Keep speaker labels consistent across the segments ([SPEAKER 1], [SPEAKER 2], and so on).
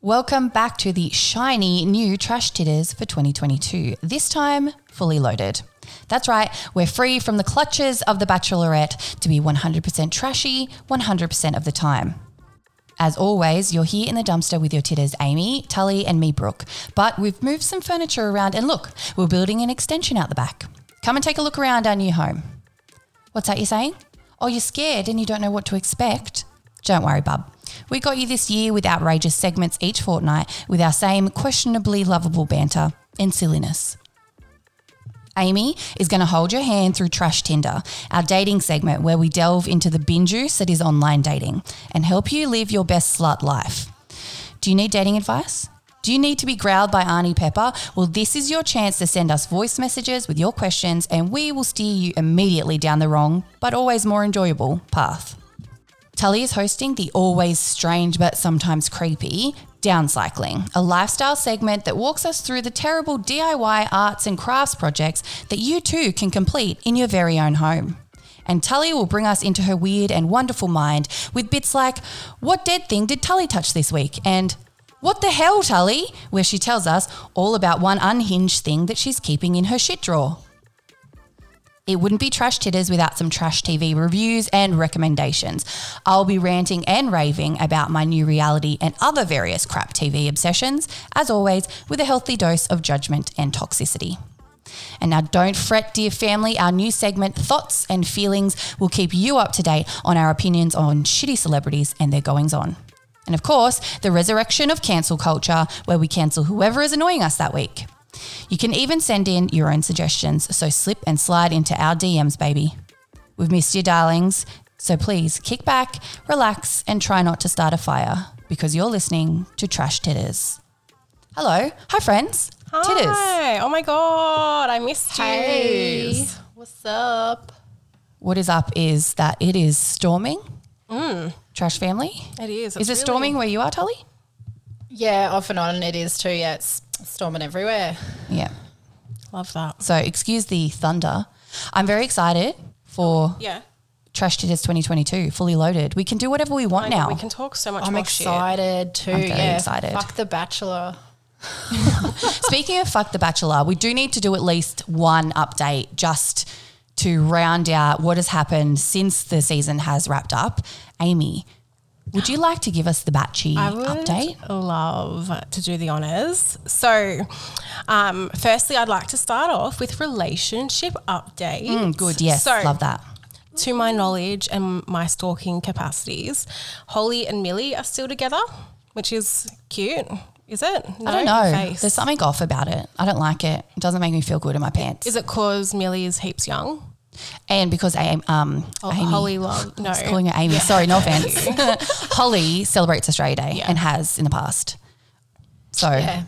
[SPEAKER 1] Welcome back to the shiny new Trash Titters for 2022, this time fully loaded. That's right, we're free from the clutches of The Bachelorette to be 100% trashy 100% of the time. As always, you're here in the dumpster with your titters, Amy, Tully, and me, Brooke. But we've moved some furniture around, and look, we're building an extension out the back. Come and take a look around our new home. What's that you're saying? Oh, you're scared and you don't know what to expect? Don't worry, bub. We got you this year with outrageous segments each fortnight with our same questionably lovable banter and silliness. Amy is going to hold your hand through Trash Tinder, our dating segment where we delve into the bin juice that is online dating and help you live your best slut life. Do you need dating advice? Do you need to be growled by Arnie Pepper? Well, this is your chance to send us voice messages with your questions, and we will steer you immediately down the wrong, but always more enjoyable, path. Tully is hosting the always strange but sometimes creepy Downcycling, a lifestyle segment that walks us through the terrible DIY arts and crafts projects that you too can complete in your very own home. And Tully will bring us into her weird and wonderful mind with bits like, What dead thing did Tully touch this week? and What the hell, Tully? where she tells us all about one unhinged thing that she's keeping in her shit drawer. It wouldn't be Trash Titters without some trash TV reviews and recommendations. I'll be ranting and raving about my new reality and other various crap TV obsessions, as always, with a healthy dose of judgment and toxicity. And now, don't fret, dear family. Our new segment, Thoughts and Feelings, will keep you up to date on our opinions on shitty celebrities and their goings on. And of course, the resurrection of cancel culture, where we cancel whoever is annoying us that week. You can even send in your own suggestions, so slip and slide into our DMs, baby. We've missed you, darlings, so please kick back, relax, and try not to start a fire because you're listening to Trash Titters. Hello. Hi, friends. Titters.
[SPEAKER 2] Hi. Oh my god, I missed you.
[SPEAKER 3] Hey, what's up?
[SPEAKER 1] What is up is that it is storming. Trash family.
[SPEAKER 2] Mm. It is.
[SPEAKER 1] Is it storming where you are, Tully?
[SPEAKER 3] Yeah, off and on it is too. Yeah, it's storming everywhere.
[SPEAKER 1] Yeah.
[SPEAKER 2] Love that.
[SPEAKER 1] So excuse the thunder. I'm very excited for
[SPEAKER 2] Yeah.
[SPEAKER 1] Trash Titters 2022, fully loaded. We can do whatever we want now.
[SPEAKER 2] We can talk so much
[SPEAKER 3] I'm
[SPEAKER 2] more
[SPEAKER 3] excited too.
[SPEAKER 1] I'm very
[SPEAKER 3] yeah,
[SPEAKER 1] excited.
[SPEAKER 3] Fuck the Bachelor.
[SPEAKER 1] Speaking of fuck the bachelor, we do need to do at least one update just to round out what has happened since the season has wrapped up. Amy, would you like to give us the batchy update?
[SPEAKER 2] Love to do the honors. So, um, firstly, I'd like to start off with relationship update.
[SPEAKER 1] Mm, good, yes,
[SPEAKER 2] So,
[SPEAKER 1] love that.
[SPEAKER 2] to my knowledge and my stalking capacities, Holly and Millie are still together, which is cute. Is it? No,
[SPEAKER 1] I don't know.
[SPEAKER 2] face.
[SPEAKER 1] There's something off about it. I don't like it. It doesn't make me feel good in my pants.
[SPEAKER 2] Is it because Millie is heaps young?
[SPEAKER 1] and because I am um
[SPEAKER 2] Oh,
[SPEAKER 1] Amy,
[SPEAKER 2] Holly love no.
[SPEAKER 1] calling her Amy. Sorry, no offense. Holly celebrates Australia Day
[SPEAKER 2] Yeah.
[SPEAKER 1] and has in the past. So
[SPEAKER 3] Yeah,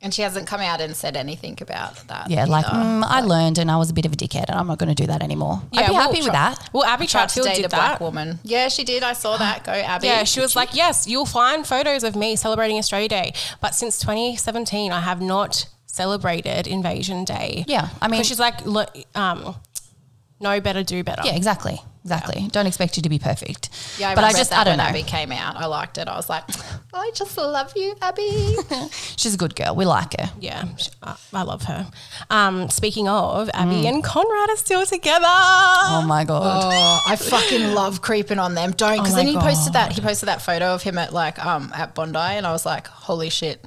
[SPEAKER 3] and she hasn't come out and said anything about that.
[SPEAKER 1] Yeah, like
[SPEAKER 3] either.
[SPEAKER 1] mm, I learned and I was a bit of a dickhead and I'm not going to do that anymore. I'd be
[SPEAKER 2] well,
[SPEAKER 1] happy
[SPEAKER 2] Tra-
[SPEAKER 1] with that.
[SPEAKER 2] Well, Abby
[SPEAKER 3] tried to
[SPEAKER 2] Chatfield
[SPEAKER 3] date
[SPEAKER 2] did
[SPEAKER 3] a
[SPEAKER 2] that.
[SPEAKER 3] black woman. Yeah, she did. I saw that. Go Abby.
[SPEAKER 2] Yeah, she was like, "Yes, you'll find photos of me celebrating Australia Day, but since 2017, I have not celebrated Invasion Day."
[SPEAKER 1] Yeah, I mean-
[SPEAKER 2] 'Cause she's like, "Look, um, know better, do better."
[SPEAKER 1] Yeah, exactly. Exactly. Don't expect you to be perfect.
[SPEAKER 3] Yeah,
[SPEAKER 1] but I
[SPEAKER 3] read
[SPEAKER 1] just,
[SPEAKER 3] that
[SPEAKER 1] I don't
[SPEAKER 3] when
[SPEAKER 1] know.
[SPEAKER 3] Abby came out. I liked it. I was like, I just love you, Abby.
[SPEAKER 1] She's a good girl. We like her.
[SPEAKER 2] Yeah, sh- I I love her. Um, speaking of, Abby and Conrad are still together.
[SPEAKER 1] Mm. Oh my God.
[SPEAKER 3] Oh, I fucking love creeping on them. Don't because
[SPEAKER 2] my
[SPEAKER 3] then he posted that he posted that photo of him at like um at Bondi, and I was like, holy shit,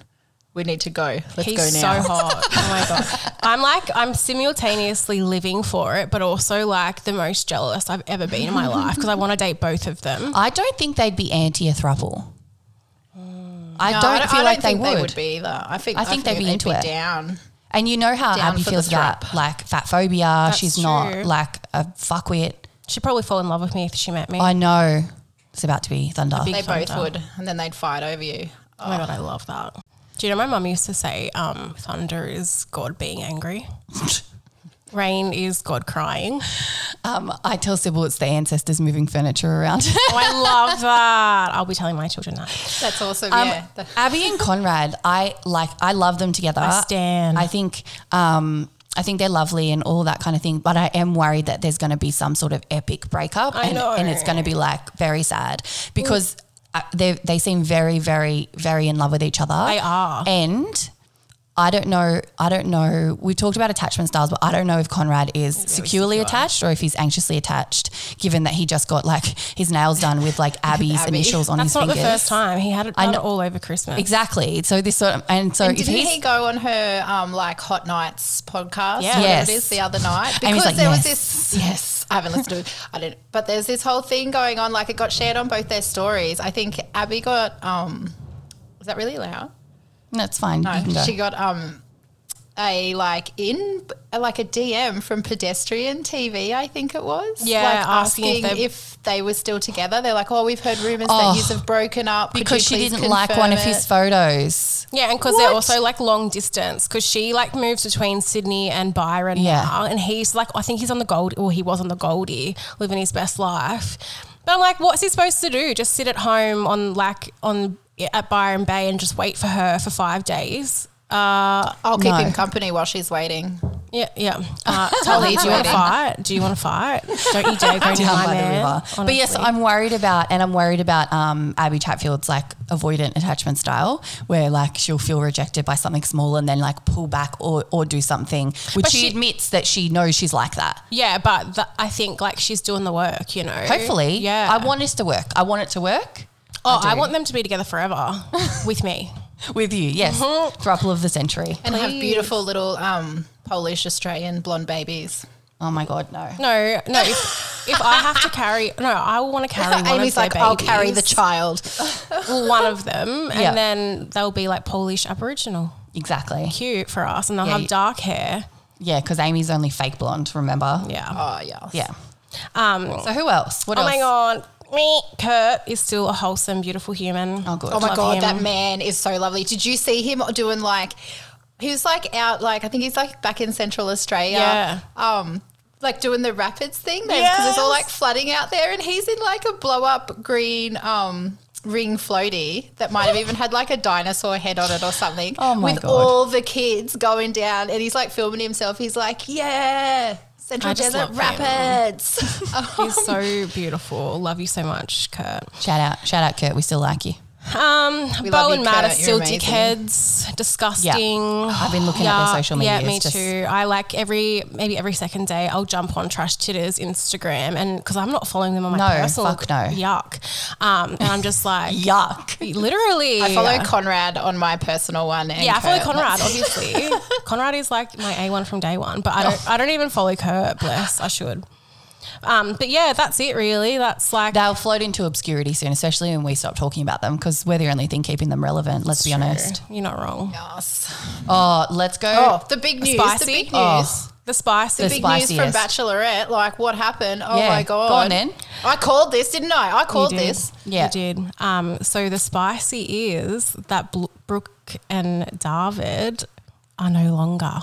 [SPEAKER 3] we need to go. Let's
[SPEAKER 2] He's
[SPEAKER 3] go
[SPEAKER 2] so
[SPEAKER 3] now.
[SPEAKER 2] hot. Oh my god. I'm like I'm simultaneously living for it, but also like the most jealous I've ever been in my life because I want to date both of them.
[SPEAKER 1] I don't think they'd be anti a thruple. I
[SPEAKER 3] No,
[SPEAKER 1] don't feel like
[SPEAKER 3] think
[SPEAKER 1] they, would.
[SPEAKER 3] be either. I think
[SPEAKER 1] I think they'd be into it.
[SPEAKER 3] down.
[SPEAKER 1] And you know how
[SPEAKER 3] Down
[SPEAKER 1] Abby
[SPEAKER 3] for the
[SPEAKER 1] feels about like fat phobia. She's
[SPEAKER 2] true.
[SPEAKER 1] not like a fuckwit.
[SPEAKER 2] She'd probably fall in love with me if she met me.
[SPEAKER 1] I know it's about to be thunder.
[SPEAKER 2] big-
[SPEAKER 3] They both
[SPEAKER 2] Thunder.
[SPEAKER 3] would, and then they'd fight over you.
[SPEAKER 2] Oh my god, I love that. Do you know my mum used to say, um, "Thunder is God being angry, rain is God crying."
[SPEAKER 1] Um, I tell Sybil it's the ancestors moving furniture around.
[SPEAKER 2] Oh, I love that. I'll be telling my children that.
[SPEAKER 3] That's awesome.
[SPEAKER 1] Um,
[SPEAKER 3] yeah, The-
[SPEAKER 1] Abby and Conrad, I like. I love them together.
[SPEAKER 2] I stan.
[SPEAKER 1] I think. Um, I think they're lovely and all that kind of thing. But I am worried that there's going to be some sort of epic breakup,
[SPEAKER 2] I
[SPEAKER 1] and,
[SPEAKER 2] know.
[SPEAKER 1] and it's going to be like very sad because uh, they they seem very, very, very in love with each other.
[SPEAKER 2] They are.
[SPEAKER 1] and. I don't know. I don't know. We talked about attachment styles, but I don't know if Conrad is securely attached or if he's anxiously attached, given that he just got like his nails done with like Abby's
[SPEAKER 3] Abby.
[SPEAKER 1] initials on
[SPEAKER 2] That's
[SPEAKER 1] his
[SPEAKER 2] not
[SPEAKER 1] fingers.
[SPEAKER 2] the first time. He had it done
[SPEAKER 1] know-
[SPEAKER 2] all over Christmas.
[SPEAKER 1] Exactly. So this sort of, and so
[SPEAKER 3] And
[SPEAKER 1] if
[SPEAKER 3] didn't
[SPEAKER 1] he's
[SPEAKER 3] he go on her um, like Hot Nights podcast?
[SPEAKER 2] Yeah.
[SPEAKER 3] whatever
[SPEAKER 1] Yes.
[SPEAKER 3] it is the other night
[SPEAKER 1] Amy's
[SPEAKER 3] because
[SPEAKER 1] like,
[SPEAKER 3] there was
[SPEAKER 1] "Yes."
[SPEAKER 3] this. Yes, I haven't listened to it. I didn't. But there's this whole thing going on. Like it got shared on both their stories. I think Abby got. um Was that really loud?
[SPEAKER 1] that's fine. you can
[SPEAKER 3] No,
[SPEAKER 1] go.
[SPEAKER 3] she got um a like in like a DM from Pedestrian TV, I think it was.
[SPEAKER 2] Yeah,
[SPEAKER 3] like
[SPEAKER 2] asking if
[SPEAKER 3] asking,
[SPEAKER 2] they-
[SPEAKER 3] if they were still together. They're like, oh, we've heard rumors
[SPEAKER 1] Oh,
[SPEAKER 3] that you have broken up Could
[SPEAKER 1] because
[SPEAKER 3] you
[SPEAKER 1] she
[SPEAKER 3] please
[SPEAKER 1] didn't like one of
[SPEAKER 3] confirm
[SPEAKER 1] his
[SPEAKER 3] it?"
[SPEAKER 1] photos.
[SPEAKER 2] Yeah, and because they're
[SPEAKER 1] What?
[SPEAKER 2] also like long distance, because she like moves between Sydney and Byron
[SPEAKER 1] Yeah.
[SPEAKER 2] now, and he's like, I think he's on the gold, or he was on the Goldie, living his best life. But I'm like, what's he supposed to do? Just sit at home on like on at Byron Bay and just wait for her for five days?
[SPEAKER 3] I'll keep
[SPEAKER 1] No.
[SPEAKER 3] him company while she's waiting.
[SPEAKER 2] Yeah, yeah. Uh, Tolly, do you want to
[SPEAKER 3] waiting.
[SPEAKER 2] fight? Do you want to fight? Don't you dare go near
[SPEAKER 1] down
[SPEAKER 2] my
[SPEAKER 1] by the
[SPEAKER 2] man.
[SPEAKER 1] river. But yes,
[SPEAKER 2] honestly.
[SPEAKER 1] I'm worried about, and I'm worried about um, Abby Chatfield's like avoidant attachment style, where like she'll feel rejected by something small and then like pull back or, or do something, which
[SPEAKER 2] But
[SPEAKER 1] she,
[SPEAKER 2] she-
[SPEAKER 1] admits that she knows she's like that.
[SPEAKER 2] yeah, but th- I think like she's doing the work, you know.
[SPEAKER 1] Hopefully,
[SPEAKER 2] yeah.
[SPEAKER 1] I want this to work. I want it to work
[SPEAKER 2] Oh,
[SPEAKER 1] I
[SPEAKER 2] I
[SPEAKER 1] do.
[SPEAKER 2] want them to be together forever with me.
[SPEAKER 1] with you. Yes,
[SPEAKER 3] Mm-hmm.
[SPEAKER 1] throuple of the century.
[SPEAKER 3] And have beautiful little um, Polish Australian blonde babies.
[SPEAKER 1] Oh my god, no.
[SPEAKER 2] No, no. If, if I have to carry, no, I will want to carry one
[SPEAKER 3] Amy's
[SPEAKER 2] of their
[SPEAKER 3] like, I'll carry the
[SPEAKER 2] babies."
[SPEAKER 3] child.
[SPEAKER 2] Well, one of them, and
[SPEAKER 1] Yeah.
[SPEAKER 2] then they'll be like Polish Aboriginal,
[SPEAKER 1] Exactly.
[SPEAKER 2] cute for us, and they'll
[SPEAKER 1] Yeah,
[SPEAKER 2] have
[SPEAKER 1] you-
[SPEAKER 2] dark hair.
[SPEAKER 1] Yeah, because Amy's only fake blonde. Remember?
[SPEAKER 2] Yeah.
[SPEAKER 3] Oh, yeah.
[SPEAKER 1] Yeah.
[SPEAKER 2] Um.
[SPEAKER 1] So who else? Oh. What
[SPEAKER 2] oh
[SPEAKER 1] else?
[SPEAKER 2] my god, me Kurt is still a wholesome, beautiful human.
[SPEAKER 1] Oh good.
[SPEAKER 3] Oh my
[SPEAKER 2] Love
[SPEAKER 3] god,
[SPEAKER 2] him.
[SPEAKER 3] that man is so lovely. Did you see him doing like he was like out like I think he's like back in Central Australia.
[SPEAKER 2] Yeah.
[SPEAKER 3] Um like doing the rapids thing because it's all
[SPEAKER 2] Yes.
[SPEAKER 3] like flooding out there and he's in like a blow up green um ring floaty that might have even had like a dinosaur head on it or something.
[SPEAKER 1] Oh my
[SPEAKER 3] with
[SPEAKER 1] God.
[SPEAKER 3] all the kids going down and he's like filming himself. He's like, Yeah. Central
[SPEAKER 2] I just love
[SPEAKER 3] Desert
[SPEAKER 2] him.
[SPEAKER 3] Rapids.
[SPEAKER 2] He's
[SPEAKER 1] Um,
[SPEAKER 2] so beautiful. Love you so much, Kurt.
[SPEAKER 1] Shout out, shout out, Kurt. We still like you.
[SPEAKER 2] Um,
[SPEAKER 3] We
[SPEAKER 2] Bo
[SPEAKER 3] love you,
[SPEAKER 2] and Matt are
[SPEAKER 3] Kurt. You're
[SPEAKER 2] still
[SPEAKER 3] amazing.
[SPEAKER 2] dickheads, disgusting.
[SPEAKER 1] I've been looking at their social media.
[SPEAKER 2] Yeah, me
[SPEAKER 1] It's just-
[SPEAKER 2] too. I like every maybe every second day I'll jump on Trash Titters Instagram and because I'm not following them on my
[SPEAKER 1] No,
[SPEAKER 2] personal.
[SPEAKER 1] fuck no.
[SPEAKER 2] Yuck. Um, and I'm just like
[SPEAKER 1] Yuck.
[SPEAKER 2] literally.
[SPEAKER 3] I follow Conrad on my personal one. And
[SPEAKER 2] Yeah, I follow
[SPEAKER 3] Kurt.
[SPEAKER 2] Conrad. Obviously, Conrad is like my A one from day one. But I
[SPEAKER 1] Oh.
[SPEAKER 2] don't. I don't even follow Kurt. Bless. I should. Um, but yeah, that's it. Really, that's like
[SPEAKER 1] They'll float into obscurity soon, especially when we stop talking about them because we're the only thing keeping them relevant. Let's be honest.
[SPEAKER 2] You're not wrong.
[SPEAKER 3] Yes.
[SPEAKER 1] Oh, let's go.
[SPEAKER 3] Oh, the big news.
[SPEAKER 2] Spicy.
[SPEAKER 3] The big news.
[SPEAKER 1] Oh.
[SPEAKER 2] The spicy.
[SPEAKER 1] The
[SPEAKER 3] Big news from
[SPEAKER 1] spiciest.
[SPEAKER 3] Bachelorette. Like, what happened? Oh
[SPEAKER 1] Yeah,
[SPEAKER 3] my God.
[SPEAKER 1] go on then.
[SPEAKER 3] I called this, didn't I? I called
[SPEAKER 2] You did.
[SPEAKER 3] this.
[SPEAKER 1] Yeah.
[SPEAKER 2] You did. Um, so the spicy is that Bl- Brooke and David are no longer.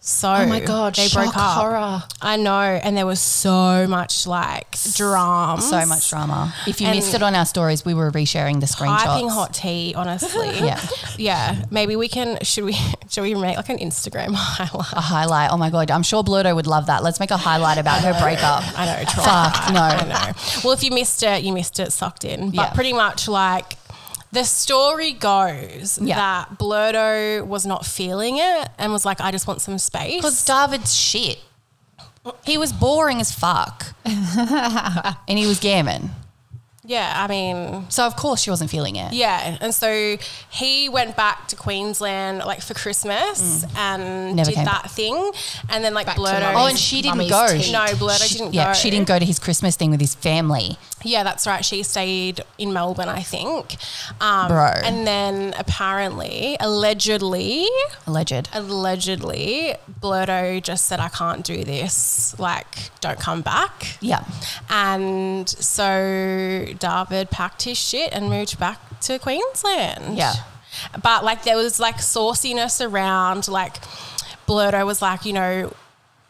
[SPEAKER 2] So
[SPEAKER 3] Oh my God.
[SPEAKER 2] they
[SPEAKER 3] shock
[SPEAKER 2] broke up.
[SPEAKER 3] horror.
[SPEAKER 2] I know, and there was so much like drama,
[SPEAKER 1] So much drama. If you
[SPEAKER 2] And-
[SPEAKER 1] missed it on our stories, we were resharing the
[SPEAKER 2] piping
[SPEAKER 1] screenshots.
[SPEAKER 2] hot tea. Honestly,
[SPEAKER 1] Yeah.
[SPEAKER 2] yeah. Maybe we can. Should we? Should we make like an Instagram
[SPEAKER 1] A
[SPEAKER 2] highlight?
[SPEAKER 1] highlight. Oh my god, I'm sure Blurto would love that. Let's make a highlight about her breakup.
[SPEAKER 2] I know. Try.
[SPEAKER 1] Fuck
[SPEAKER 2] I
[SPEAKER 1] no.
[SPEAKER 2] know. Well, if you missed it, you missed it sucked in. But
[SPEAKER 1] Yeah.
[SPEAKER 2] pretty much like the story goes
[SPEAKER 1] Yeah.
[SPEAKER 2] that Blurdo was not feeling it and was like, I just want some
[SPEAKER 1] Because
[SPEAKER 2] space.
[SPEAKER 1] David's shit. He was boring as fuck, and he was gammon.
[SPEAKER 2] Yeah, I mean,
[SPEAKER 1] So of course she wasn't feeling it.
[SPEAKER 2] yeah. And so he went back to Queensland like for Christmas and
[SPEAKER 1] Mm. Never
[SPEAKER 2] did
[SPEAKER 1] came
[SPEAKER 2] that thing. And then like
[SPEAKER 3] to
[SPEAKER 2] Blurdo.
[SPEAKER 1] Oh,
[SPEAKER 3] Mummies-
[SPEAKER 1] and she didn't
[SPEAKER 3] mummies
[SPEAKER 1] go.
[SPEAKER 3] tea.
[SPEAKER 1] She-
[SPEAKER 2] no, Blurdo
[SPEAKER 1] she-
[SPEAKER 2] didn't
[SPEAKER 1] yeah,
[SPEAKER 2] go.
[SPEAKER 1] she didn't go to his Christmas thing with his family.
[SPEAKER 2] Yeah, that's right. She stayed in Melbourne, I think. Um,
[SPEAKER 1] Bro.
[SPEAKER 2] And then apparently, allegedly,
[SPEAKER 1] Alleged.
[SPEAKER 2] allegedly Blurto just said I can't do this like don't come back
[SPEAKER 1] Yeah.
[SPEAKER 2] and so David packed his shit and moved back to Queensland
[SPEAKER 1] Yeah.
[SPEAKER 2] but like there was like sauciness around like Blurto was like you know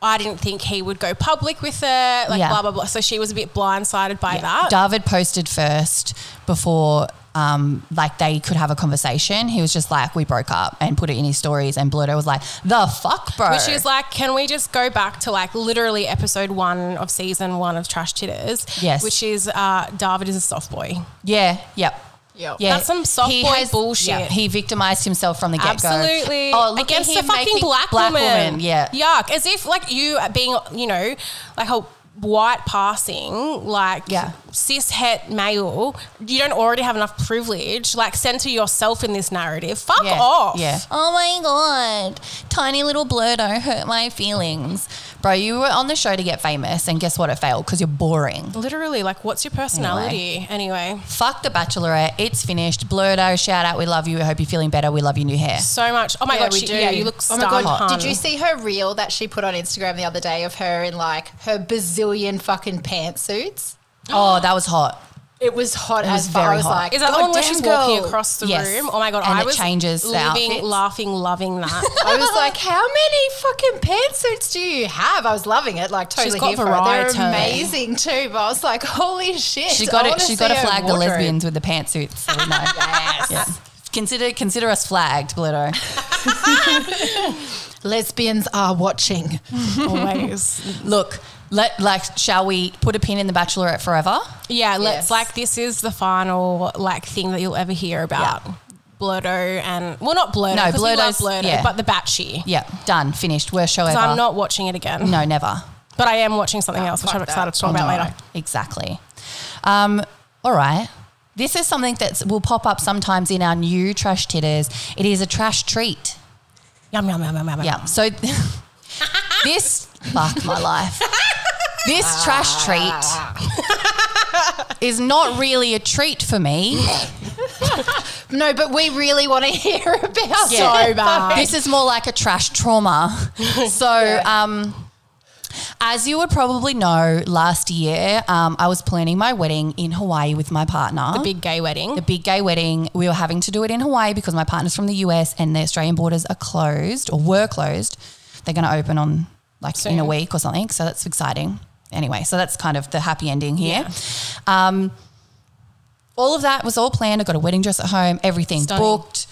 [SPEAKER 2] I didn't think he would go public with it like
[SPEAKER 1] Yeah.
[SPEAKER 2] blah blah blah so she was a bit blindsided by that
[SPEAKER 1] David posted first before um, like they could have a conversation. He was just like, we broke up and put it in his stories. And Bluto was like, the fuck, bro.
[SPEAKER 2] Which is like, can we just go back to like literally episode one of season one of Trash Titters?
[SPEAKER 1] Yes.
[SPEAKER 2] Which is uh, David is a soft boy.
[SPEAKER 1] yeah, yep.
[SPEAKER 3] Yep.
[SPEAKER 1] Yeah,
[SPEAKER 2] That's some soft
[SPEAKER 1] he
[SPEAKER 2] boy bullshit.
[SPEAKER 1] he victimized himself from the get go.
[SPEAKER 2] Absolutely.
[SPEAKER 1] Oh, look
[SPEAKER 2] Against
[SPEAKER 1] at
[SPEAKER 2] the
[SPEAKER 1] him
[SPEAKER 2] fucking
[SPEAKER 1] making
[SPEAKER 2] black, woman.
[SPEAKER 1] Yeah.
[SPEAKER 2] Yuck. As if like you being, you know, like a white passing, like
[SPEAKER 1] Yeah.
[SPEAKER 2] cis het male, you don't already have enough privilege. Like center yourself in this narrative. Fuck
[SPEAKER 1] yeah.
[SPEAKER 2] off.
[SPEAKER 1] Yeah. Oh my god, tiny little blurdo hurt my feelings, bro. You were on the show to get famous, and guess what? It failed because you're boring.
[SPEAKER 2] Literally, like what's your personality anyway?
[SPEAKER 1] Fuck the Bachelorette. It's finished. Blurdo, shout out. We love you. I hope you're feeling better. We love your new hair.
[SPEAKER 2] So much. Oh my
[SPEAKER 3] Yeah,
[SPEAKER 2] god,
[SPEAKER 3] we
[SPEAKER 2] she-
[SPEAKER 3] do.
[SPEAKER 2] yeah, you look star
[SPEAKER 3] Oh my god!
[SPEAKER 2] hot.
[SPEAKER 3] Did you see her reel that she put on Instagram the other day of her in like her bazillion fucking pantsuits?
[SPEAKER 1] Oh, that was hot.
[SPEAKER 3] It was hot
[SPEAKER 1] was
[SPEAKER 3] as far
[SPEAKER 1] very
[SPEAKER 3] as
[SPEAKER 1] hot.
[SPEAKER 3] like.
[SPEAKER 2] Is that the one where
[SPEAKER 3] "Goddamn,
[SPEAKER 2] she's
[SPEAKER 3] girl."
[SPEAKER 2] walking across the
[SPEAKER 1] Yes.
[SPEAKER 2] room? Oh my god,
[SPEAKER 1] And
[SPEAKER 2] I
[SPEAKER 1] it
[SPEAKER 2] was
[SPEAKER 1] changes the outfits.
[SPEAKER 2] living, laughing, loving that.
[SPEAKER 3] I was like, how many fucking pantsuits do you have? I was loving it, like totally
[SPEAKER 2] She's got
[SPEAKER 3] here for it. They're
[SPEAKER 2] variety.
[SPEAKER 3] amazing too, but I was like, holy shit!
[SPEAKER 1] She got
[SPEAKER 3] I
[SPEAKER 1] it.
[SPEAKER 3] wanna
[SPEAKER 1] She got to
[SPEAKER 3] see her
[SPEAKER 1] flag the
[SPEAKER 3] wardrobe.
[SPEAKER 1] lesbians with the pantsuits. So we know. Yeah. Consider consider us flagged, Blurdo.
[SPEAKER 3] Lesbians are watching.
[SPEAKER 2] Always.
[SPEAKER 1] Look, let like, shall we put a pin in the Bachelorette forever?
[SPEAKER 2] Yeah, let's
[SPEAKER 3] Yes.
[SPEAKER 2] like this is the final like thing that you'll ever hear about.
[SPEAKER 1] Yeah.
[SPEAKER 2] Blurdo and well not Blurdo,
[SPEAKER 1] No,
[SPEAKER 2] because we love
[SPEAKER 1] Blurto's-
[SPEAKER 2] Blurto,
[SPEAKER 1] yeah.
[SPEAKER 2] but the Batchy.
[SPEAKER 1] Yeah, done, finished, worst show ever.
[SPEAKER 2] So I'm not watching it again.
[SPEAKER 1] no, never.
[SPEAKER 2] But I am watching something else, which
[SPEAKER 3] fuck
[SPEAKER 2] I'm excited
[SPEAKER 3] that.
[SPEAKER 2] to talk about later.
[SPEAKER 1] Exactly. Um, all right. This is something that will pop up sometimes in our new trash titters. It is a trash treat.
[SPEAKER 2] Yum yum yum yum yum.
[SPEAKER 1] Yeah. So this fuck my life. This trash treat is not really a treat for me.
[SPEAKER 3] No, but we really want to hear about
[SPEAKER 1] Yeah.
[SPEAKER 3] so bad.
[SPEAKER 1] This is more like a trash trauma. So, um, as you would probably know, last year um, I was planning my wedding in Hawaii with my partner.
[SPEAKER 2] yum. Big gay wedding.
[SPEAKER 1] the big gay wedding. We were having to do it in Hawaii because my partner's from the US and the Australian borders are closed or were closed. They're going to open on like in a
[SPEAKER 2] Soon.
[SPEAKER 1] week or something. So that's exciting. Anyway, so that's kind of the happy ending here. Um, all of that was all planned. I got a wedding dress at home, everything
[SPEAKER 2] Stunning.
[SPEAKER 1] booked.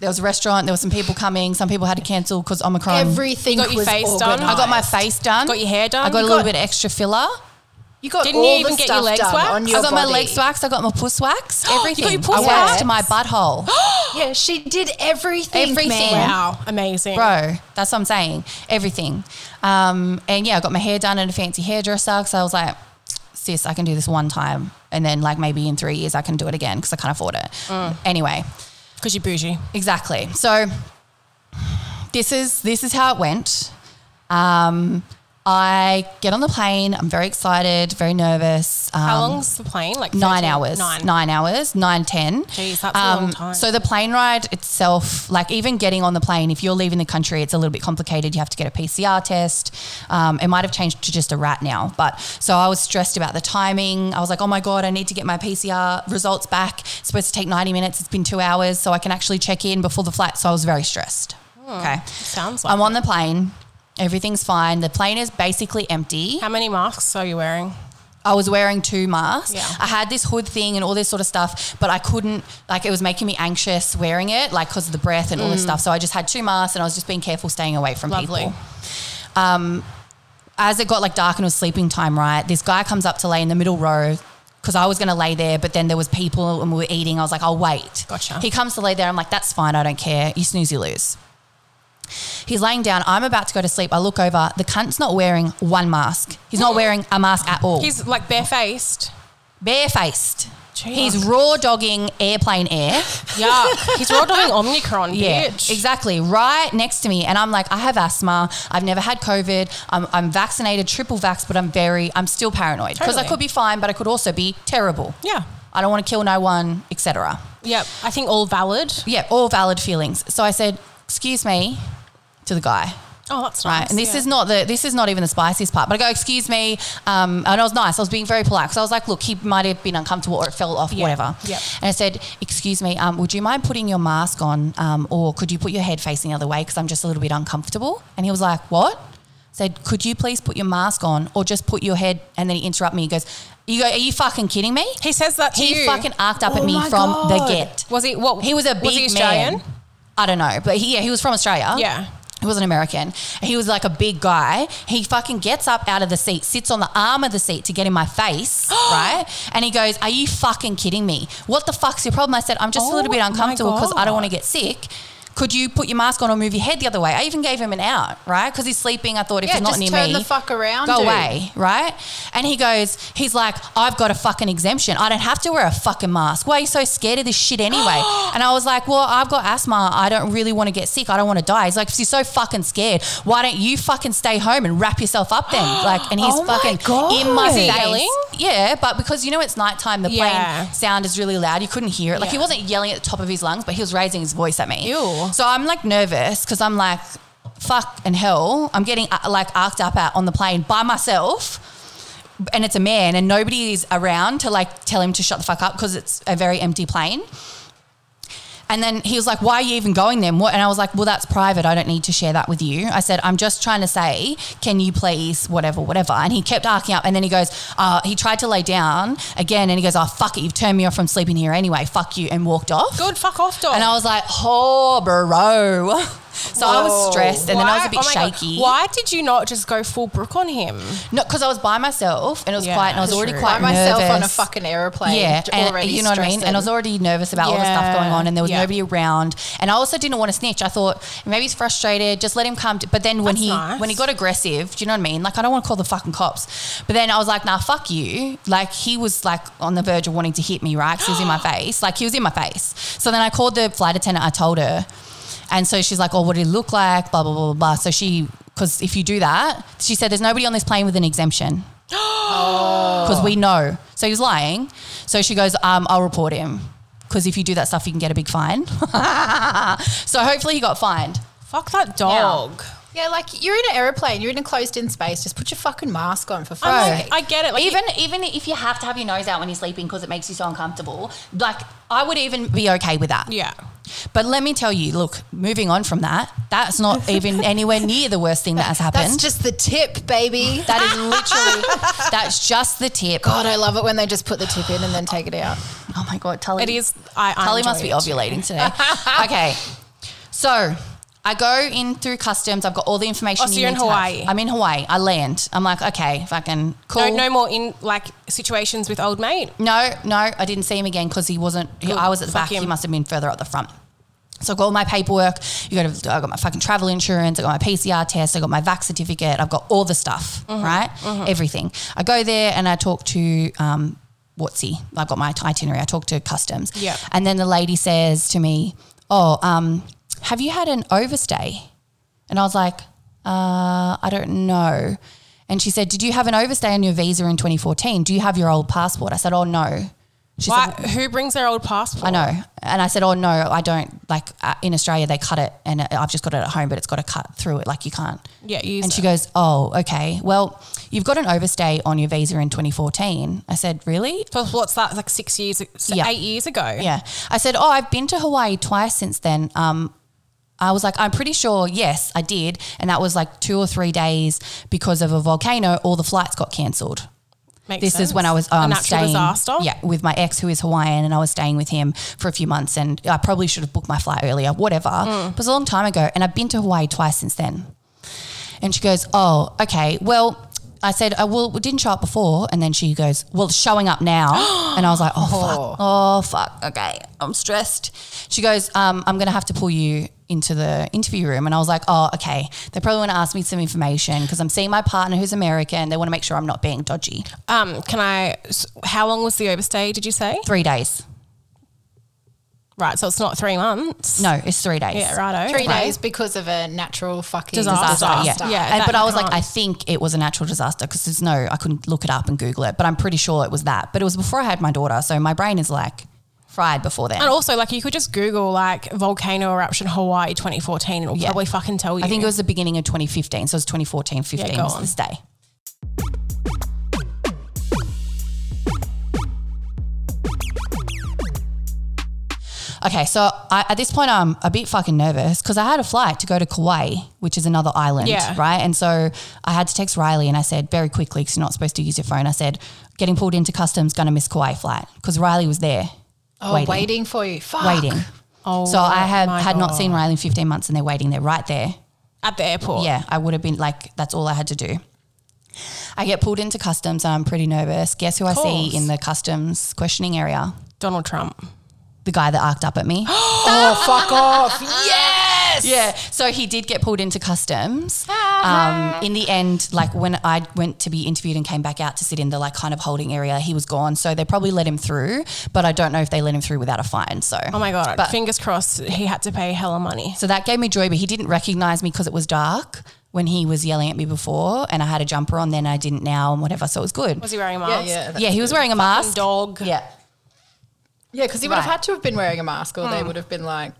[SPEAKER 1] There was a restaurant. There were some people coming. Some people had to cancel because Omicron.
[SPEAKER 3] Everything
[SPEAKER 2] You got your
[SPEAKER 3] was
[SPEAKER 2] face done?
[SPEAKER 3] organised.
[SPEAKER 1] I got my face done.
[SPEAKER 2] Got your hair done?
[SPEAKER 1] I got a
[SPEAKER 2] You
[SPEAKER 1] little
[SPEAKER 2] got-
[SPEAKER 1] bit of extra filler.
[SPEAKER 3] You got
[SPEAKER 2] Didn't you
[SPEAKER 3] all
[SPEAKER 2] even
[SPEAKER 3] the
[SPEAKER 2] get
[SPEAKER 3] stuff
[SPEAKER 2] your legs
[SPEAKER 3] done
[SPEAKER 2] waxed?
[SPEAKER 3] on
[SPEAKER 2] I
[SPEAKER 3] your
[SPEAKER 1] I got my
[SPEAKER 3] body.
[SPEAKER 1] legs waxed. I got my puss waxed.
[SPEAKER 2] got your
[SPEAKER 1] Everything.
[SPEAKER 2] puss
[SPEAKER 1] I waxed
[SPEAKER 2] waxed?
[SPEAKER 1] my butthole.
[SPEAKER 3] Yeah, she did everything.
[SPEAKER 1] Everything.
[SPEAKER 3] man.
[SPEAKER 2] Wow, amazing.
[SPEAKER 1] bro. That's what I'm saying. Everything. Um, and yeah, I got my hair done at a fancy hairdresser because I was like, sis, I can do this one time, and then like maybe in three years I can do it again because I can't afford it. Anyway,
[SPEAKER 2] Because you're bougie.
[SPEAKER 1] exactly. So this is this is how it went. Um, I get on the plane. I'm very excited, very nervous. Um,
[SPEAKER 2] How long's the plane? Like
[SPEAKER 1] nine
[SPEAKER 2] 13
[SPEAKER 1] hours,
[SPEAKER 2] Nine.
[SPEAKER 1] hours, nine ten. Um,
[SPEAKER 2] Jeez, that's a long time.
[SPEAKER 1] So the plane ride itself, like even getting on the plane, if you're leaving the country, it's a little bit complicated. You have to get a PCR test. Um, it might have changed to just a rat now, but so I was stressed about the timing. I was like, oh my god, I need to get my PCR results back. It's supposed to take ninety minutes. It's been two hours, so I can actually check in before the flight. So I was very stressed. Okay,
[SPEAKER 2] Hmm. Sounds like
[SPEAKER 1] I'm on the plane. Everything's fine. The plane is basically empty.
[SPEAKER 2] How many masks are you wearing?
[SPEAKER 1] I was wearing two masks.
[SPEAKER 2] Yeah.
[SPEAKER 1] I had this hood thing and all this sort of stuff, but I couldn't, like, it was making me anxious wearing it, like, because of the breath and all this stuff. So I just had two masks and I was just being careful staying away from
[SPEAKER 2] Mm. Lovely.
[SPEAKER 1] people. Um, as it got like dark and it was sleeping time, right? This guy comes up to lay in the middle row because I was going to lay there, but then there was people and we were eating. I was like, I'll wait.
[SPEAKER 2] Gotcha.
[SPEAKER 1] He comes to lay there. I'm like, that's fine. I don't care. You snooze, you lose. He's laying down. I'm about to go to sleep. I look over. The cunt's not wearing one mask. He's not wearing a mask at all
[SPEAKER 2] He's like barefaced.
[SPEAKER 1] barefaced.
[SPEAKER 2] Jeez.
[SPEAKER 1] He's raw dogging airplane air.
[SPEAKER 2] Yeah. He's raw doing Omicron, bitch.
[SPEAKER 1] exactly. Right next to me, and I'm like, I have asthma. I've never had COVID. I'm, I'm vaccinated, triple vax, but I'm very, I'm still paranoid because I
[SPEAKER 2] Totally.
[SPEAKER 1] could be fine, but I could also be terrible.
[SPEAKER 2] Yeah.
[SPEAKER 1] I don't want to kill no one, etc.
[SPEAKER 2] Yep. I think all valid.
[SPEAKER 1] Yeah, all valid feelings. So I said, "Excuse me," to the guy.
[SPEAKER 2] Oh, that's
[SPEAKER 1] right?
[SPEAKER 2] nice.
[SPEAKER 1] and this
[SPEAKER 2] yeah.
[SPEAKER 1] is not the this is not even the spiciest part. But I go, excuse me, um, and I was nice. I was being very polite because I was like, look, he might have been uncomfortable or it fell off,
[SPEAKER 2] Yeah.
[SPEAKER 1] whatever.
[SPEAKER 2] Yep.
[SPEAKER 1] And I said, excuse me, um, would you mind putting your mask on, um, or could you put your head facing the other way because I'm just a little bit uncomfortable? And he was like, what? I Said, could you please put your mask on, or just put your head? And then he interrupt me. He goes, you go, are you fucking kidding me?
[SPEAKER 2] He says that to
[SPEAKER 1] He
[SPEAKER 2] you.
[SPEAKER 1] fucking arced up at
[SPEAKER 3] Oh
[SPEAKER 1] me
[SPEAKER 3] my
[SPEAKER 1] from the
[SPEAKER 3] God.
[SPEAKER 1] get.
[SPEAKER 2] was he? What
[SPEAKER 1] He was a big
[SPEAKER 2] was he Australian?
[SPEAKER 1] man. I don't know, but he, yeah, he was from Australia.
[SPEAKER 2] Yeah.
[SPEAKER 1] He was an American. He was like a big guy. He fucking gets up out of the seat, sits on the arm of the seat to get in my face, right? And he goes, Are you fucking kidding me? What the fuck's your problem? I said, I'm just a little
[SPEAKER 2] Oh
[SPEAKER 1] bit
[SPEAKER 2] my
[SPEAKER 1] uncomfortable because I don't
[SPEAKER 2] God.
[SPEAKER 1] want to get sick. Could you put your mask on or move your head the other way? I even gave him an out, right? Because he's sleeping. I thought if
[SPEAKER 3] Yeah,
[SPEAKER 1] he's not
[SPEAKER 3] just
[SPEAKER 1] near
[SPEAKER 3] turn
[SPEAKER 1] me,
[SPEAKER 3] the fuck around,
[SPEAKER 1] go
[SPEAKER 3] dude.
[SPEAKER 1] away, right? And he goes, he's like, I've got a fucking exemption. I don't have to wear a fucking mask. Why are you so scared of this shit anyway? and I was like, well, I've got asthma. I don't really want to get sick. I don't want to die. He's like, if you're so fucking scared, why don't you fucking stay home and wrap yourself up then? Like, and he's
[SPEAKER 2] Oh my
[SPEAKER 1] fucking
[SPEAKER 2] God.
[SPEAKER 1] in my
[SPEAKER 2] Is he
[SPEAKER 1] face.
[SPEAKER 2] yelling?
[SPEAKER 1] Yeah, but because you know it's nighttime, the
[SPEAKER 2] Yeah.
[SPEAKER 1] plane sound is really loud. You couldn't hear it. Like he
[SPEAKER 2] Yeah.
[SPEAKER 1] wasn't yelling at the top of his lungs, but he was raising his voice at me.
[SPEAKER 2] Ew.
[SPEAKER 1] So I'm like nervous because I'm like, fuck and hell. I'm getting uh, like arced up out on the plane by myself. And it's a man, and nobody is around to like tell him to shut the fuck up because it's a very empty plane. And then he was like, "Why are you even going then?" What? And I was like, "Well, that's private. I don't need to share that with you." I said, "I'm just trying to say, can you please, whatever, whatever." And he kept arcing up, and then he goes, uh, "He tried to lay down again," and he goes, "Oh fuck it, you've turned me off from sleeping here anyway. Fuck you," and walked off.
[SPEAKER 2] Good, fuck off, dog.
[SPEAKER 1] And I was like, "Oh, bro." So I was
[SPEAKER 3] Whoa.
[SPEAKER 1] stressed, and then I was a
[SPEAKER 2] Why-
[SPEAKER 1] bit
[SPEAKER 2] oh my God.
[SPEAKER 1] shaky.
[SPEAKER 2] Why did you not just go full brook on him?
[SPEAKER 1] No, because I was by myself, and it was
[SPEAKER 2] Yeah,
[SPEAKER 1] quiet, and I was
[SPEAKER 2] true.
[SPEAKER 1] already
[SPEAKER 3] by
[SPEAKER 1] quite
[SPEAKER 3] myself on a
[SPEAKER 1] nervous.
[SPEAKER 3] fucking aeroplane.
[SPEAKER 1] Yeah, and
[SPEAKER 3] already
[SPEAKER 1] you know what I mean. And I was
[SPEAKER 3] stressing.
[SPEAKER 1] already nervous about all the
[SPEAKER 2] Yeah.
[SPEAKER 1] stuff going on, and there was
[SPEAKER 2] Yeah.
[SPEAKER 1] nobody around. And I also didn't want to snitch. I thought maybe he's frustrated. Just let him come. To, but then when
[SPEAKER 2] That's
[SPEAKER 1] he
[SPEAKER 2] nice.
[SPEAKER 1] when he got aggressive, do you know what I mean? Like I don't want to call the fucking cops. But then I was like, nah, fuck you. Like he was like on the verge of wanting to hit me, right? 'Cause he was in my face. Like he was in my face. So then I called the flight attendant. I told her, and so she's like, oh, what did he look like? Blah blah blah blah. blah. So she. Because if you do that, she said, there's nobody on this plane with an exemption because we know. So he was lying. So she goes, um, I'll report him because if you do that stuff, you can get a big fine. so hopefully he got fined.
[SPEAKER 2] Fuck that dog.
[SPEAKER 3] Yeah, like you're in an aeroplane, you're in a closed in space. Just put your fucking mask on for fuck's
[SPEAKER 2] I'm
[SPEAKER 1] Right.
[SPEAKER 2] like,
[SPEAKER 3] sake.
[SPEAKER 2] I get it. Like,
[SPEAKER 1] even even if you have to have your nose out when you're sleeping because it makes you so uncomfortable, like I would even be okay with that.
[SPEAKER 2] yeah.
[SPEAKER 1] But let me tell you, look, moving on from that, that's not even anywhere near the worst thing that has happened.
[SPEAKER 3] That's just the tip, baby.
[SPEAKER 1] that is literally that's just the tip.
[SPEAKER 3] God, I love it when they just put the tip in and then take it out.
[SPEAKER 1] Oh my god, Tully.
[SPEAKER 2] It is. I. I
[SPEAKER 1] Tully
[SPEAKER 2] enjoy
[SPEAKER 1] must be
[SPEAKER 2] it.
[SPEAKER 1] ovulating today. okay. So I go in through customs. I've got all the information.
[SPEAKER 2] Oh, so
[SPEAKER 1] you
[SPEAKER 2] you're
[SPEAKER 1] need
[SPEAKER 2] in
[SPEAKER 1] to have.
[SPEAKER 2] Hawaii.
[SPEAKER 1] I'm in Hawaii. I land. I'm like, okay, fucking cool.
[SPEAKER 2] No, no more in like situations with old mate.
[SPEAKER 1] No, no, I didn't see him again because he wasn't. He, I was at the
[SPEAKER 2] Fuck
[SPEAKER 1] back. He
[SPEAKER 2] him.
[SPEAKER 1] must have been further up the front. So I got all my paperwork. You got. To, I got my fucking travel insurance. I got my PCR test. I got my vac certificate. I've got all the stuff.
[SPEAKER 2] Mm-hmm,
[SPEAKER 1] Right, everything. I go there and I talk to. Um, What's he? I've got my itinerary. I talk to customs.
[SPEAKER 2] Yeah.
[SPEAKER 1] And then the lady says to me, Oh, um, have you had an overstay? And I was like, uh, I don't know. And she said, Did you have an overstay on your visa in 2014? Do you have your old passport? I said, Oh, no. She
[SPEAKER 2] Why,
[SPEAKER 1] said,
[SPEAKER 2] who brings their old passport?
[SPEAKER 1] I know. And I said, Oh, no, I don't. Like uh, in Australia, they cut it and I've just got it at home, but it's got to cut through it. Like you can't.
[SPEAKER 2] Yeah, you.
[SPEAKER 1] And she goes, Oh, okay. Well, you've got an overstay on your visa in 2014. I said, Really?
[SPEAKER 2] goes, "What's that? Like six years, s-
[SPEAKER 1] Yeah.
[SPEAKER 2] eight years ago."
[SPEAKER 1] Yeah. I said, Oh, I've been to Hawaii twice since then. Um, I was like, I'm pretty sure, yes, I did. And that was like two or three days because of a volcano, all the flights got cancelled.
[SPEAKER 2] Makes
[SPEAKER 1] This
[SPEAKER 2] sense.
[SPEAKER 1] is when I was um,
[SPEAKER 2] a natural
[SPEAKER 1] staying,
[SPEAKER 2] disaster.
[SPEAKER 1] yeah, with my ex who is Hawaiian, and I was staying with him for a few months, and I probably should have booked my flight earlier, whatever.
[SPEAKER 2] Mm.
[SPEAKER 1] But it was a long time ago, and I've been to Hawaii twice since then. And she goes, "Oh, okay. Well." I said, oh, well, we didn't show up before. And then she goes, well, it's showing up now. and I was like, oh, fuck. Oh, fuck. Okay. I'm stressed. She goes, um, I'm going to have to pull you into the interview room. And I was like, oh, okay. They probably want to ask me some information because I'm seeing my partner who's American. They want to make sure I'm not being dodgy.
[SPEAKER 2] Um. Can I? s- How long was the overstay? Did you say?
[SPEAKER 1] Three days.
[SPEAKER 2] Right. So it's not three months.
[SPEAKER 1] No, it's three days.
[SPEAKER 2] Yeah. Righto.
[SPEAKER 3] Three days because of a natural fucking
[SPEAKER 2] Disaster,
[SPEAKER 3] disaster.
[SPEAKER 1] Yeah.
[SPEAKER 2] Yeah,
[SPEAKER 1] And-
[SPEAKER 2] that
[SPEAKER 1] but I
[SPEAKER 2] you
[SPEAKER 1] was like,
[SPEAKER 2] can't.
[SPEAKER 1] I think it was a natural disaster because there's no, I couldn't look it up and Google it, but I'm pretty sure it was that. But it was before I had my daughter. So my brain is like fried before then.
[SPEAKER 2] And also, like, you could just Google like volcano eruption Hawaii 2014, and it'll
[SPEAKER 1] Yeah.
[SPEAKER 2] probably fucking tell you.
[SPEAKER 1] I think it was the beginning of 2015. So it was 2014, 15
[SPEAKER 2] go
[SPEAKER 1] was
[SPEAKER 2] on.
[SPEAKER 1] this day. Okay, so I, at this point, I'm a bit fucking nervous because I had a flight to go to Kauai, which is another island,
[SPEAKER 2] Yeah.
[SPEAKER 1] right? And so I had to text Riley and I said very quickly, because you're not supposed to use your phone, I said, getting pulled into customs, gonna miss Kauai flight because Riley was there
[SPEAKER 3] Oh, waiting. for you. Fuck.
[SPEAKER 1] waiting.
[SPEAKER 2] Oh,
[SPEAKER 1] so I have
[SPEAKER 2] my
[SPEAKER 1] had not
[SPEAKER 2] God.
[SPEAKER 1] seen Riley in 15 months and they're waiting. They're right there.
[SPEAKER 2] at the airport.
[SPEAKER 1] Yeah, I would have been like, that's all I had to do. I get pulled into customs. I'm pretty nervous. Guess who I see
[SPEAKER 2] Course.
[SPEAKER 1] in the customs questioning area?
[SPEAKER 2] Donald Trump.
[SPEAKER 1] The guy that arced up at me.
[SPEAKER 3] Oh, fuck off.
[SPEAKER 1] yes. Yeah. So he did get pulled into customs.
[SPEAKER 2] Uh-huh.
[SPEAKER 1] Um, in the end, like when I went to be interviewed and came back out to sit in the like kind of holding area, he was gone. So they probably let him through, but I don't know if they let him through without a fine. So
[SPEAKER 2] Oh my god!
[SPEAKER 1] But-
[SPEAKER 2] Fingers crossed. He had to pay hella money.
[SPEAKER 1] So that gave me joy, but he didn't recognize me because it was dark when he was yelling at me before, and I had a jumper on then, I didn't now, and whatever. So it was good.
[SPEAKER 2] Was he wearing a mask?
[SPEAKER 3] yeah.
[SPEAKER 1] yeah, he was wearing a mask.
[SPEAKER 2] Dog.
[SPEAKER 1] Yeah.
[SPEAKER 3] Yeah, because he would
[SPEAKER 1] Right. Hmm.
[SPEAKER 3] have had to have been wearing a mask or they would have been like,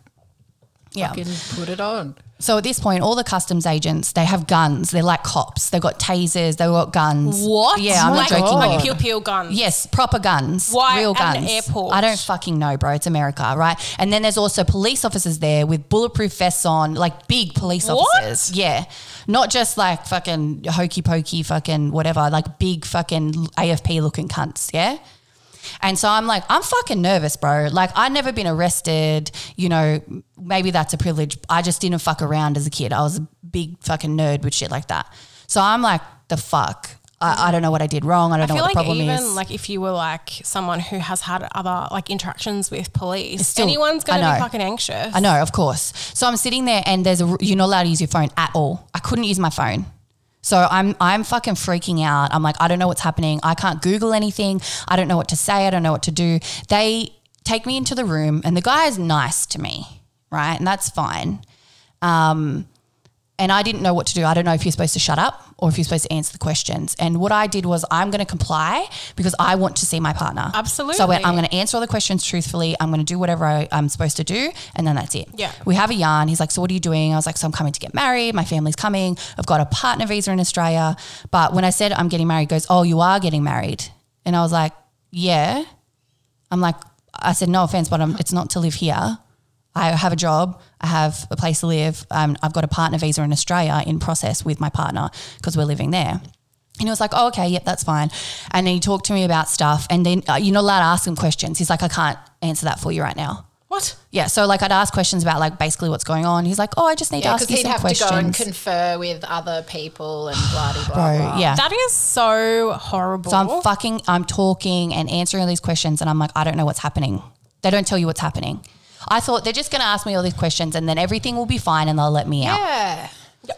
[SPEAKER 1] Yeah.
[SPEAKER 3] fucking put it on.
[SPEAKER 1] So at this point, all the customs agents, they have guns. They're like cops. They've got tasers. They've got guns.
[SPEAKER 2] What?
[SPEAKER 1] Yeah, I'm
[SPEAKER 2] like,
[SPEAKER 1] not joking.
[SPEAKER 2] Like
[SPEAKER 1] you.
[SPEAKER 2] peel peel guns.
[SPEAKER 1] Yes, proper guns.
[SPEAKER 2] Why
[SPEAKER 1] Real
[SPEAKER 2] at an
[SPEAKER 1] guns.
[SPEAKER 2] airport?
[SPEAKER 1] I don't fucking know, bro. It's America, right? And then there's also police officers there with bulletproof vests on, like big police
[SPEAKER 2] What?
[SPEAKER 1] officers. Yeah. Not just like fucking hokey pokey fucking whatever, like big fucking AFP looking cunts, yeah? And so I'm like, I'm fucking nervous, bro. Like, I'd never been arrested. You know, maybe that's a privilege. I just didn't fuck around as a kid. I was a big fucking nerd with shit like that. So I'm like, the fuck? I, I don't know what I did wrong. I don't know
[SPEAKER 2] I feel
[SPEAKER 1] what the
[SPEAKER 2] like
[SPEAKER 1] problem
[SPEAKER 2] even
[SPEAKER 1] is.
[SPEAKER 2] like if you were like someone who has had other like interactions with police,
[SPEAKER 1] still-
[SPEAKER 2] anyone's
[SPEAKER 1] I
[SPEAKER 2] gonna
[SPEAKER 1] know.
[SPEAKER 2] be fucking anxious.
[SPEAKER 1] I know, of course. So I'm sitting there, and there's a r- you're not allowed to use your phone at all. I couldn't use my phone. So I'm I'm fucking freaking out. I'm like, I don't know what's happening. I can't Google anything. I don't know what to say. I don't know what to do. They take me into the room, and the guy is nice to me, right? And that's fine. Um, and I didn't know what to do. I don't know if you're supposed to shut up or if you're supposed to answer the questions. And what I did was I'm going to comply because I want to see my partner. So I went,
[SPEAKER 2] Absolutely.
[SPEAKER 1] I'm going to answer all the questions truthfully. I'm going to do whatever I, I'm supposed to do. And then that's it.
[SPEAKER 2] Yeah.
[SPEAKER 1] We have a yarn. He's like, So what are you doing? I was like, So I'm coming to get married. My family's coming. I've got a partner visa in Australia. But when I said I'm getting married, he goes, Oh, you are getting married. And I was like, Yeah. I'm like, I said, no offense, but I'm, it's not to live here. I have a job. I have a place to live. Um, I've got a partner visa in Australia in process with my partner because we're living there. And he was like, oh, okay, yep, that's fine. And then he talked to me about stuff. And then uh, you're not allowed to ask him questions. He's like, I can't answer that for you right now.
[SPEAKER 2] What?
[SPEAKER 1] Yeah. So like I'd ask questions about like basically what's going on. He's like, oh, I just need to
[SPEAKER 3] Because
[SPEAKER 1] ask you
[SPEAKER 3] he'd
[SPEAKER 1] some
[SPEAKER 3] have
[SPEAKER 1] questions.
[SPEAKER 3] to go and confer with other people and blah, de, blah,
[SPEAKER 1] Bro,
[SPEAKER 3] blah.
[SPEAKER 1] yeah.
[SPEAKER 2] That is so horrible.
[SPEAKER 1] So I'm fucking, I'm talking and answering all these questions, and I'm like, I don't know what's happening. They don't tell you what's happening. I thought they're just going to ask me all these questions, and then everything will be fine, and they'll let me out.
[SPEAKER 3] Yeah.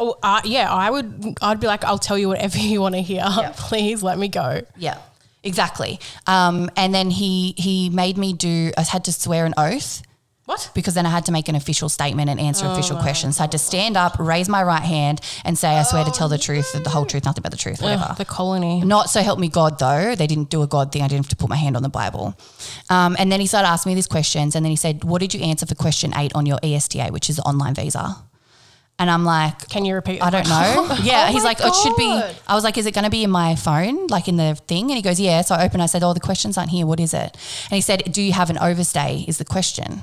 [SPEAKER 2] Oh, uh, yeah, I would. I'd be like, I'll tell you whatever you want to hear. Please let me go.
[SPEAKER 1] Yeah, exactly. Um, and then he he made me do. I had to swear an oath.
[SPEAKER 2] What?
[SPEAKER 1] Because then I had to make an official statement and answer official questions. So I had to stand up, raise my right hand, and say, I swear to tell the truth, the whole truth, nothing but the truth, whatever.
[SPEAKER 2] Ugh, the colony.
[SPEAKER 1] Not so help me God though. They didn't do a God thing. I didn't have to put my hand on the Bible. Um, and then he started asking me these questions. And then he said, "What did you answer for question eight on your E ESTA, which is the online visa?" And I'm like,
[SPEAKER 2] Can you repeat?
[SPEAKER 1] I don't know. Yeah,
[SPEAKER 3] Oh
[SPEAKER 1] he's
[SPEAKER 3] my
[SPEAKER 1] like, it should
[SPEAKER 3] God.
[SPEAKER 1] be. I was like, is it going to be in my phone, like in the thing? And he goes, yeah. So I opened. I said, oh, the questions aren't here. What is it? And he said, do you have an overstay? Is the question.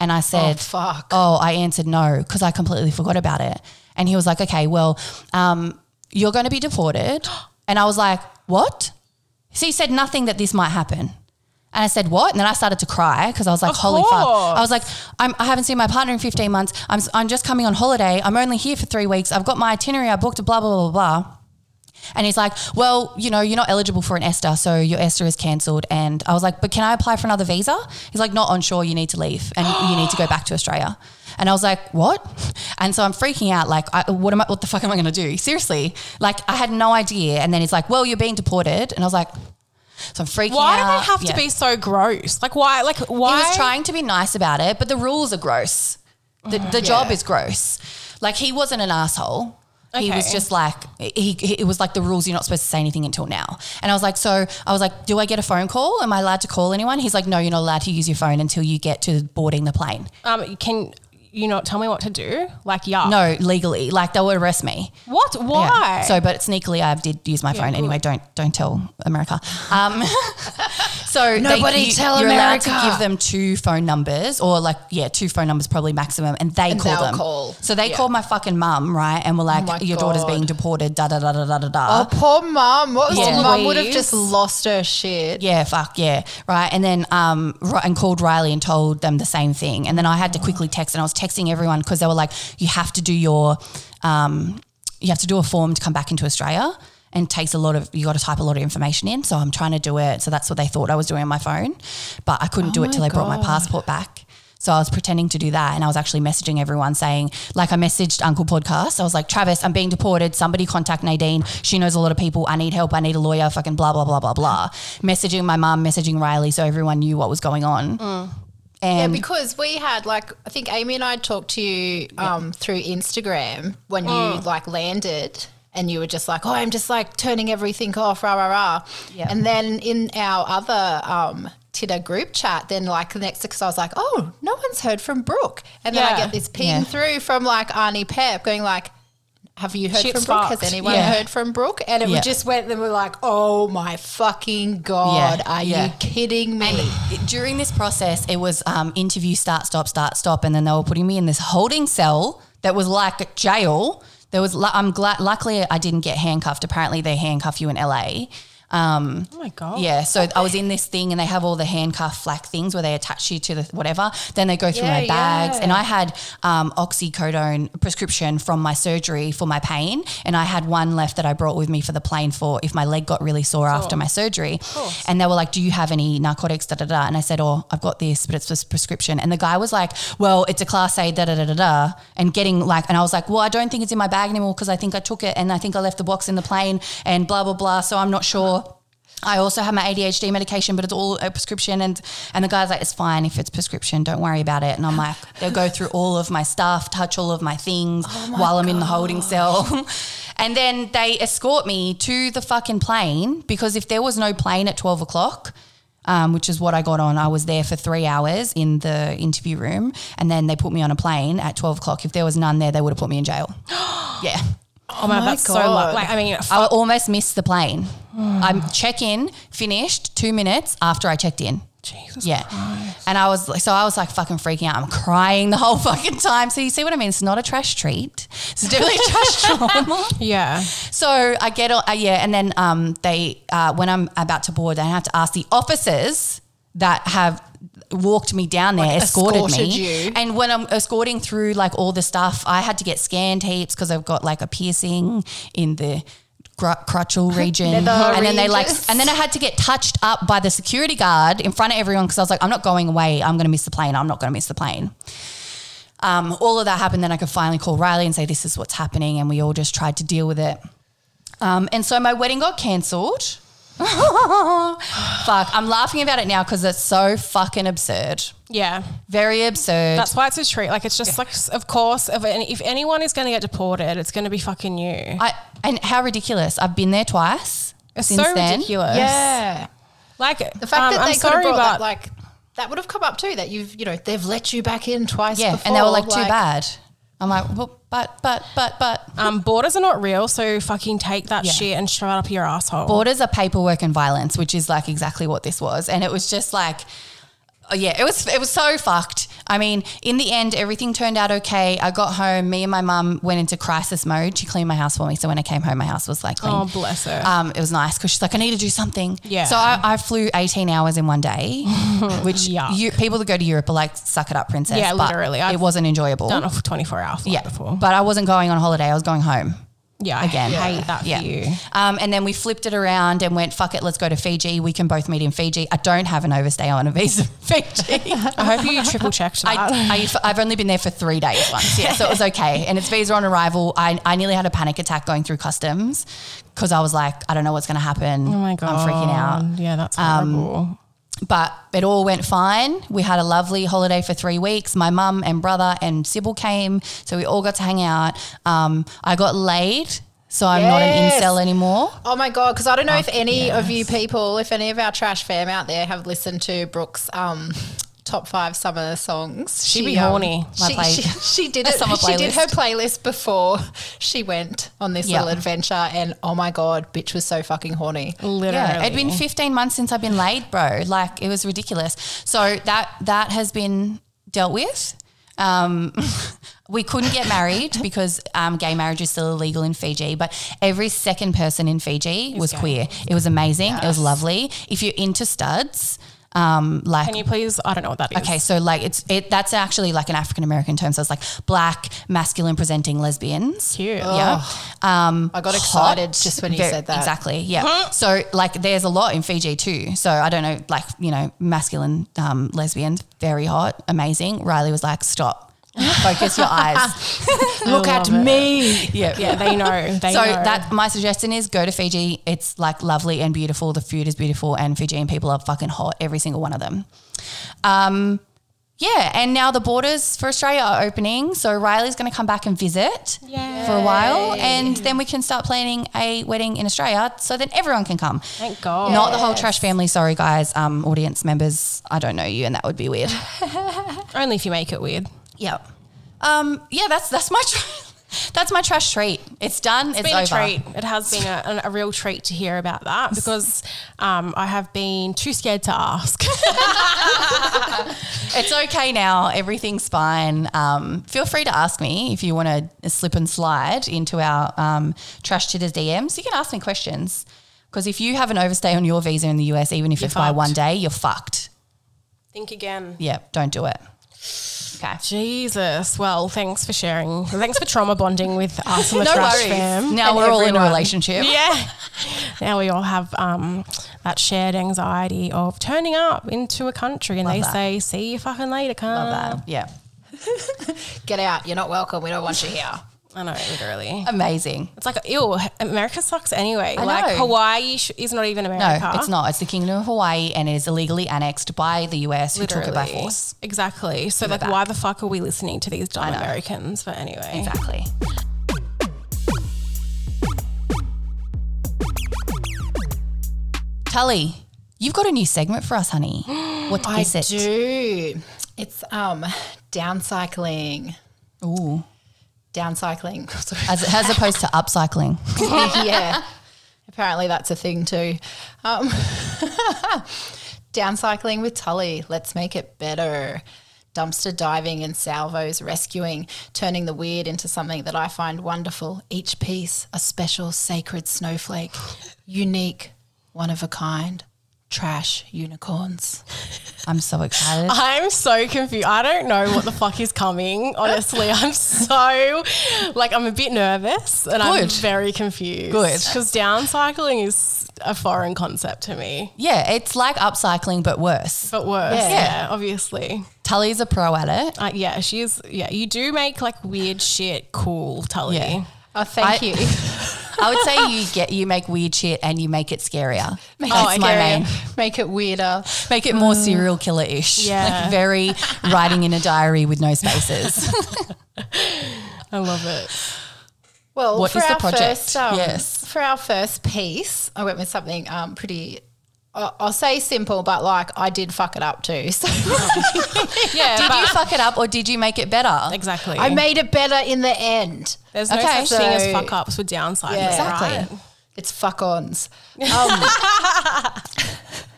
[SPEAKER 1] And I said,
[SPEAKER 3] fuck.
[SPEAKER 1] Oh, I answered no because I completely forgot about it. And he was like, okay, well, um, you're going to be deported. And I was like, what? So he said nothing that this might happen. And I said, what? And then I started to cry because I was like, holy fuck. I was like, I'm, I haven't seen my partner in 15 months. I'm, s- I'm just coming on holiday. I'm only here for three weeks. I've got my itinerary. I booked blah, blah, blah, blah. And he's like, well, you know, you're not eligible for an ESTA, so your ESTA is cancelled. And I was like, but can I apply for another visa? He's like, not on shore, you need to leave and you need to go back to Australia. And I was like, what? And so I'm freaking out. Like, I, what am I, what the fuck am I going to do? Seriously. Like I had no idea. And then he's like, well, you're being deported. And I was like, so I'm freaking
[SPEAKER 2] Why
[SPEAKER 1] out.
[SPEAKER 2] do they have
[SPEAKER 1] Yeah.
[SPEAKER 2] to be so gross? Like why? Like why?
[SPEAKER 1] He was trying to be nice about it, but the rules are gross. The, the job is gross. Like he wasn't an asshole. He was
[SPEAKER 2] Okay.
[SPEAKER 1] just like he, he. It was like the rules. You're not supposed to say anything until now. And I was like, so I was like, do I get a phone call? Am I allowed to call anyone? He's like, no, you're not allowed to use your phone until you get to boarding the plane.
[SPEAKER 2] um, can you not tell me what to do? Like yeah.
[SPEAKER 1] No, legally, like they would arrest me.
[SPEAKER 2] What?
[SPEAKER 1] Yeah.
[SPEAKER 2] Why?
[SPEAKER 1] So, but sneakily, I did use my phone anyway. Don't don't tell America. Um, So they-
[SPEAKER 3] Nobody
[SPEAKER 1] you,
[SPEAKER 3] tell
[SPEAKER 1] you're allowed to
[SPEAKER 3] America.
[SPEAKER 1] give them two phone numbers or like yeah, two phone numbers probably maximum, and they
[SPEAKER 3] And
[SPEAKER 1] call
[SPEAKER 3] they'll
[SPEAKER 1] them.
[SPEAKER 3] call.
[SPEAKER 1] So they
[SPEAKER 3] Yeah. Oh
[SPEAKER 1] called my fucking mum right, and were like,
[SPEAKER 3] my
[SPEAKER 1] your daughter's
[SPEAKER 3] God.
[SPEAKER 1] being deported. Da da da da da da da.
[SPEAKER 3] Oh, poor mum. What was
[SPEAKER 1] Yeah.
[SPEAKER 3] the mum would have just
[SPEAKER 2] Louise.
[SPEAKER 3] lost her shit.
[SPEAKER 1] Yeah, fuck yeah, right. And then um, ri- and called Riley and told them the same thing. And then I had to quickly text, and I was texting everyone because they were like, "You have to do your, um, you have to do a form to come back into Australia." And takes a lot of you got to type a lot of information in, so I'm trying to do it. So that's what they thought I was doing on my phone, but I couldn't do it till they brought my passport back. So I was pretending to do that, and I was actually messaging everyone saying, like, I messaged Uncle Podcast. I was like, Travis, I'm being deported. Somebody contact Nadine. She knows a lot of people. I need help. I need a lawyer. Fucking blah blah blah blah blah. Messaging my mum, messaging Riley, so everyone knew what was going on.
[SPEAKER 3] Yeah,
[SPEAKER 1] And
[SPEAKER 3] because we had like I think Amy and I talked to you um, through Instagram when
[SPEAKER 1] Oh.
[SPEAKER 3] you like landed and you were just like, Oh, I'm just like turning everything off, rah rah rah.
[SPEAKER 1] Yeah.
[SPEAKER 3] And then in our other um Titter group chat, then like the next because I was like, Oh, no one's heard from Brooke. And then
[SPEAKER 2] Yeah.
[SPEAKER 3] I get this ping
[SPEAKER 1] Yeah.
[SPEAKER 3] through from like Arnie Pep going like have you heard
[SPEAKER 2] Shit's
[SPEAKER 3] from Brooke?
[SPEAKER 2] fucked.
[SPEAKER 3] Has anyone
[SPEAKER 1] Yeah.
[SPEAKER 3] heard from Brooke? And it
[SPEAKER 1] Yeah.
[SPEAKER 3] we just went, then we're like, oh my fucking God,
[SPEAKER 1] Yeah.
[SPEAKER 3] are
[SPEAKER 1] Yeah.
[SPEAKER 3] you kidding me?
[SPEAKER 1] during this process, it was um, interview start, stop, start, stop, and then they were putting me in this holding cell that was like a jail. There was, lu- I'm glad, luckily I didn't get handcuffed. Apparently, they handcuff you in LA.
[SPEAKER 2] Oh my god.
[SPEAKER 1] Yeah, so I was in this thing, and they have all the handcuff like things where they attach you to the whatever. Then they go through
[SPEAKER 3] Yeah,
[SPEAKER 1] my bags,
[SPEAKER 3] yeah.
[SPEAKER 1] and I had um, oxycodone prescription from my surgery for my pain, and I had one left that I brought with me for the plane for if my leg got really sore after my surgery. And they were like, "Do you have any narcotics?" Da da da. And I said, "Oh, I've got this, but it's this prescription." And the guy was like, "Well, it's a class A." Da da da da da. And getting like, and I was like, "Well, I don't think it's in my bag anymore because I think I took it, and I think I left the box in the plane, and blah blah blah." So I'm not sure. I also have my ADHD medication, but it's all a prescription. And and the guy's like, it's fine if it's prescription, don't worry about it. And I'm like, they'll go through all of my stuff, touch all of my things while I'm in the holding cell. and then they escort me to the fucking plane because if there was no plane at 12 o'clock, um, which is what I got on. I was there for three hours in the interview room, and then they put me on a plane at twelve o'clock. If there was none there, they would have put me in jail. yeah,
[SPEAKER 2] Oh my, god, that's so
[SPEAKER 3] God.
[SPEAKER 2] lucky. Like I mean, uh, f-
[SPEAKER 1] I almost missed the plane. I'm check in finished two minutes after I checked in.
[SPEAKER 2] Jesus.
[SPEAKER 1] Yeah. And I was so I was like fucking freaking out. I'm crying the whole fucking time. So you see what I mean? It's not a trash treat. It's definitely a trash trauma.
[SPEAKER 2] Yeah.
[SPEAKER 1] So I get on, uh, yeah, and then um, they uh, when I'm about to board, I have to ask the officers that have walked me down there, escorted,
[SPEAKER 3] escorted
[SPEAKER 1] me,
[SPEAKER 3] you.
[SPEAKER 1] and when I'm escorting through like all the stuff, I had to get scanned heaps because I've got like a piercing in the. gr- Crutchel region, and
[SPEAKER 3] Nether
[SPEAKER 1] then they like,
[SPEAKER 3] regions.
[SPEAKER 1] and then I had to get touched up by the security guard in front of everyone because I was like, I'm not going away. I'm going to miss the plane. I'm not going to miss the plane um, all of that happened, then I could finally call Riley and say, This is what's happening. And we all just tried to deal with it. Um, and so my wedding got cancelled. Fuck, I'm laughing about it now because it's so fucking absurd.
[SPEAKER 2] Yeah.
[SPEAKER 1] Very absurd.
[SPEAKER 2] That's why it's a treat. Like it's just like, s- of course, if, any- if anyone is going to get deported, it's going to be fucking you.
[SPEAKER 1] I, and how ridiculous. I've been there twice.
[SPEAKER 2] It's
[SPEAKER 1] since
[SPEAKER 2] so
[SPEAKER 1] then.
[SPEAKER 2] ridiculous.
[SPEAKER 3] yeah.
[SPEAKER 2] Like um,
[SPEAKER 3] The
[SPEAKER 1] Um,
[SPEAKER 3] fact that
[SPEAKER 2] I'm
[SPEAKER 3] they could have
[SPEAKER 2] sorry,
[SPEAKER 3] brought
[SPEAKER 2] but
[SPEAKER 3] that, like, that would have come up too. That you've, you know, they've let you back in twice.
[SPEAKER 1] Yeah.
[SPEAKER 3] before,
[SPEAKER 1] and they were like, Too bad. I'm like, Well, but, but, but, but.
[SPEAKER 2] um, borders are not real. So fucking take that
[SPEAKER 1] Yeah.
[SPEAKER 2] shit and shove it up your asshole.
[SPEAKER 1] Borders are paperwork and violence, which is like exactly what this was. And it was just like, oh, yeah, it was it was so fucked. I mean, in the end, everything turned out okay. I got home. Me and my mum went into crisis mode. She cleaned my house for me, so when I came home, my house was like clean.
[SPEAKER 2] oh bless her.
[SPEAKER 1] Um, it was nice because she's like, I need to do something.
[SPEAKER 2] Yeah.
[SPEAKER 1] So I, I flew 18 hours in one day, which
[SPEAKER 2] Yuck.
[SPEAKER 1] you, people that go to Europe are like, suck it up, princess.
[SPEAKER 2] Yeah,
[SPEAKER 1] but
[SPEAKER 2] literally. I've
[SPEAKER 1] it wasn't enjoyable.
[SPEAKER 2] Done off 24 hour flight
[SPEAKER 1] yeah.
[SPEAKER 2] before.
[SPEAKER 1] But I wasn't going on holiday. I was going home.
[SPEAKER 2] yeah,
[SPEAKER 1] again.
[SPEAKER 2] I hate that for you.
[SPEAKER 1] Um, and then we flipped it around and went, fuck it, let's go to Fiji. We can both meet in Fiji. I don't have an overstay on a visa in Fiji.
[SPEAKER 2] I hope you triple checked that.
[SPEAKER 1] I, I, have only been there for three days once. Yeah, so it was okay. And it's visa on arrival. I, I nearly had a panic attack going through customs because I was like, I don't know what's going to happen.
[SPEAKER 2] oh my
[SPEAKER 1] I'm
[SPEAKER 2] god,
[SPEAKER 1] freaking out
[SPEAKER 2] Um, Yeah, that's horrible.
[SPEAKER 1] but it all went fine. We had a lovely holiday for three weeks. My mum and brother and Sybil came, so we all got to hang out. Um, I got laid, so I'm not an
[SPEAKER 3] Yes.
[SPEAKER 1] incel anymore.
[SPEAKER 3] Oh my god! Because I don't know if any of you people, if any of our trash fam out there, have listened to Brooks. Um, top five summer songs.
[SPEAKER 2] She'd be horny.
[SPEAKER 1] My
[SPEAKER 3] She,
[SPEAKER 1] play-
[SPEAKER 3] she, she did
[SPEAKER 1] a
[SPEAKER 3] it.
[SPEAKER 1] summer
[SPEAKER 3] She did
[SPEAKER 1] playlist.
[SPEAKER 3] her playlist before she went on this
[SPEAKER 1] Yeah.
[SPEAKER 3] little adventure, and oh my god, bitch was so fucking horny.
[SPEAKER 2] Literally.
[SPEAKER 1] Yeah, it'd been 15 months since I've been laid, bro. Like it was ridiculous. So that that has been dealt with. Um, we couldn't get married because um, gay marriage is still illegal in Fiji. But every second person in Fiji was
[SPEAKER 2] gay.
[SPEAKER 1] queer. It was amazing. It was lovely. If you're into studs, um, like
[SPEAKER 2] Can you please? I don't know what that is.
[SPEAKER 1] Okay, so like it's it that's actually like an African American term. So it's like black, masculine presenting lesbians.
[SPEAKER 2] Cute.
[SPEAKER 1] Yeah.
[SPEAKER 3] I got
[SPEAKER 1] Hot.
[SPEAKER 3] excited just when you
[SPEAKER 1] Very-
[SPEAKER 3] said that.
[SPEAKER 1] Exactly. Yeah. so like there's a lot in Fiji too. So I don't know, like, you know, masculine um, lesbians, very hot, amazing. Riley was like, stop. Focus your eyes.
[SPEAKER 3] Look at me.
[SPEAKER 1] yeah.
[SPEAKER 2] Yeah, they know. They
[SPEAKER 1] So
[SPEAKER 2] know.
[SPEAKER 1] that my suggestion is go to Fiji. It's like lovely and beautiful. The food is beautiful, and Fijian people are fucking hot. Every single one of them. Um, yeah, and now the borders for Australia are opening, so Riley's going to come back and visit
[SPEAKER 2] Yay.
[SPEAKER 1] for a while, and then we can start planning a wedding in Australia, so then everyone can come.
[SPEAKER 2] Thank God.
[SPEAKER 1] Not the whole trash family. Sorry, guys, um, audience members, I don't know you, and that would be weird.
[SPEAKER 2] Only if you make it weird.
[SPEAKER 1] Yep. Um, yeah, that's that's my tr that's my trash treat. It's done. It's,
[SPEAKER 2] been
[SPEAKER 1] over.
[SPEAKER 2] a treat. It has been a, a, a real treat to hear about that because um, I have been too scared to ask.
[SPEAKER 1] It's okay now. Everything's fine. Um, feel free to ask me if you want to slip and slide into our um, trash chitters DMs. You can ask me questions because if you have an overstay on your visa in the US, even if it's by
[SPEAKER 2] fucked.
[SPEAKER 1] one day, you're fucked.
[SPEAKER 2] Think again.
[SPEAKER 1] Yeah, don't do it. Okay.
[SPEAKER 2] Jesus. Well, thanks for sharing. Thanks for trauma bonding with us and the
[SPEAKER 1] No
[SPEAKER 2] trash
[SPEAKER 1] worries.
[SPEAKER 2] fam.
[SPEAKER 1] Now
[SPEAKER 2] and
[SPEAKER 1] we're all in a
[SPEAKER 2] everyone.
[SPEAKER 1] relationship.
[SPEAKER 2] Yeah. Now we all have um, that shared anxiety of turning up into a country and they
[SPEAKER 1] that.
[SPEAKER 2] say, see you fucking later, cunt.
[SPEAKER 1] Bad. Yeah.
[SPEAKER 3] Get out. You're not welcome. We don't want you here.
[SPEAKER 2] I know, literally.
[SPEAKER 1] Amazing.
[SPEAKER 2] It's like, ew, America sucks anyway. like,
[SPEAKER 1] know.
[SPEAKER 2] Hawaii sh- is not even America.
[SPEAKER 1] No, it's not. It's the Kingdom of Hawaii and it is illegally annexed by the US who took it by
[SPEAKER 2] Literally.
[SPEAKER 1] force.
[SPEAKER 2] Exactly. So, like,
[SPEAKER 1] back.
[SPEAKER 2] why the fuck are we listening to these dumb
[SPEAKER 1] know.
[SPEAKER 2] Americans? But anyway.
[SPEAKER 1] Exactly. Tully, you've got a new segment for us, honey. What
[SPEAKER 3] I
[SPEAKER 1] is it?
[SPEAKER 3] do. It's um downcycling.
[SPEAKER 1] Ooh.
[SPEAKER 3] Downcycling. Sorry.
[SPEAKER 1] As, as opposed to upcycling.
[SPEAKER 3] yeah. Apparently that's a thing too. Um, downcycling with Tully. Let's make it better. Dumpster diving and salvos rescuing, turning the weird into something that I find wonderful. Each piece a special sacred snowflake, unique, one of a kind. Trash unicorns.
[SPEAKER 1] I'm so excited.
[SPEAKER 2] I'm so confused. I don't know what the fuck is coming. Honestly, I'm so like I'm a bit nervous and I'm
[SPEAKER 1] Good.
[SPEAKER 2] very confused.
[SPEAKER 1] Good.
[SPEAKER 2] because downcycling is a foreign concept to me,
[SPEAKER 1] Yeah, it's like upcycling, but worse.
[SPEAKER 2] but worse. Yeah,
[SPEAKER 3] Yeah.
[SPEAKER 2] obviously.
[SPEAKER 1] Tully's a pro at it.
[SPEAKER 2] Uh, yeah, she is. Yeah, you do make like weird shit cool, Tully.
[SPEAKER 1] Yeah.
[SPEAKER 3] Oh, thank
[SPEAKER 1] I-
[SPEAKER 3] you.
[SPEAKER 1] I would say you get you make weird shit and you make it scarier. That's
[SPEAKER 2] it
[SPEAKER 1] my
[SPEAKER 2] scarier.
[SPEAKER 1] main.
[SPEAKER 3] Make it weirder.
[SPEAKER 1] Make it more serial killer ish.
[SPEAKER 2] Yeah.
[SPEAKER 1] Like very writing in a diary with no spaces.
[SPEAKER 2] I love it.
[SPEAKER 3] Well,
[SPEAKER 1] What
[SPEAKER 3] for
[SPEAKER 1] is the
[SPEAKER 3] our
[SPEAKER 1] project?
[SPEAKER 3] first, um,
[SPEAKER 1] Yes.
[SPEAKER 3] for our first piece, I went with something um, pretty. I- I'll say simple, but like I did fuck it up too. So
[SPEAKER 2] Yeah,
[SPEAKER 1] Did
[SPEAKER 2] but
[SPEAKER 1] you fuck it up or did you make it better?
[SPEAKER 2] exactly.
[SPEAKER 3] I made it better in the end.
[SPEAKER 2] There's no
[SPEAKER 1] Okay,
[SPEAKER 2] such thing as
[SPEAKER 3] so-
[SPEAKER 2] fuck ups with downcycling.
[SPEAKER 3] Yeah.
[SPEAKER 1] Exactly.
[SPEAKER 2] right?
[SPEAKER 3] It's fuck ons. Um,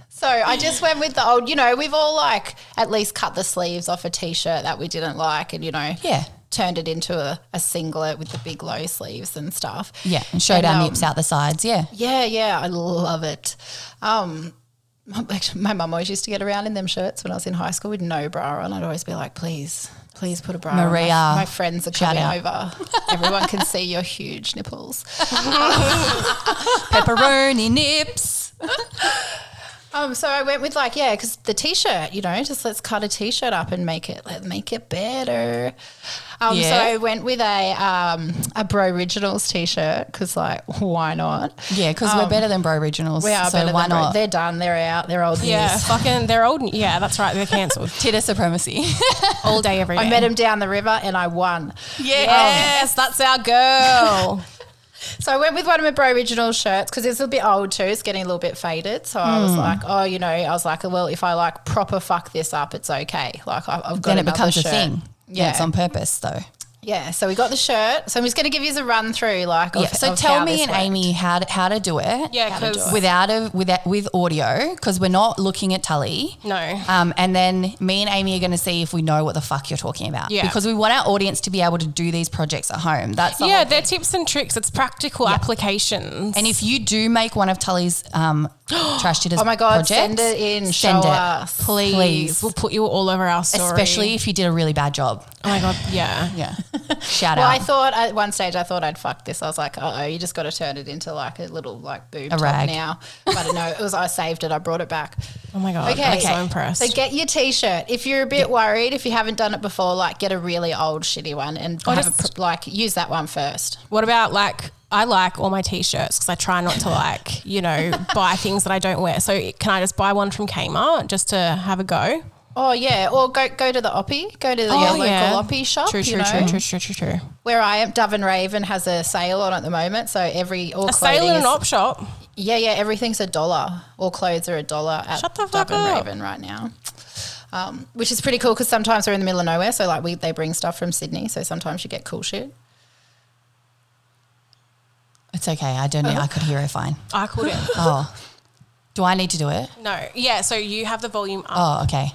[SPEAKER 3] so I just went with the old. You know, we've all like at least cut the sleeves off a t-shirt that we didn't like, and you know,
[SPEAKER 1] Yeah.
[SPEAKER 3] turned it into a, a singlet with the big low sleeves and stuff.
[SPEAKER 1] Yeah, and showed our
[SPEAKER 3] um,
[SPEAKER 1] nips out the sides. Yeah.
[SPEAKER 3] Yeah, yeah, I love it. Um, my- actually, my mum always used to get around in them shirts when I was in high school with no bra on. I'd always be like, please, please put a bra on. My-
[SPEAKER 1] Maria,
[SPEAKER 3] My, friends are
[SPEAKER 1] shout
[SPEAKER 3] coming
[SPEAKER 1] out.
[SPEAKER 3] over. Everyone can see your huge nipples.
[SPEAKER 1] Pepperoni nips.
[SPEAKER 3] Um, so I went with like, yeah, because the t-shirt, you know, just let's cut a t-shirt up and make it, let make it better. Um,
[SPEAKER 1] Yeah.
[SPEAKER 3] So I went with a um, a Bro Originals t-shirt because like, why not?
[SPEAKER 1] Yeah, because we're better than Bro Originals.
[SPEAKER 3] Um, We are
[SPEAKER 1] so
[SPEAKER 3] better
[SPEAKER 1] why
[SPEAKER 3] than Bro-
[SPEAKER 1] not?
[SPEAKER 3] They're done. They're out. They're old news.
[SPEAKER 2] Yeah, fucking, they're old. Yeah, that's right. They're cancelled
[SPEAKER 1] Titter supremacy.
[SPEAKER 2] all day, every day. Oh,
[SPEAKER 3] I met him down the river and I won.
[SPEAKER 2] Yes, that's our girl.
[SPEAKER 3] So I went with one of my Bro Original shirts because it's a bit old too. It's getting a little bit faded. So I
[SPEAKER 1] Hmm.
[SPEAKER 3] was like, oh, you know, I was like, well, if I like proper fuck this up, it's okay. Like I- I've got
[SPEAKER 1] then it
[SPEAKER 3] another
[SPEAKER 1] becomes
[SPEAKER 3] shirt.
[SPEAKER 1] a thing. Yeah.
[SPEAKER 3] Yeah.
[SPEAKER 1] it's on purpose though.
[SPEAKER 3] Yeah. So we got the shirt. So I'm just going to give you a run through. Like, of-
[SPEAKER 1] Yeah. So
[SPEAKER 3] of
[SPEAKER 1] tell
[SPEAKER 3] how
[SPEAKER 1] me
[SPEAKER 3] this
[SPEAKER 1] and
[SPEAKER 3] worked.
[SPEAKER 1] Amy how to, how to do it.
[SPEAKER 2] Yeah,
[SPEAKER 1] How to
[SPEAKER 2] 'cause-
[SPEAKER 1] do it. without a without with audio because we're not looking at Tully.
[SPEAKER 2] No.
[SPEAKER 1] Um, and then me and Amy are going to see if we know what the fuck you're talking about.
[SPEAKER 2] Yeah.
[SPEAKER 1] Because we want our audience to be able to do these projects at home. That's the
[SPEAKER 2] yeah,
[SPEAKER 1] whole-
[SPEAKER 2] they're tips and tricks. It's practical applications.
[SPEAKER 1] And if you do make one of Tully's um, trash titters,
[SPEAKER 3] Oh my God, send
[SPEAKER 1] projects,
[SPEAKER 3] it in,
[SPEAKER 1] Send
[SPEAKER 3] show
[SPEAKER 1] it,
[SPEAKER 3] us.
[SPEAKER 1] please.
[SPEAKER 2] please, we'll put you all over our story.
[SPEAKER 1] Especially if you did a really bad job.
[SPEAKER 2] Oh my god, yeah.
[SPEAKER 1] Yeah. Shout
[SPEAKER 3] Well,
[SPEAKER 1] out.
[SPEAKER 3] I thought at one stage I thought I'd fuck this. I was like, uh oh, you just got to turn it into like a little like boob
[SPEAKER 1] A
[SPEAKER 3] top
[SPEAKER 1] rag.
[SPEAKER 3] now. But I don't know. It was I saved it. I brought it back.
[SPEAKER 2] Oh my god.
[SPEAKER 3] Okay.
[SPEAKER 2] I'm so impressed.
[SPEAKER 3] So get your t-shirt. If you're a bit worried, if you haven't done it before, like get a really old shitty one and have a
[SPEAKER 2] just-
[SPEAKER 3] pr- like use that one first.
[SPEAKER 2] What about like I like all my t-shirts because I try not to like you know buy things that I don't wear. So can I just buy one from Kmart just to have a go?
[SPEAKER 3] Oh yeah, or go go to the oppie, go to the, your local oppie shop.
[SPEAKER 2] Oh, True,
[SPEAKER 3] you
[SPEAKER 2] true,
[SPEAKER 3] know.
[SPEAKER 2] true, true, true, true, true.
[SPEAKER 3] Where I am, Dove and Raven has a sale on at the moment. So every all
[SPEAKER 2] A
[SPEAKER 3] clothing
[SPEAKER 2] sale in an
[SPEAKER 3] is-
[SPEAKER 2] op shop.
[SPEAKER 3] Yeah, yeah, everything's a dollar. All clothes are a dollar at
[SPEAKER 2] Shut the
[SPEAKER 3] Dove
[SPEAKER 2] fuck
[SPEAKER 3] and
[SPEAKER 2] up.
[SPEAKER 3] Raven right now. Um, which is pretty cool because sometimes we're in the middle of nowhere, so like we they bring stuff from Sydney, so sometimes you get cool shit.
[SPEAKER 1] it's okay. I don't know. I could hear her fine.
[SPEAKER 2] I couldn't.
[SPEAKER 1] Oh. Do I need to do it?
[SPEAKER 2] no, yeah. So you have the volume up.
[SPEAKER 1] Oh, okay.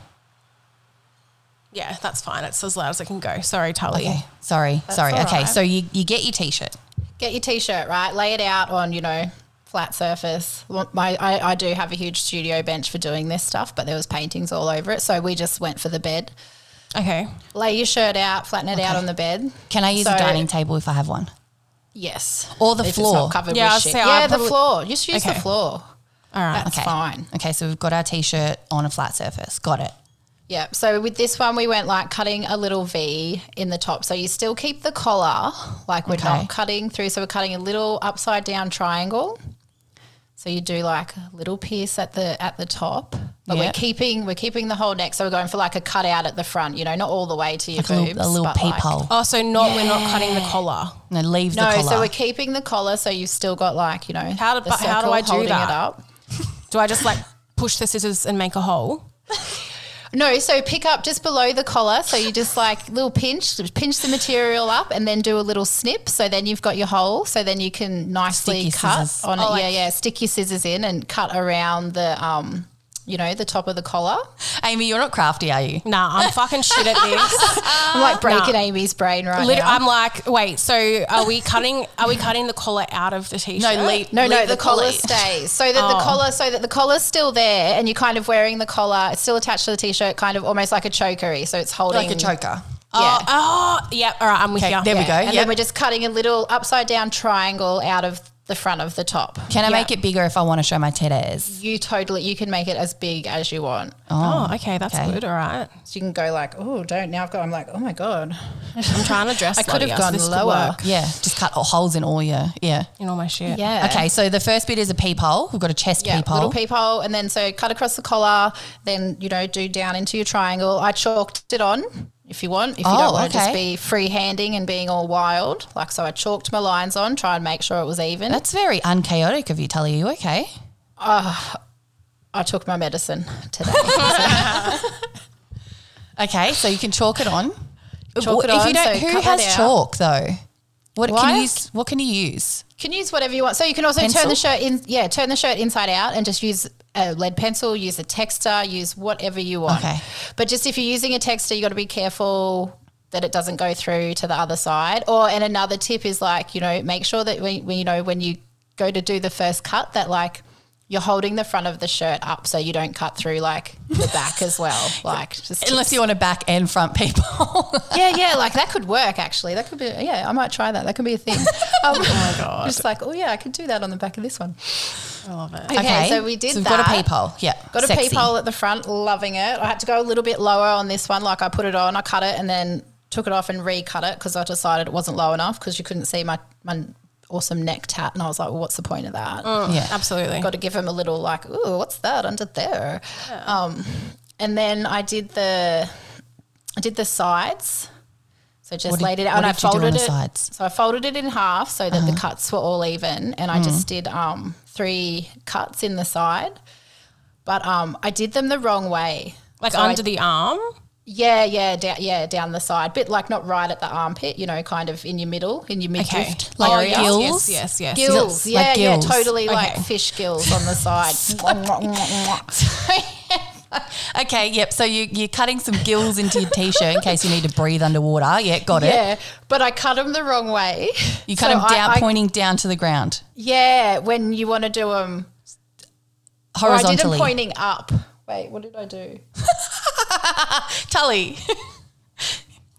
[SPEAKER 2] Yeah, that's fine. It's as loud as I can go. Sorry, Tully.
[SPEAKER 1] Okay. Sorry. Sorry.
[SPEAKER 3] all
[SPEAKER 1] Okay.
[SPEAKER 3] right.
[SPEAKER 1] So you, you get your t shirt.
[SPEAKER 3] Get your t-shirt right, lay it out on you know flat surface. Well, My I, I do have a huge studio bench for doing this stuff, but there was paintings all over it, so we just went for the bed.
[SPEAKER 2] Okay.
[SPEAKER 3] Lay your shirt out, flatten it out on the bed.
[SPEAKER 1] Can I use a
[SPEAKER 3] So-
[SPEAKER 1] dining table if I have one?
[SPEAKER 3] Yes,
[SPEAKER 1] Or the
[SPEAKER 3] If it's
[SPEAKER 1] floor.
[SPEAKER 3] not covered
[SPEAKER 2] Yeah,
[SPEAKER 3] with
[SPEAKER 2] I'd
[SPEAKER 3] shit.
[SPEAKER 2] say I'd
[SPEAKER 3] yeah,
[SPEAKER 2] probably-
[SPEAKER 3] the floor. Just use
[SPEAKER 2] Okay.
[SPEAKER 3] the floor.
[SPEAKER 2] All right.
[SPEAKER 3] That's fine.
[SPEAKER 1] Okay. So we've got our t shirt on a flat surface. Got it.
[SPEAKER 3] Yeah. So with this one, we went like cutting a little V in the top. So you still keep the collar, like we're
[SPEAKER 1] Okay.
[SPEAKER 3] not cutting through. So we're cutting a little upside down triangle. So you do like a little pierce at the at the top, but
[SPEAKER 1] Yeah.
[SPEAKER 3] we're keeping we're keeping the whole neck. So we're going for like a cutout at the front. You know, not all the way to your
[SPEAKER 1] Like a little,
[SPEAKER 3] boobs,
[SPEAKER 1] a little
[SPEAKER 3] but, like-
[SPEAKER 1] peephole.
[SPEAKER 2] Oh, so not we're not cutting the collar.
[SPEAKER 1] no, leave the
[SPEAKER 3] no,
[SPEAKER 1] collar.
[SPEAKER 3] so we're keeping the collar. So you've still got like you know
[SPEAKER 2] How do-
[SPEAKER 3] the
[SPEAKER 2] but how do I do
[SPEAKER 3] holding
[SPEAKER 2] that?
[SPEAKER 3] It up.
[SPEAKER 2] Do I just like push the scissors and make a hole?
[SPEAKER 3] No, so pick up just below the collar. So you just like little pinch, pinch the material up, and then do a little snip. So then you've got your hole. So then you can nicely
[SPEAKER 1] Stick your
[SPEAKER 3] cut
[SPEAKER 1] scissors.
[SPEAKER 3] on it.
[SPEAKER 2] Oh, like-
[SPEAKER 3] yeah, yeah. Stick your scissors in and cut around the, um, you know, the top of the collar.
[SPEAKER 1] Amy, you're not crafty, are you?
[SPEAKER 2] Nah, I'm fucking shit at this.
[SPEAKER 3] I'm like breaking
[SPEAKER 2] nah.
[SPEAKER 3] Amy's brain right
[SPEAKER 2] Lit-
[SPEAKER 3] now.
[SPEAKER 2] I'm like, wait. So are we cutting? Are we cutting the collar out of the t-shirt?
[SPEAKER 1] leave.
[SPEAKER 3] no, no,
[SPEAKER 1] leave
[SPEAKER 3] the, collar
[SPEAKER 1] collar.
[SPEAKER 3] stays. So that the collar, so that the collar's still there, and you're kind of wearing the collar. It's still attached to the t-shirt, kind of almost like a chokery. So it's holding
[SPEAKER 1] Like a choker.
[SPEAKER 2] Oh,
[SPEAKER 3] Yeah.
[SPEAKER 2] oh, yeah. All right, I'm with
[SPEAKER 1] Okay,
[SPEAKER 2] you.
[SPEAKER 1] there we
[SPEAKER 3] Yeah.
[SPEAKER 1] go.
[SPEAKER 3] And
[SPEAKER 1] yep.
[SPEAKER 3] then we're just cutting a little upside down triangle out of the front of the top.
[SPEAKER 1] Can I
[SPEAKER 2] Yeah.
[SPEAKER 1] make it bigger if I want to show my titties?
[SPEAKER 3] you totally you can make it as big as you want.
[SPEAKER 2] Oh, okay, that's
[SPEAKER 1] okay.
[SPEAKER 2] good. All right.
[SPEAKER 3] So you can go like, oh, don't now I've got. I'm like, oh my god,
[SPEAKER 2] I'm trying to dress.
[SPEAKER 3] I could have
[SPEAKER 2] sluttier,
[SPEAKER 3] gone
[SPEAKER 2] this could
[SPEAKER 3] lower.
[SPEAKER 2] work
[SPEAKER 1] Yeah, just cut holes in all your yeah.
[SPEAKER 2] in all my shit.
[SPEAKER 3] yeah,
[SPEAKER 1] Okay, so the first bit is a peephole. We've got a chest
[SPEAKER 3] Yeah,
[SPEAKER 1] peephole.
[SPEAKER 3] little peephole, and then so cut across the collar, then you know do down into your triangle. I chalked it on if you want. If you
[SPEAKER 1] Oh,
[SPEAKER 3] don't want to
[SPEAKER 1] okay.
[SPEAKER 3] just be free handing and being all wild, like so, I chalked my lines on, try and make sure it was even.
[SPEAKER 1] That's very unchaotic of you, Tully. Are you okay?
[SPEAKER 3] I took my medicine today.
[SPEAKER 1] Okay, so you can chalk it on.
[SPEAKER 3] Chalk it
[SPEAKER 1] if
[SPEAKER 3] on,
[SPEAKER 1] you don't,
[SPEAKER 3] so
[SPEAKER 1] who
[SPEAKER 3] cut that
[SPEAKER 1] has
[SPEAKER 3] out.
[SPEAKER 1] chalk though? What can
[SPEAKER 3] What?
[SPEAKER 1] you use? What can you use?
[SPEAKER 3] can use whatever you want. So you can also
[SPEAKER 1] Pencil?
[SPEAKER 3] turn the shirt in. Yeah, turn the shirt inside out and just use a lead pencil. Use a texter. Use whatever you want.
[SPEAKER 1] Okay.
[SPEAKER 3] But just if you're using a texter, you got to be careful that it doesn't go through to the other side. Or and another tip is like you know make sure that when, when you know when you go to do the first cut that like. You're holding the front of the shirt up so you don't cut through like the back as well. Like just
[SPEAKER 1] Unless you want a back and front peephole.
[SPEAKER 3] yeah, yeah, like that could work actually. That could be, yeah, I might try that. That could be a thing. Um, oh my God. Just like, oh yeah, I could do that on the back of this one.
[SPEAKER 2] I love it.
[SPEAKER 3] Okay, so we did
[SPEAKER 1] we've
[SPEAKER 3] that.
[SPEAKER 1] got a peephole. Yeah,
[SPEAKER 3] Got a
[SPEAKER 1] sexy.
[SPEAKER 3] peephole at the front, loving it. I had to go a little bit lower on this one. Like I put it on, I cut it and then took it off and recut it because I decided it wasn't low enough because you couldn't see my, my awesome neck tat. And I was like, well, what's the point of that?
[SPEAKER 1] Yeah.
[SPEAKER 2] Absolutely.
[SPEAKER 3] Got to give him a little like, ooh, what's that under there? Um, and then I did the, I did the sides. So just
[SPEAKER 1] What did-
[SPEAKER 3] laid it out
[SPEAKER 1] what
[SPEAKER 3] and I
[SPEAKER 1] did you do on
[SPEAKER 3] folded
[SPEAKER 1] the
[SPEAKER 3] it.
[SPEAKER 1] sides? Uh-huh.
[SPEAKER 3] So I folded it in half so that the cuts were all even
[SPEAKER 1] Mm-hmm.
[SPEAKER 3] and I just did um, three cuts in the side. But um, I did them the wrong way.
[SPEAKER 2] Like
[SPEAKER 3] So I-
[SPEAKER 2] under the arm.
[SPEAKER 3] yeah, yeah, down, yeah, down the side, bit like not right at the armpit, you know, kind of in your middle, in your midriff
[SPEAKER 2] Okay.
[SPEAKER 1] Like
[SPEAKER 2] oh,
[SPEAKER 1] your
[SPEAKER 2] yes,
[SPEAKER 1] gills?
[SPEAKER 2] Yes, yes, yes.
[SPEAKER 3] Gills, yeah,
[SPEAKER 1] Like gills.
[SPEAKER 3] yeah, totally
[SPEAKER 2] Okay.
[SPEAKER 3] like fish gills on the side.
[SPEAKER 1] Okay, yep. So you, you're cutting some gills into your t shirt in case you need to breathe underwater. Yeah, got it.
[SPEAKER 3] yeah, but I cut them the wrong way.
[SPEAKER 1] You cut
[SPEAKER 3] So
[SPEAKER 1] them down,
[SPEAKER 3] I- I-
[SPEAKER 1] pointing down to the ground
[SPEAKER 3] Yeah, when you want to do them. I did them
[SPEAKER 1] horizontally.
[SPEAKER 3] pointing up. Wait, what did I do?
[SPEAKER 1] Tully.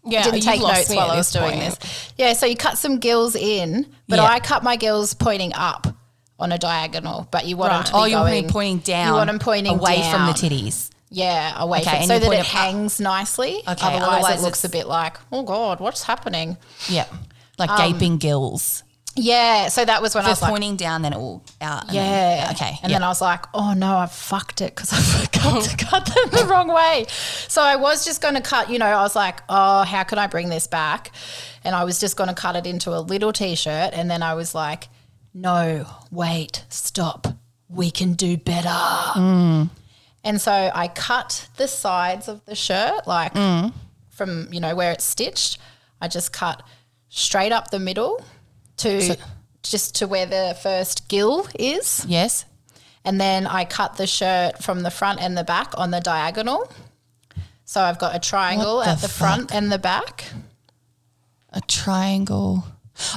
[SPEAKER 2] Yeah,
[SPEAKER 3] didn't
[SPEAKER 2] you've
[SPEAKER 3] take
[SPEAKER 2] lost
[SPEAKER 3] notes
[SPEAKER 2] me
[SPEAKER 3] while
[SPEAKER 2] at
[SPEAKER 3] I was doing
[SPEAKER 2] point.
[SPEAKER 3] this. Yeah, so you cut some gills in, but
[SPEAKER 1] Yeah.
[SPEAKER 3] I cut my gills pointing up on a diagonal. But you want them to be
[SPEAKER 1] Oh, you want
[SPEAKER 3] going,
[SPEAKER 1] them pointing down.
[SPEAKER 3] You want them pointing
[SPEAKER 1] away from the
[SPEAKER 3] down.
[SPEAKER 1] titties.
[SPEAKER 3] Yeah, away
[SPEAKER 1] Okay,
[SPEAKER 3] from
[SPEAKER 1] and
[SPEAKER 3] so
[SPEAKER 1] you
[SPEAKER 3] that
[SPEAKER 1] point
[SPEAKER 3] it
[SPEAKER 1] it up.
[SPEAKER 3] hangs nicely.
[SPEAKER 1] Okay,
[SPEAKER 3] otherwise,
[SPEAKER 1] otherwise
[SPEAKER 3] it looks a
[SPEAKER 1] it's-
[SPEAKER 3] bit like, oh god, what's happening?
[SPEAKER 1] Yep. Like gaping gills.
[SPEAKER 3] Yeah, so that was when Um, I was
[SPEAKER 1] First
[SPEAKER 3] like,
[SPEAKER 1] pointing down, then it all out. and then-
[SPEAKER 3] yeah.
[SPEAKER 1] okay.
[SPEAKER 3] And
[SPEAKER 1] yep.
[SPEAKER 3] then I was like, oh no, I fucked it because I forgot to cut them the wrong way. So I was just going to cut, you know, I was like, oh, how can I bring this back? And I was just going to cut it into a little t shirt. And then I was like, no, wait, stop. We can do better. And so I cut the sides of the shirt, like from, you know, where it's stitched. I just cut straight up the middle to just to where the first gill is.
[SPEAKER 1] yes.
[SPEAKER 3] And then I cut the shirt from the front and the back on the diagonal. So I've got a triangle
[SPEAKER 1] What the
[SPEAKER 3] at the front and the back.
[SPEAKER 1] A triangle.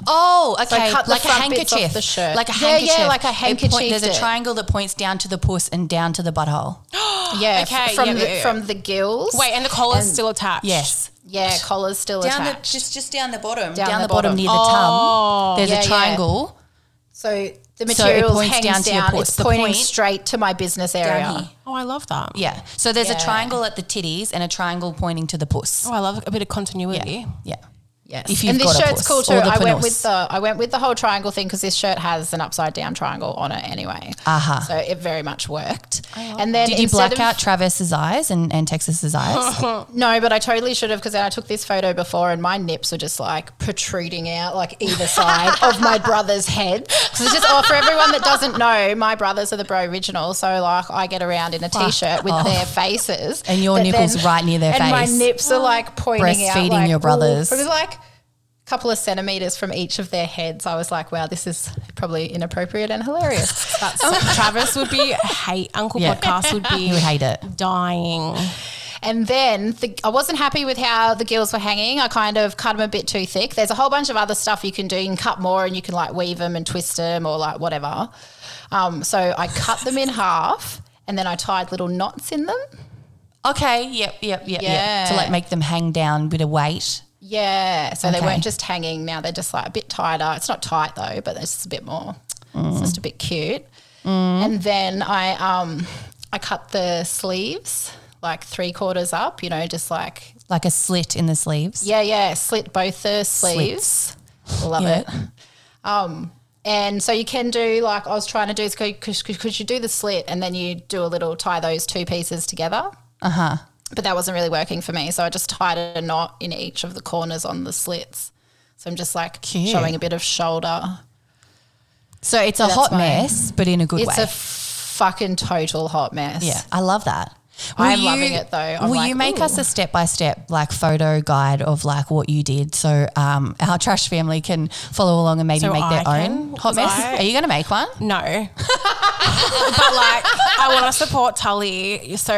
[SPEAKER 1] Oh, okay.
[SPEAKER 3] cut the
[SPEAKER 1] like a
[SPEAKER 3] front bits
[SPEAKER 1] handkerchief.
[SPEAKER 3] off the shirt.
[SPEAKER 1] Like a
[SPEAKER 3] Yeah, yeah,
[SPEAKER 1] handkerchief.
[SPEAKER 3] like a
[SPEAKER 1] It
[SPEAKER 3] handkerchief
[SPEAKER 1] there's a
[SPEAKER 3] it.
[SPEAKER 1] triangle that points down to the puss and down to the butthole.
[SPEAKER 3] Yeah, f-
[SPEAKER 2] Oh, Okay,
[SPEAKER 3] from
[SPEAKER 2] yeah,
[SPEAKER 3] the,
[SPEAKER 2] yeah, yeah.
[SPEAKER 3] from the gills.
[SPEAKER 2] Wait, and the collar's still attached.
[SPEAKER 1] Yes.
[SPEAKER 3] yeah, collar's still
[SPEAKER 1] Down the,
[SPEAKER 3] attached.
[SPEAKER 1] just just down the bottom.
[SPEAKER 3] Down
[SPEAKER 1] Down,
[SPEAKER 3] the
[SPEAKER 1] the, bottom.
[SPEAKER 3] bottom. Oh,
[SPEAKER 1] near the tongue. There's
[SPEAKER 3] Yeah,
[SPEAKER 1] a
[SPEAKER 3] yeah.
[SPEAKER 1] triangle.
[SPEAKER 3] so the
[SPEAKER 1] So it
[SPEAKER 3] material
[SPEAKER 1] points
[SPEAKER 3] hangs
[SPEAKER 1] down
[SPEAKER 3] down.
[SPEAKER 1] to your puss.
[SPEAKER 3] It's
[SPEAKER 1] The
[SPEAKER 3] pointing
[SPEAKER 1] point
[SPEAKER 3] straight to my business area.
[SPEAKER 1] Down here.
[SPEAKER 2] Oh, I love that.
[SPEAKER 1] Yeah. So there's a
[SPEAKER 3] Yeah.
[SPEAKER 1] triangle at the titties and a triangle pointing to the puss.
[SPEAKER 2] Oh, I love a bit of continuity.
[SPEAKER 1] Yeah.
[SPEAKER 3] Yes.
[SPEAKER 1] If you've
[SPEAKER 3] and this
[SPEAKER 1] got a
[SPEAKER 3] shirt's
[SPEAKER 1] puss
[SPEAKER 3] cool too.
[SPEAKER 1] or the
[SPEAKER 3] I went
[SPEAKER 1] penis.
[SPEAKER 3] with the I went with the whole triangle thing because this shirt has an upside down triangle on it anyway.
[SPEAKER 1] Aha.
[SPEAKER 3] So it very much worked. And then
[SPEAKER 1] Uh-huh. Did you
[SPEAKER 3] instead
[SPEAKER 1] black
[SPEAKER 3] of-
[SPEAKER 1] out Travis's eyes and, and Texas's eyes?
[SPEAKER 3] No, but I totally should have because then I took this photo before and my nips were just like protruding out like either side of my brother's head. So it's just oh, for everyone that doesn't know, my brothers are the bro original. So like I get around in a
[SPEAKER 1] Fuck
[SPEAKER 3] t-shirt with
[SPEAKER 1] off.
[SPEAKER 3] their faces
[SPEAKER 1] And your
[SPEAKER 3] that
[SPEAKER 1] nipples right near their
[SPEAKER 3] and
[SPEAKER 1] face.
[SPEAKER 3] my nips are like pointing out,
[SPEAKER 1] Breastfeeding
[SPEAKER 3] like,
[SPEAKER 1] your
[SPEAKER 3] ooh,
[SPEAKER 1] brothers.
[SPEAKER 3] It was like a couple of centimeters from each of their heads. I was like, wow, this is probably inappropriate and hilarious.
[SPEAKER 2] That's Travis would be hate. Uncle
[SPEAKER 1] Yeah.
[SPEAKER 2] Podcast would
[SPEAKER 1] you would
[SPEAKER 2] be
[SPEAKER 1] hate it.
[SPEAKER 2] dying.
[SPEAKER 3] And then the, I wasn't happy with how the gills were hanging. I kind of cut them a bit too thick. There's a whole bunch of other stuff you can do. You can cut more and you can like weave them and twist them or like whatever. Um, so I cut them in half and then I tied little knots in them.
[SPEAKER 1] Okay. Yep. Yep. Yep. Yep. To
[SPEAKER 3] Yeah.
[SPEAKER 1] like make them hang down with a weight.
[SPEAKER 3] Yeah. So they
[SPEAKER 1] Okay.
[SPEAKER 3] weren't just hanging. Now they're just like a bit tighter. It's not tight though, but it's just a bit more. It's just a bit cute. And then I um, I cut the sleeves like three quarters up, you know, just like
[SPEAKER 1] like a slit in the sleeves.
[SPEAKER 3] Yeah, yeah. Slit both the sleeves. Love
[SPEAKER 1] Yeah.
[SPEAKER 3] it. Um, and so you can do like I was trying to do is could, could, could you do the slit and then you do a little tie those two pieces together.
[SPEAKER 1] Uh huh.
[SPEAKER 3] But that wasn't really working for me, so I just tied a knot in each of the corners on the slits. So I'm just like
[SPEAKER 1] Cute.
[SPEAKER 3] showing a bit of shoulder.
[SPEAKER 1] So it's a
[SPEAKER 3] that's
[SPEAKER 1] hot
[SPEAKER 3] my-
[SPEAKER 1] mess, but in a good
[SPEAKER 3] It's
[SPEAKER 1] way.
[SPEAKER 3] a fucking total hot mess.
[SPEAKER 1] yeah, I love that.
[SPEAKER 3] I'm loving it though. I'm
[SPEAKER 1] will
[SPEAKER 3] like,
[SPEAKER 1] you make
[SPEAKER 3] ooh.
[SPEAKER 1] us a step by step like photo guide of like what you did so um, our trash family can follow along and maybe
[SPEAKER 2] So
[SPEAKER 1] make their
[SPEAKER 2] I
[SPEAKER 1] own
[SPEAKER 2] can-
[SPEAKER 1] hot mess?
[SPEAKER 2] I-
[SPEAKER 1] Are you going to make one?
[SPEAKER 2] No. but like, I want to support Tully. So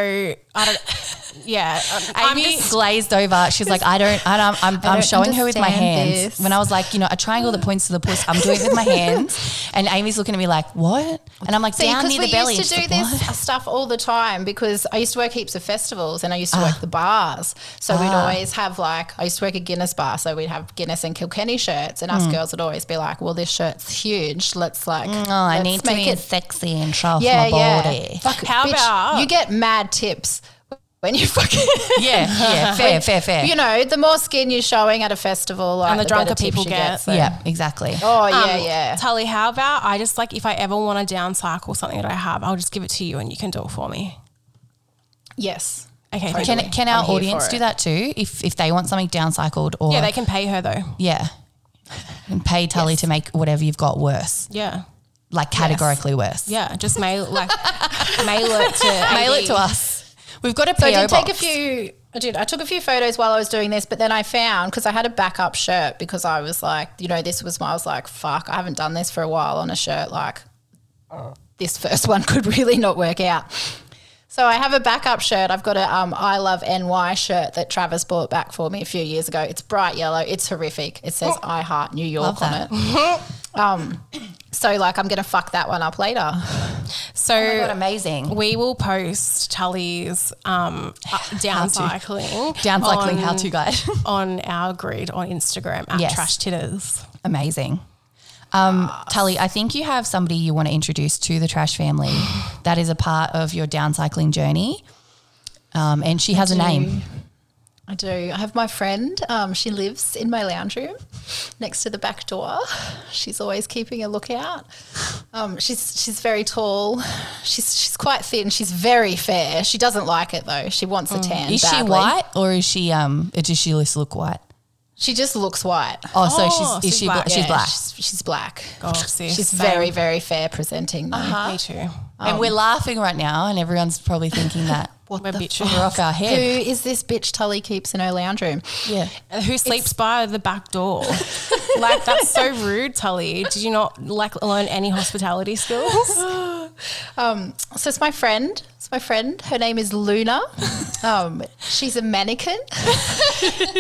[SPEAKER 2] I don't. Yeah. Um, I'm
[SPEAKER 1] Amy
[SPEAKER 2] just-
[SPEAKER 1] glazed over. She's like, I don't, I don't I'm, I'm
[SPEAKER 3] don't
[SPEAKER 1] showing her with my
[SPEAKER 3] understand
[SPEAKER 1] hands.
[SPEAKER 3] this.
[SPEAKER 1] When I was like, you know, a triangle that points to the puss, I'm doing it with my hands. And Amy's looking at me like, what? And I'm like, down
[SPEAKER 3] because
[SPEAKER 1] near
[SPEAKER 3] we
[SPEAKER 1] the belly.
[SPEAKER 3] used to do
[SPEAKER 1] And she's like,
[SPEAKER 3] this stuff all the time because I used to work heaps of festivals and I used to
[SPEAKER 1] Ah.
[SPEAKER 3] work the bars. So we'd always have like I used to work at Guinness bar, so we'd have Guinness and Kilkenny shirts, and us girls would always be like, "Well, this shirt's huge. Let's like,
[SPEAKER 1] Hmm. Oh, I
[SPEAKER 3] let's
[SPEAKER 1] need to
[SPEAKER 3] make
[SPEAKER 1] be
[SPEAKER 3] it
[SPEAKER 1] sexy and show off
[SPEAKER 3] yeah,
[SPEAKER 1] my body.
[SPEAKER 3] yeah." Fuck,
[SPEAKER 2] How about-
[SPEAKER 3] you get mad tips when you fucking
[SPEAKER 1] Yeah, yeah, fair, fair, fair.
[SPEAKER 3] you know the more skin you're showing at a festival, like,
[SPEAKER 2] And the drunker
[SPEAKER 3] better tips
[SPEAKER 2] people
[SPEAKER 3] you
[SPEAKER 2] get.
[SPEAKER 3] so-
[SPEAKER 1] yeah, exactly.
[SPEAKER 3] Oh yeah,
[SPEAKER 2] Um,
[SPEAKER 3] yeah.
[SPEAKER 2] Tully, how about I just like if I ever want to downcycle something that I have, I'll just give it to you and you can do it for me.
[SPEAKER 3] Yes.
[SPEAKER 2] Okay.
[SPEAKER 3] Totally.
[SPEAKER 2] thank you.
[SPEAKER 1] Can, can
[SPEAKER 3] I'm
[SPEAKER 1] our
[SPEAKER 3] here
[SPEAKER 1] audience
[SPEAKER 3] for
[SPEAKER 1] do
[SPEAKER 3] it.
[SPEAKER 1] that too? If if they want something downcycled or
[SPEAKER 2] Yeah, they can pay her though.
[SPEAKER 1] yeah. and pay Tully to make whatever you've got worse,
[SPEAKER 2] Yeah.
[SPEAKER 1] like categorically worse.
[SPEAKER 2] Yeah. Just mail like mail it to
[SPEAKER 1] Mail it
[SPEAKER 2] AD.
[SPEAKER 1] to us. We've got a PO
[SPEAKER 3] I did
[SPEAKER 1] box.
[SPEAKER 3] take a few. I did. I took a few photos while I was doing this, but then I found because I had a backup shirt because I was like, you know, this was my. I was like, fuck, I haven't done this for a while on a shirt. Like, this first one could really not work out. So I have a backup shirt. I've got a um, I love NY shirt that Travis bought back for me a few years ago. It's bright yellow. It's horrific. It says I heart New York
[SPEAKER 1] Oh. Love
[SPEAKER 3] on it. um, so like, I'm gonna fuck that one up later.
[SPEAKER 2] So
[SPEAKER 1] Oh my God, amazing.
[SPEAKER 2] we will post Tully's um, up- downcycling,
[SPEAKER 1] Downcycling
[SPEAKER 2] on-
[SPEAKER 1] how to guide.
[SPEAKER 2] on our grid on Instagram at
[SPEAKER 1] Yes.
[SPEAKER 2] Trash Titters.
[SPEAKER 1] Amazing. Um, Tully, I think you have somebody you want to introduce to the trash family that is a part of your downcycling journey. Um, and she has a name.
[SPEAKER 3] I do. I have my friend. Um, she lives in my lounge room next to the back door. She's always keeping a lookout. Um, she's she's very tall. She's she's quite thin. She's very fair. She doesn't like it though. She wants a tan.
[SPEAKER 1] Mm. Is she
[SPEAKER 3] badly.
[SPEAKER 1] white or is she um or does she just look white?
[SPEAKER 3] She just looks white.
[SPEAKER 1] Oh, so
[SPEAKER 2] Oh,
[SPEAKER 1] she's is
[SPEAKER 2] she's
[SPEAKER 1] she
[SPEAKER 2] black.
[SPEAKER 1] black. she's
[SPEAKER 3] Yeah,
[SPEAKER 1] black.
[SPEAKER 3] She's, she's black.
[SPEAKER 2] Oh, sis,
[SPEAKER 3] She's
[SPEAKER 2] same.
[SPEAKER 3] very very fair presenting. Though.
[SPEAKER 1] Uh-huh.
[SPEAKER 2] Me too.
[SPEAKER 1] and
[SPEAKER 3] um,
[SPEAKER 1] we're laughing right now and everyone's probably thinking that
[SPEAKER 3] What
[SPEAKER 2] We're
[SPEAKER 3] the
[SPEAKER 2] bitching.
[SPEAKER 1] we're off our
[SPEAKER 3] Who
[SPEAKER 1] head.
[SPEAKER 3] is this bitch Tully keeps in her lounge room?
[SPEAKER 1] Yeah.
[SPEAKER 2] Who sleeps by the back door? like that's so rude, Tully. Did you not like learn any hospitality skills?
[SPEAKER 3] So it's my friend. It's my friend. Her name is Luna. Um, she's a mannequin.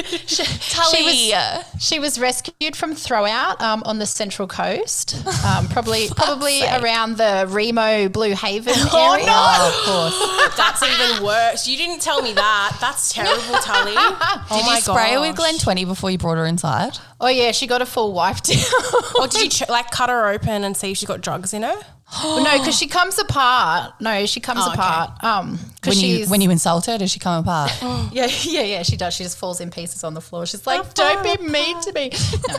[SPEAKER 1] Tully.
[SPEAKER 3] She was rescued from throwout um, on the central coast, um, probably probably around the Remo Blue Haven area.
[SPEAKER 1] Oh,
[SPEAKER 2] that's even worse. You didn't tell me that. That's terrible, Tully.
[SPEAKER 1] of course. Did
[SPEAKER 2] my
[SPEAKER 1] you spray her with
[SPEAKER 2] gosh.
[SPEAKER 1] Glen 20 before you brought her inside?
[SPEAKER 3] Oh yeah, she got a full wipe down.
[SPEAKER 2] Or did you ch- like cut her open and see if she got drugs in her?
[SPEAKER 3] no, because she comes apart. No, she comes
[SPEAKER 2] Oh, okay.
[SPEAKER 3] apart. Um,
[SPEAKER 1] When
[SPEAKER 3] because
[SPEAKER 1] you
[SPEAKER 3] she's
[SPEAKER 1] when you insult her, does she come apart?
[SPEAKER 3] yeah yeah yeah she does. She just falls in pieces on the floor. She's like, don't be mean to me. No.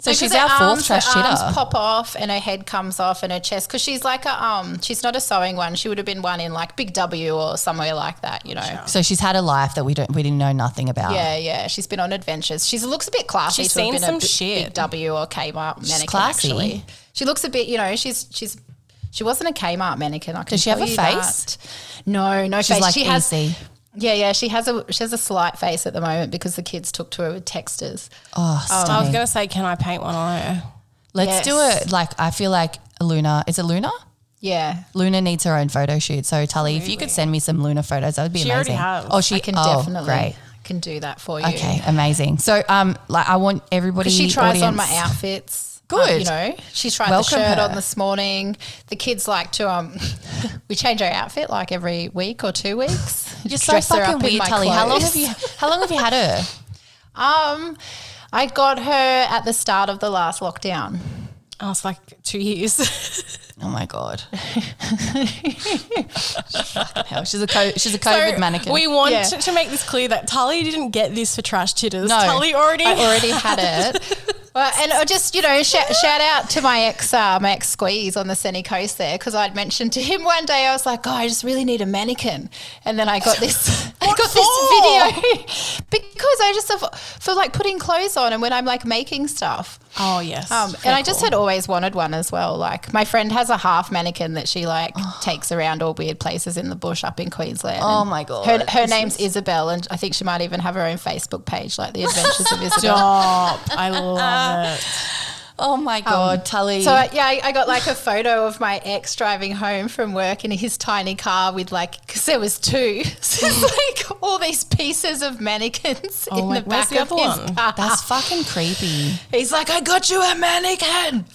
[SPEAKER 1] So
[SPEAKER 3] Because
[SPEAKER 1] she's
[SPEAKER 3] her
[SPEAKER 1] our fourth
[SPEAKER 3] arms-
[SPEAKER 1] trash
[SPEAKER 3] her arms
[SPEAKER 1] cheater.
[SPEAKER 3] Pop off, and her head comes off, and her chest. Because she's like a um, she's not a sewing one. She would have been one in like Big W or somewhere like that, you know.
[SPEAKER 1] So she's had a life that we don't we didn't know nothing about.
[SPEAKER 3] Yeah, yeah. She's been on adventures. She looks a bit classy.
[SPEAKER 2] She's
[SPEAKER 3] to have
[SPEAKER 2] seen
[SPEAKER 3] been
[SPEAKER 2] some
[SPEAKER 3] a b-
[SPEAKER 2] shit.
[SPEAKER 3] Big W or Kmart mannequin.
[SPEAKER 1] classy.
[SPEAKER 3] Actually, she looks a bit. You know, she's she's she wasn't a Kmart mannequin. I can
[SPEAKER 1] Does she have
[SPEAKER 3] tell
[SPEAKER 1] a
[SPEAKER 3] you
[SPEAKER 1] face?
[SPEAKER 3] that. No, no
[SPEAKER 1] She's
[SPEAKER 3] face.
[SPEAKER 1] like
[SPEAKER 3] she has.
[SPEAKER 1] easy.
[SPEAKER 3] Yeah, yeah. She has a she has a slight face at the moment because the kids took to her with texters.
[SPEAKER 1] Oh,
[SPEAKER 2] I was
[SPEAKER 1] stunning.
[SPEAKER 2] gonna say, can I paint one on her?
[SPEAKER 1] Let's do
[SPEAKER 3] Yes.
[SPEAKER 1] it. Like I feel like Luna. Is it Luna?
[SPEAKER 3] Yeah,
[SPEAKER 1] Luna needs her own photo shoot. So Tully, if you could send me some Luna photos, that would be
[SPEAKER 2] She already
[SPEAKER 1] amazing.
[SPEAKER 2] has.
[SPEAKER 1] Oh, she
[SPEAKER 3] I can
[SPEAKER 1] oh,
[SPEAKER 3] definitely
[SPEAKER 1] Great.
[SPEAKER 3] can do that for you.
[SPEAKER 1] Okay, amazing. So um, like I want everybody.
[SPEAKER 3] She tries on my
[SPEAKER 1] audience-
[SPEAKER 3] outfits.
[SPEAKER 1] Good.
[SPEAKER 3] Um, you know, she tried
[SPEAKER 1] Welcome
[SPEAKER 3] the shirt
[SPEAKER 1] her.
[SPEAKER 3] on this morning. The kids like to um, we change our outfit like every week or two weeks.
[SPEAKER 1] You're
[SPEAKER 3] Just
[SPEAKER 1] so
[SPEAKER 3] dress her
[SPEAKER 1] fucking
[SPEAKER 3] up in
[SPEAKER 1] weird,
[SPEAKER 3] my
[SPEAKER 1] Tully. How long
[SPEAKER 3] clothes.
[SPEAKER 1] have you How long have you had her?
[SPEAKER 3] Um, I got her at the start of the last lockdown.
[SPEAKER 2] I was like two years.
[SPEAKER 1] Oh my god. Fucking hell, she's a co- she's a COVID mannequin.
[SPEAKER 2] We want
[SPEAKER 3] Yeah.
[SPEAKER 2] to, to make this clear that Tully didn't get this for trash titters.
[SPEAKER 1] No.
[SPEAKER 2] Tully already.
[SPEAKER 3] I already had it. Well, and I just you know, sh- shout out to my ex, uh, my ex squeeze on the sunny coast there, because I'd mentioned to him one day I was like, "Oh, I just really need a mannequin," and then I got this, I got this video because I just have, for like putting clothes on and when I'm like making stuff.
[SPEAKER 2] oh yes.
[SPEAKER 3] Um, and I just had always wanted one as well. Like my friend has a half mannequin that she like takes around all weird places in the bush up in Queensland.
[SPEAKER 1] Oh
[SPEAKER 3] And
[SPEAKER 1] my God.
[SPEAKER 3] Her, her name's Isabel, and I think she might even have her own Facebook page, like the Adventures of Isabel.
[SPEAKER 2] Stop. I love it.
[SPEAKER 1] oh my god, Tully.
[SPEAKER 3] Um, So I- yeah, I, I got like a photo of my ex driving home from work in his tiny car with like because there was two, so it's like all these pieces of mannequins
[SPEAKER 2] Oh
[SPEAKER 3] in
[SPEAKER 2] my-
[SPEAKER 3] the
[SPEAKER 2] where's
[SPEAKER 3] back
[SPEAKER 2] the
[SPEAKER 3] of
[SPEAKER 2] other
[SPEAKER 3] his
[SPEAKER 2] one?
[SPEAKER 3] car.
[SPEAKER 1] that's fucking creepy.
[SPEAKER 3] He's like, I got you a mannequin.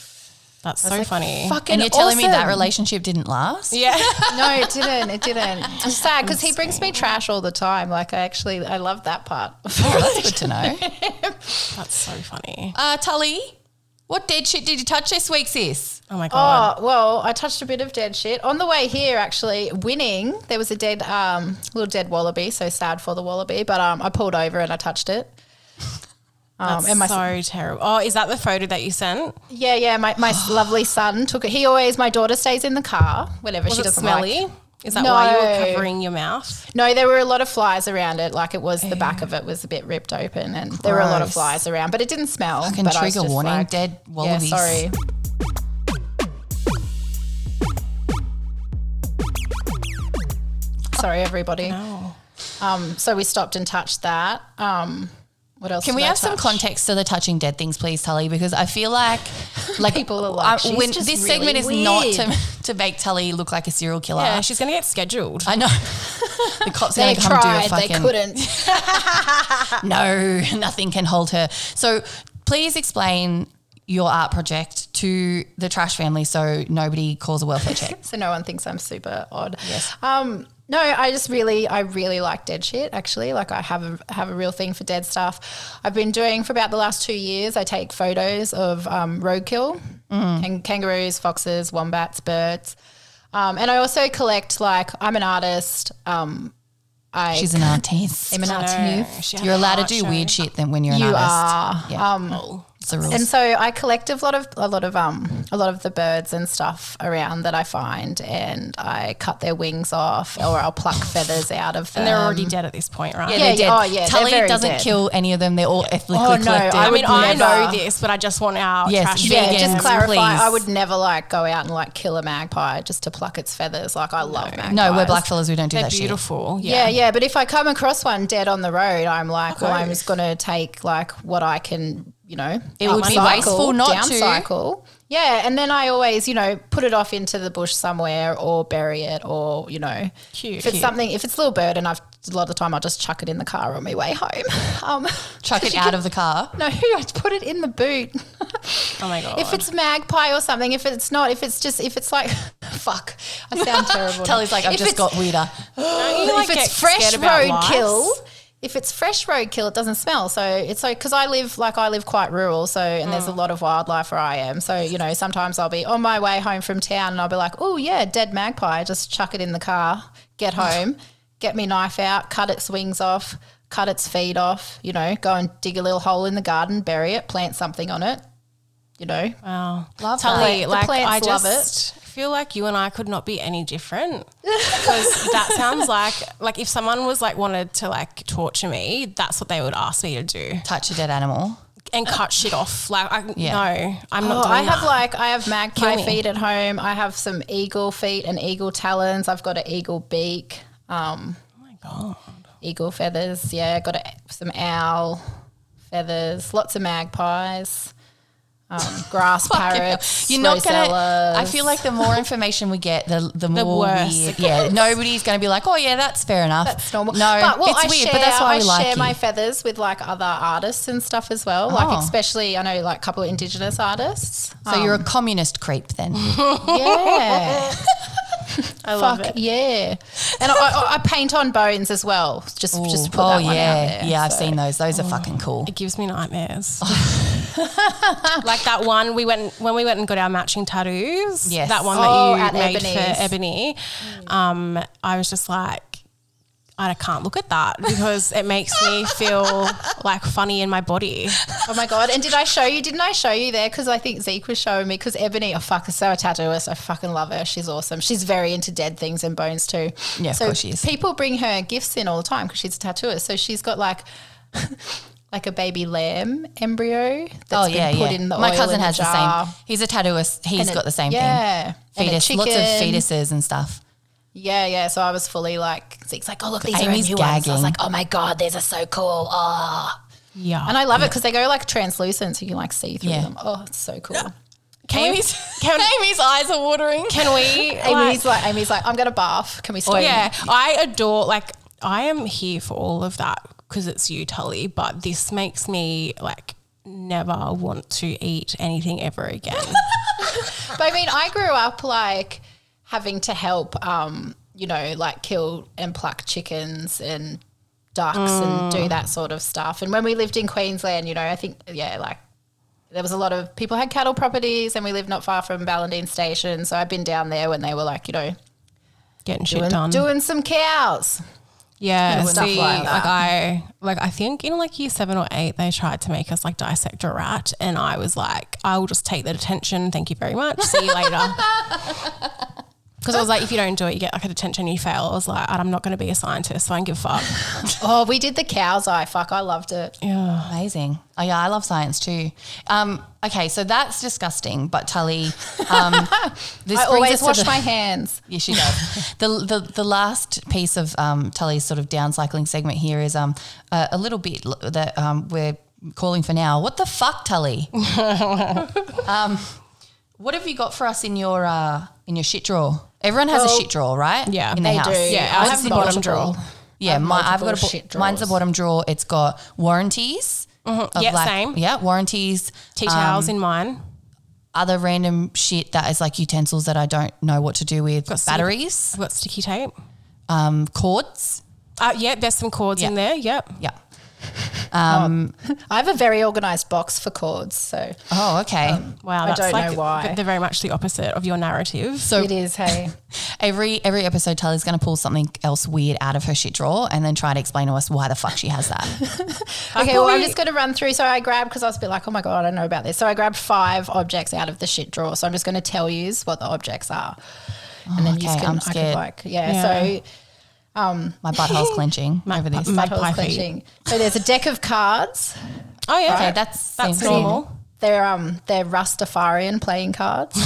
[SPEAKER 2] That's so funny.
[SPEAKER 3] Fucking
[SPEAKER 1] And you're telling me that
[SPEAKER 3] awesome.
[SPEAKER 1] relationship didn't last?
[SPEAKER 2] Yeah.
[SPEAKER 3] No, it didn't. It didn't. I'm sad because he brings me trash all the time. Like I actually, I love that part.
[SPEAKER 1] Oh, that's good to know.
[SPEAKER 2] That's so funny.
[SPEAKER 1] Uh, Tully, what dead shit did you touch this week, sis?
[SPEAKER 2] Oh my god.
[SPEAKER 3] Oh well, I touched a bit of dead shit on the way here. Actually, winning there was a dead, um, little dead wallaby. So sad for the wallaby, but um, I pulled over and I touched it. Um, and my
[SPEAKER 2] so terrible. Oh, is that the photo that you sent?
[SPEAKER 3] yeah yeah my, my lovely son took it. He always my daughter stays in the car whenever
[SPEAKER 2] Was
[SPEAKER 3] she
[SPEAKER 2] it
[SPEAKER 3] doesn't
[SPEAKER 2] smelly?
[SPEAKER 3] like.
[SPEAKER 2] Is that why you
[SPEAKER 3] No.
[SPEAKER 2] were covering your mouth?
[SPEAKER 3] No, there were a lot of flies around it. Like it was the back of it was a bit ripped open, and there were a lot of
[SPEAKER 1] Gross.
[SPEAKER 3] flies around, but it didn't smell.
[SPEAKER 1] Fucking
[SPEAKER 3] but I was
[SPEAKER 1] trigger
[SPEAKER 3] just
[SPEAKER 1] warning,
[SPEAKER 3] like,
[SPEAKER 1] dead
[SPEAKER 3] Yeah,
[SPEAKER 1] wallabies.
[SPEAKER 3] sorry. sorry, everybody.
[SPEAKER 2] No.
[SPEAKER 3] Um, so we stopped and touched that. Um, what else?
[SPEAKER 1] Can
[SPEAKER 3] did
[SPEAKER 1] we
[SPEAKER 3] I
[SPEAKER 1] have some
[SPEAKER 3] touch?
[SPEAKER 1] context to the touching dead things, please, Tully? Because I feel like, like
[SPEAKER 3] People are like,
[SPEAKER 1] I-
[SPEAKER 3] "She's just
[SPEAKER 1] this
[SPEAKER 3] really
[SPEAKER 1] segment is not
[SPEAKER 3] weird."
[SPEAKER 1] to to make Tully look like a serial killer.
[SPEAKER 2] Yeah, she's gonna get scheduled.
[SPEAKER 1] I know. The cops
[SPEAKER 3] They
[SPEAKER 1] going to come do
[SPEAKER 3] tried,
[SPEAKER 1] a fucking.
[SPEAKER 3] they couldn't.
[SPEAKER 1] No, nothing can hold her. So please explain your art project to the trash family so nobody calls a welfare check.
[SPEAKER 3] so no one thinks I'm super odd. Yes. Um, no, I just really, I really like dead shit. Actually, like I have a have a real thing for dead stuff. I've been doing for about the last two years. I take photos of um, roadkill, kan- kangaroos, foxes, wombats, birds, um, and I also collect. Like I'm an artist. Um, I
[SPEAKER 1] She's an artist.
[SPEAKER 3] am an
[SPEAKER 2] No,
[SPEAKER 3] artist.
[SPEAKER 2] she had
[SPEAKER 1] You're
[SPEAKER 2] a
[SPEAKER 1] allowed to
[SPEAKER 2] heart
[SPEAKER 1] do
[SPEAKER 2] show.
[SPEAKER 1] weird shit then when you're an
[SPEAKER 3] You
[SPEAKER 1] artist. yeah,
[SPEAKER 3] Um,
[SPEAKER 1] it's the rules.
[SPEAKER 3] And so I collect a lot of a lot of um a lot of the birds and stuff around that I find, and I cut their wings off, or I'll pluck feathers out of them.
[SPEAKER 2] And they're already dead at this point, right?
[SPEAKER 3] Um, yeah,
[SPEAKER 1] They're dead.
[SPEAKER 3] oh, yeah, they're
[SPEAKER 1] Tully
[SPEAKER 3] very
[SPEAKER 1] doesn't
[SPEAKER 3] dead.
[SPEAKER 1] kill any of them. They're all ethnically
[SPEAKER 3] Oh, no,
[SPEAKER 1] collected.
[SPEAKER 3] I
[SPEAKER 2] I mean,
[SPEAKER 3] would
[SPEAKER 2] I know
[SPEAKER 3] never-
[SPEAKER 2] this, but I just want our
[SPEAKER 1] Yes,
[SPEAKER 2] trash
[SPEAKER 1] yeah,
[SPEAKER 3] yeah,
[SPEAKER 2] vegans.
[SPEAKER 1] Vegan,
[SPEAKER 3] just clarify. I
[SPEAKER 1] please.
[SPEAKER 3] would never like go out and like kill a magpie just to pluck its feathers. Like I love magpies.
[SPEAKER 1] no, we're black fellas. We don't do
[SPEAKER 2] They're
[SPEAKER 1] that shit.
[SPEAKER 2] beautiful. Yeah.
[SPEAKER 3] Yeah, yeah, but if I come across one dead on the road, I'm like, well, I'm
[SPEAKER 2] Okay.
[SPEAKER 3] just gonna take like what I can, you know.
[SPEAKER 1] It would be
[SPEAKER 3] upcycle,
[SPEAKER 1] wasteful not to.
[SPEAKER 3] downcycle. Yeah, and then I always, you know, put it off into the bush somewhere or bury it or you know,
[SPEAKER 2] Cute.
[SPEAKER 3] if it's
[SPEAKER 2] Cute.
[SPEAKER 3] something, if it's a little bird, and I've a lot of the time I'll just chuck it in the car on my way home. Um,
[SPEAKER 1] Chuck it out of the car.
[SPEAKER 3] no, I put it in the boot.
[SPEAKER 2] Oh my god.
[SPEAKER 3] If it's magpie or something, if it's not, if it's just, if it's like, fuck, I sound terrible.
[SPEAKER 1] Tully's like, I've
[SPEAKER 3] If
[SPEAKER 1] just
[SPEAKER 3] it's-
[SPEAKER 1] got weirder.
[SPEAKER 2] Don't you, like,
[SPEAKER 3] if
[SPEAKER 2] get
[SPEAKER 3] it's fresh
[SPEAKER 2] scared about
[SPEAKER 3] roadkill,
[SPEAKER 2] lice?
[SPEAKER 3] if it's fresh roadkill, it doesn't smell. So it's like because I live like I live quite rural, so and there's a lot of wildlife where I am. So you know, sometimes I'll be on my way home from town and I'll be like, oh yeah, dead magpie. Just chuck it in the car, get home, get me knife out, cut its wings off, cut its feet off. You know, go and dig a little hole in the garden, bury it, plant something on it. You know,
[SPEAKER 2] Wow.
[SPEAKER 1] Love
[SPEAKER 2] Tully,
[SPEAKER 3] that. The
[SPEAKER 2] like
[SPEAKER 3] plants
[SPEAKER 2] I
[SPEAKER 3] love
[SPEAKER 2] just feel like you and I could not be any different because that sounds like like if someone was like wanted to like torture me, that's what they would ask me to do
[SPEAKER 1] Touch a dead animal.
[SPEAKER 2] and cut shit off. Like I
[SPEAKER 1] Yeah.
[SPEAKER 2] no, I'm
[SPEAKER 3] Oh,
[SPEAKER 2] not. Doing
[SPEAKER 3] I have
[SPEAKER 2] that.
[SPEAKER 3] like I have magpie
[SPEAKER 2] Kill me.
[SPEAKER 3] feet at home. I have some eagle feet and eagle talons. I've got an eagle beak, um,
[SPEAKER 2] Oh my god.
[SPEAKER 3] eagle feathers. Yeah, got a, some owl feathers. Lots of magpies, um, grass parrots.
[SPEAKER 1] You're not gonna.
[SPEAKER 3] rosellas.
[SPEAKER 1] I feel like the more information we get, the the more
[SPEAKER 2] worse
[SPEAKER 1] weird.
[SPEAKER 2] it
[SPEAKER 1] Yeah, nobody's gonna be like, oh yeah, that's fair enough.
[SPEAKER 3] That's normal.
[SPEAKER 1] No,
[SPEAKER 3] but, well,
[SPEAKER 1] it's
[SPEAKER 3] I
[SPEAKER 1] weird,
[SPEAKER 3] share,
[SPEAKER 1] but that's why
[SPEAKER 3] I
[SPEAKER 1] we like
[SPEAKER 3] share
[SPEAKER 1] you.
[SPEAKER 3] my feathers with like other artists and stuff as well. Like
[SPEAKER 1] Oh.
[SPEAKER 3] especially, I know like a couple of indigenous artists.
[SPEAKER 1] so you're a communist creep then.
[SPEAKER 3] Yeah. I
[SPEAKER 2] love
[SPEAKER 3] Fuck, Yeah. And I, I, I paint on bones as well. Just just to put that one
[SPEAKER 1] Oh, yeah,
[SPEAKER 3] out there.
[SPEAKER 1] yeah. I've
[SPEAKER 3] So-
[SPEAKER 1] seen those. Those are fucking cool.
[SPEAKER 2] It gives me nightmares. like that one we went when we went and got our matching tattoos.
[SPEAKER 1] Yes.
[SPEAKER 2] That one
[SPEAKER 3] Oh,
[SPEAKER 2] that
[SPEAKER 3] at
[SPEAKER 2] you made
[SPEAKER 3] Ebony's.
[SPEAKER 2] for Ebony.
[SPEAKER 1] Mm.
[SPEAKER 2] Um, I was just like, I can't look at that because it makes me feel like funny in my body.
[SPEAKER 3] Oh my god! And did I show you? Didn't I show you there? Because I think Zeke was showing me. Because Ebony, oh fuck, is so a tattooist. I fucking love her. She's awesome. She's very into dead things and bones too.
[SPEAKER 1] Yeah, of
[SPEAKER 3] so
[SPEAKER 1] course she is.
[SPEAKER 3] People bring her gifts in all the time because she's a tattooist. So she's got like. Like a baby lamb embryo that's
[SPEAKER 1] Oh
[SPEAKER 3] been
[SPEAKER 1] yeah,
[SPEAKER 3] put
[SPEAKER 1] yeah.
[SPEAKER 3] in the
[SPEAKER 1] my
[SPEAKER 3] oil
[SPEAKER 1] cousin
[SPEAKER 3] in the
[SPEAKER 1] has the,
[SPEAKER 3] jar.
[SPEAKER 1] same. He's a tattooist. He's
[SPEAKER 3] And
[SPEAKER 1] got
[SPEAKER 3] it-
[SPEAKER 1] the same
[SPEAKER 3] yeah.
[SPEAKER 1] thing.
[SPEAKER 3] And a
[SPEAKER 1] Fetus, lots of
[SPEAKER 3] chicken.
[SPEAKER 1] fetuses and stuff.
[SPEAKER 3] Yeah, yeah. So I was fully like, Zeke's like, oh look, these
[SPEAKER 1] Amy's
[SPEAKER 3] are new ones. I
[SPEAKER 1] gagging.
[SPEAKER 3] was like, oh my god, these are so cool. Oh.
[SPEAKER 2] Yeah.
[SPEAKER 3] And I love it 'cause it because they go like translucent, so you can like see through
[SPEAKER 1] Yeah.
[SPEAKER 3] them. Oh, it's so cool.
[SPEAKER 2] can we, can,
[SPEAKER 1] Amy's eyes are watering.
[SPEAKER 2] can we like,
[SPEAKER 3] Amy's like, Amy's like, I'm gonna barf. Can we stop?
[SPEAKER 2] Oh, yeah, I adore like I am here for all of that because it's you, Tully. But this makes me like never want to eat anything ever again.
[SPEAKER 3] But I mean, I grew up like having to help, um, you know, like kill and pluck chickens and ducks
[SPEAKER 1] Mm.
[SPEAKER 3] and do that sort of stuff. And when we lived in Queensland, you know, I think yeah, like there was a lot of people had cattle properties, and we lived not far from Ballandine Station. So I've been down there when they were like, you know,
[SPEAKER 2] Getting shit
[SPEAKER 3] doing,
[SPEAKER 2] done.
[SPEAKER 3] doing some cows.
[SPEAKER 2] Yeah,
[SPEAKER 3] and stuff
[SPEAKER 2] see,
[SPEAKER 3] like
[SPEAKER 2] like,
[SPEAKER 3] that.
[SPEAKER 2] I like I think in like year seven or eight they tried to make us like dissect a rat, and I was like, I will just take the detention. Thank you very much. See you later. Because I was like, if you don't do it, you get like a detention, you fail. I was like, I'm not going to be a scientist, so I don't give a fuck.
[SPEAKER 3] Oh, we did the cow's eye. Fuck, I loved it.
[SPEAKER 2] yeah.
[SPEAKER 1] Amazing. Oh yeah, I love science too. Um, okay, so that's disgusting. But Tully, um, this brings
[SPEAKER 3] I
[SPEAKER 1] us
[SPEAKER 3] always
[SPEAKER 1] to
[SPEAKER 3] wash
[SPEAKER 1] the-
[SPEAKER 3] my hands.
[SPEAKER 1] Yeah, she does. the, the The last piece of um, Tully's sort of downcycling segment here is um, a, a little bit l- that um, we're calling for now. What the fuck, Tully? um, what have you got for us in your uh, in your shit drawer? Everyone has
[SPEAKER 3] Well,
[SPEAKER 1] a shit drawer, right?
[SPEAKER 2] yeah.
[SPEAKER 1] in their
[SPEAKER 2] They
[SPEAKER 1] house.
[SPEAKER 3] do.
[SPEAKER 2] Yeah,
[SPEAKER 3] I
[SPEAKER 2] I
[SPEAKER 3] have
[SPEAKER 2] have the bottom
[SPEAKER 3] multiple.
[SPEAKER 2] drawer.
[SPEAKER 1] Yeah, my, I've got a
[SPEAKER 3] multiple
[SPEAKER 1] bo-
[SPEAKER 3] shit
[SPEAKER 1] mine's a
[SPEAKER 3] drawers.
[SPEAKER 1] bottom drawer. It's got warranties. of
[SPEAKER 2] Mm-hmm. Yeah, same.
[SPEAKER 1] Yeah, warranties.
[SPEAKER 2] Tea
[SPEAKER 1] um,
[SPEAKER 2] towels in mine.
[SPEAKER 1] other random shit that is like utensils that I don't know what to do with.
[SPEAKER 2] some-
[SPEAKER 1] Batteries,
[SPEAKER 2] I've got sticky tape.
[SPEAKER 1] um, cords.
[SPEAKER 2] Uh, yeah, there's some cords in
[SPEAKER 1] Yeah.
[SPEAKER 2] there. Yep.
[SPEAKER 1] Yeah.
[SPEAKER 3] I have a very organized box for cords, so
[SPEAKER 1] Oh, okay.
[SPEAKER 2] Wow,
[SPEAKER 3] I
[SPEAKER 2] that's
[SPEAKER 3] don't know
[SPEAKER 2] like
[SPEAKER 3] why.
[SPEAKER 2] but they're very much the opposite of your narrative. So
[SPEAKER 3] it is. Hey,
[SPEAKER 1] every every episode, Tully's going to pull something else weird out of her shit drawer and then try to explain to us why the fuck she has that.
[SPEAKER 3] okay. Well, I'm
[SPEAKER 2] probably-
[SPEAKER 3] just going to run through. So I grabbed because I was a bit like, oh my god, I don't know about this. So I grabbed five objects out of the shit drawer. So I'm just going to tell you what the objects are, and then
[SPEAKER 1] Oh, okay,
[SPEAKER 3] you can.
[SPEAKER 1] I'm
[SPEAKER 3] I could,
[SPEAKER 1] scared.
[SPEAKER 3] like, yeah,
[SPEAKER 2] Yeah.
[SPEAKER 3] So
[SPEAKER 1] My butthole's clenching over this.
[SPEAKER 2] my
[SPEAKER 3] butthole's
[SPEAKER 2] pie feet.
[SPEAKER 3] clenching. So there's a deck of cards.
[SPEAKER 2] Oh yeah,
[SPEAKER 1] Okay, that's
[SPEAKER 2] that's
[SPEAKER 1] seems-
[SPEAKER 2] normal.
[SPEAKER 3] They're um they're Rastafarian playing cards.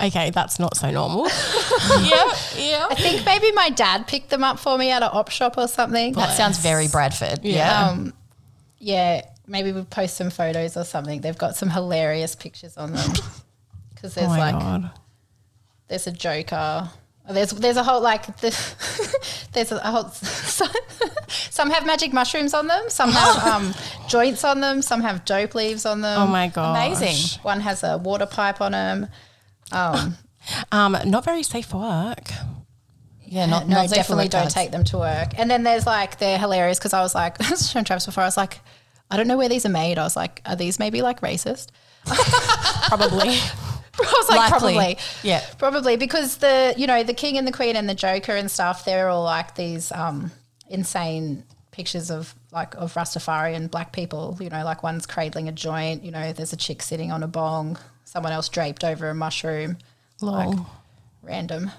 [SPEAKER 2] Okay, that's not so normal.
[SPEAKER 1] yeah, yeah.
[SPEAKER 3] I think maybe my dad picked them up for me at an op shop or something.
[SPEAKER 1] That sounds very Bradford. Yeah.
[SPEAKER 3] Um, yeah, maybe we'll post some photos or something. They've got some hilarious pictures on them because
[SPEAKER 2] oh
[SPEAKER 3] there's
[SPEAKER 2] my
[SPEAKER 3] like
[SPEAKER 2] god.
[SPEAKER 3] there's a Joker. There's there's a whole like the, there's a whole some have magic mushrooms on them. Some have um, joints on them. Some have dope leaves on them.
[SPEAKER 2] Oh my god.
[SPEAKER 1] Amazing.
[SPEAKER 3] One has a water pipe on them.
[SPEAKER 2] Um, not very safe for work.
[SPEAKER 1] yeah, not,
[SPEAKER 3] no,
[SPEAKER 1] not safe for
[SPEAKER 3] definitely
[SPEAKER 1] red
[SPEAKER 3] don't
[SPEAKER 1] cards.
[SPEAKER 3] take them to work. And then there's like they're hilarious because I was like, I was showing Travis before. I was like, I don't know where these are made. I was like, are these maybe like racist?
[SPEAKER 2] Probably.
[SPEAKER 3] I was like,
[SPEAKER 1] Likely.
[SPEAKER 3] probably,
[SPEAKER 1] Yeah.
[SPEAKER 3] probably because the you know the king and the queen and the Joker and stuff. They're all like these um, insane pictures of like of Rastafarian black people. You know, like one's cradling a joint. You know, there's a chick sitting on a bong. Someone else draped over a mushroom.
[SPEAKER 2] Lol.
[SPEAKER 3] Random.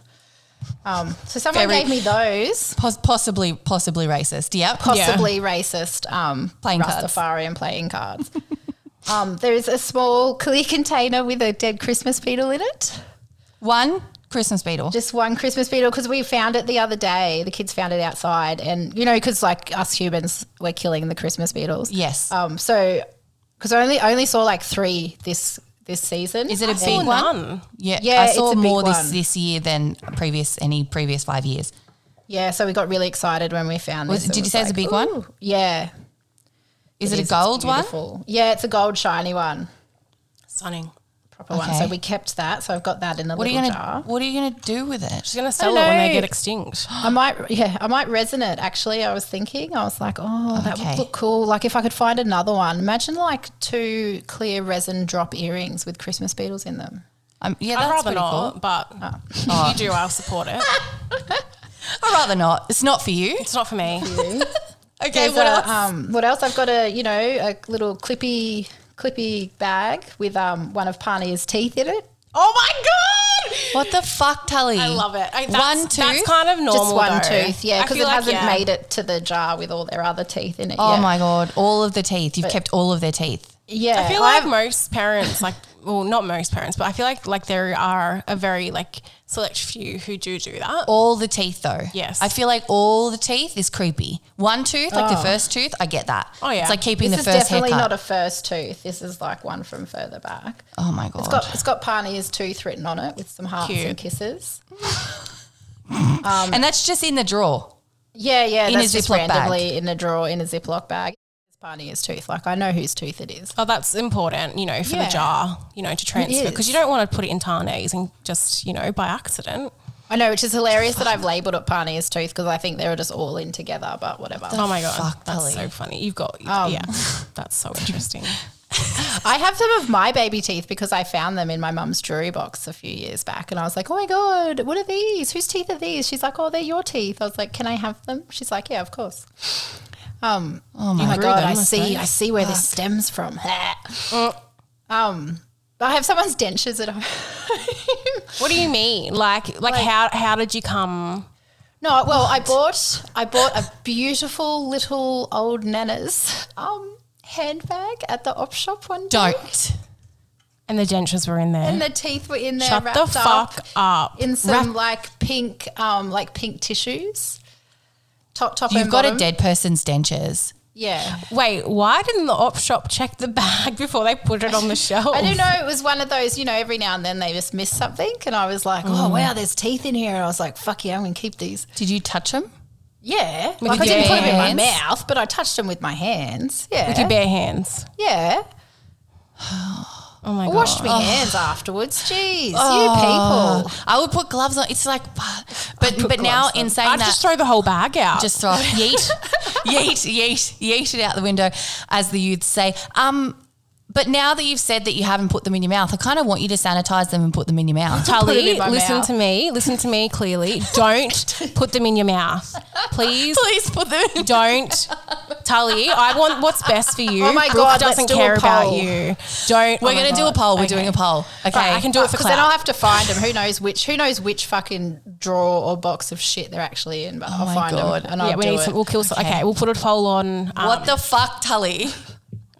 [SPEAKER 3] Um, so someone
[SPEAKER 1] Very-
[SPEAKER 3] gave me those.
[SPEAKER 1] Pos- possibly, possibly racist. Yeah.
[SPEAKER 3] possibly racist um,
[SPEAKER 1] Playing cards.
[SPEAKER 3] Rastafarian playing cards. um, there is a small clear container with a dead Christmas beetle in it.
[SPEAKER 1] One Christmas beetle.
[SPEAKER 3] Just one Christmas beetle because we found it the other day. The kids found it outside, and you know, because like us humans, we're killing the Christmas beetles.
[SPEAKER 1] Yes.
[SPEAKER 3] Um. So, because I only I only saw like three this this season.
[SPEAKER 1] Is it a
[SPEAKER 2] I saw
[SPEAKER 1] big one?
[SPEAKER 2] none.
[SPEAKER 1] Yeah,
[SPEAKER 3] Yeah,
[SPEAKER 1] I
[SPEAKER 3] it's
[SPEAKER 1] saw
[SPEAKER 3] a big
[SPEAKER 1] more this
[SPEAKER 3] one.
[SPEAKER 1] this year than previous any previous five years.
[SPEAKER 3] Yeah. So we got really excited when we found
[SPEAKER 1] Was-
[SPEAKER 3] this. It
[SPEAKER 1] did you say it's a
[SPEAKER 3] like,
[SPEAKER 1] big one?
[SPEAKER 3] ooh, Yeah.
[SPEAKER 1] Is
[SPEAKER 3] it
[SPEAKER 1] it,
[SPEAKER 3] is. It's
[SPEAKER 1] a gold one?
[SPEAKER 3] beautiful. Yeah, it's a gold shiny one.
[SPEAKER 2] Stunning.
[SPEAKER 3] Proper one. So
[SPEAKER 1] Okay.
[SPEAKER 3] we kept that. So I've got that in the
[SPEAKER 1] What are you
[SPEAKER 3] little
[SPEAKER 1] gonna
[SPEAKER 3] jar.
[SPEAKER 1] What are you gonna do with it?
[SPEAKER 2] She's gonna sell it
[SPEAKER 3] don't
[SPEAKER 2] when they
[SPEAKER 3] know.
[SPEAKER 2] get extinct.
[SPEAKER 3] I might, yeah, I might resonate. Actually, I was thinking, I was like, oh, that
[SPEAKER 1] Okay.
[SPEAKER 3] would look cool. Like if I could find another one, imagine like two clear resin drop earrings with Christmas beetles in them.
[SPEAKER 1] Um, yeah,
[SPEAKER 2] I'd
[SPEAKER 1] that's
[SPEAKER 2] rather
[SPEAKER 1] pretty
[SPEAKER 2] not,
[SPEAKER 1] cool.
[SPEAKER 2] but if you do, I'll support it.
[SPEAKER 1] I'd rather not. It's not for you.
[SPEAKER 2] It's not for me.
[SPEAKER 1] Okay,
[SPEAKER 3] There's
[SPEAKER 1] what
[SPEAKER 3] a,
[SPEAKER 1] else?
[SPEAKER 3] Um, what else? I've got a, you know, a little clippy, clippy bag with um, one of Parnia's teeth in it.
[SPEAKER 2] Oh my god!
[SPEAKER 1] what the fuck, Tully?
[SPEAKER 2] I love it. I, that's,
[SPEAKER 1] One tooth.
[SPEAKER 2] That's kind of normal.
[SPEAKER 3] Just one
[SPEAKER 2] though.
[SPEAKER 3] tooth, yeah,
[SPEAKER 2] I
[SPEAKER 3] because it
[SPEAKER 2] feel like,
[SPEAKER 3] hasn't
[SPEAKER 2] yeah.
[SPEAKER 3] made it to the jar with all their other teeth in it.
[SPEAKER 1] oh
[SPEAKER 3] yet.
[SPEAKER 1] my god, all of the teeth. You've kept all of their teeth.
[SPEAKER 3] Yeah,
[SPEAKER 2] I feel like
[SPEAKER 3] I've-
[SPEAKER 2] most parents, like, well, not most parents, but I feel like like there are a very like select few who do do that.
[SPEAKER 1] All the teeth, though.
[SPEAKER 2] Yes.
[SPEAKER 1] I feel like all the teeth is creepy. One tooth, like the first tooth, I get that.
[SPEAKER 2] Oh, yeah.
[SPEAKER 1] It's like keeping
[SPEAKER 3] this
[SPEAKER 1] the
[SPEAKER 3] is
[SPEAKER 1] first
[SPEAKER 3] definitely
[SPEAKER 1] haircut.
[SPEAKER 3] not a first tooth. This is like one from further back.
[SPEAKER 1] oh my god.
[SPEAKER 3] It's got it's got Parnia's tooth written on it with some hearts
[SPEAKER 2] Cute.
[SPEAKER 3] and kisses.
[SPEAKER 1] and that's just in the drawer.
[SPEAKER 3] Yeah, yeah.
[SPEAKER 1] In a
[SPEAKER 3] that's just
[SPEAKER 1] Ziploc bag.
[SPEAKER 3] randomly in a drawer in a Ziploc bag. It's Parnia's tooth. Like I know whose tooth it is.
[SPEAKER 2] Oh, that's important, you know, for
[SPEAKER 3] Yeah.
[SPEAKER 2] the jar, you know, to transfer because you
[SPEAKER 3] is.
[SPEAKER 2] don't want to put it in tarnays and just, you know, by accident.
[SPEAKER 3] I know, which is hilarious that I've labelled it Parnia's tooth because I think they were just all in together. But whatever.
[SPEAKER 2] Oh my god,
[SPEAKER 1] fuck,
[SPEAKER 2] that's
[SPEAKER 1] Tully?
[SPEAKER 2] so funny. You've got, yeah, that's so interesting.
[SPEAKER 3] I have some of my baby teeth because I found them in my mum's jewelry box a few years back, and I was like, "Oh my god, what are these? Whose teeth are these?" She's like, "Oh, they're your teeth." I was like, "Can I have them?" She's like, "Yeah, of course." Um, oh my,
[SPEAKER 1] grew
[SPEAKER 3] god,
[SPEAKER 1] them,
[SPEAKER 3] I
[SPEAKER 1] I
[SPEAKER 3] see,
[SPEAKER 1] suppose.
[SPEAKER 3] I see where this stems
[SPEAKER 2] Mm,
[SPEAKER 3] from. um, I have someone's dentures at home.
[SPEAKER 2] What do you mean? Like, like, how how did you come?
[SPEAKER 3] No, well, I bought I bought a beautiful little old nana's um, handbag at the op shop one day.
[SPEAKER 1] Don't.
[SPEAKER 2] And the dentures were in
[SPEAKER 3] And
[SPEAKER 2] there.
[SPEAKER 3] the teeth were in there
[SPEAKER 2] Shut
[SPEAKER 3] wrapped
[SPEAKER 2] the fuck
[SPEAKER 3] up
[SPEAKER 2] up.
[SPEAKER 3] in some like pink, um, like pink tissues. Top, top.
[SPEAKER 1] You've
[SPEAKER 3] and
[SPEAKER 1] got a
[SPEAKER 3] bottom.
[SPEAKER 1] dead person's dentures.
[SPEAKER 3] Yeah,
[SPEAKER 2] Wait, why didn't the op shop check the bag before they put it on the shelf?
[SPEAKER 3] I don't know. It was one of those, you know, every now and then they just miss something, and I was like,
[SPEAKER 2] Mm.
[SPEAKER 3] oh wow, there's teeth in here. And I was like, fuck yeah, I'm gonna keep these.
[SPEAKER 1] Did you touch them?
[SPEAKER 3] Yeah, like I
[SPEAKER 2] your
[SPEAKER 3] didn't put them in my
[SPEAKER 1] hands?
[SPEAKER 3] mouth, but I touched them with my hands. Yeah,
[SPEAKER 2] With your bare hands.
[SPEAKER 3] yeah.
[SPEAKER 2] Oh my
[SPEAKER 3] I
[SPEAKER 2] god.
[SPEAKER 3] washed my hands afterwards. Jeez,
[SPEAKER 1] Oh.
[SPEAKER 3] you people.
[SPEAKER 1] I would put gloves on. It's like, but but, but now in saying
[SPEAKER 2] I'd
[SPEAKER 1] that,
[SPEAKER 2] just throw the whole bag out.
[SPEAKER 1] just throw it, yeet, yeet, yeet, yeet it out the window, as the youths say. Um, but now that you've said that you haven't put them in your mouth, I kind of want you to sanitize them and put them in your mouth.
[SPEAKER 3] Put it
[SPEAKER 2] Tully,
[SPEAKER 3] in my
[SPEAKER 2] listen
[SPEAKER 3] mouth.
[SPEAKER 2] to me. Listen to me clearly. Don't put them in your mouth, please.
[SPEAKER 1] Please put them. In.
[SPEAKER 2] Don't, Tully. I want what's best for you.
[SPEAKER 3] Oh my
[SPEAKER 2] Brooke
[SPEAKER 3] God, let's
[SPEAKER 2] doesn't
[SPEAKER 3] do a
[SPEAKER 2] care about
[SPEAKER 3] poll.
[SPEAKER 2] you. Don't. Oh
[SPEAKER 1] We're gonna do a poll. We're doing a poll. Okay,
[SPEAKER 2] I can do it for
[SPEAKER 3] Because then
[SPEAKER 2] clout.
[SPEAKER 3] I'll have to find them. Who knows which? Who knows which fucking drawer or box of shit they're actually in? But
[SPEAKER 1] my
[SPEAKER 3] I'll find
[SPEAKER 1] God.
[SPEAKER 3] them and
[SPEAKER 2] yeah,
[SPEAKER 3] I'll
[SPEAKER 2] we
[SPEAKER 3] do
[SPEAKER 2] need
[SPEAKER 3] it.
[SPEAKER 2] some. We'll kill some. Okay. we'll put a poll on. Um,
[SPEAKER 1] What the fuck, Tully?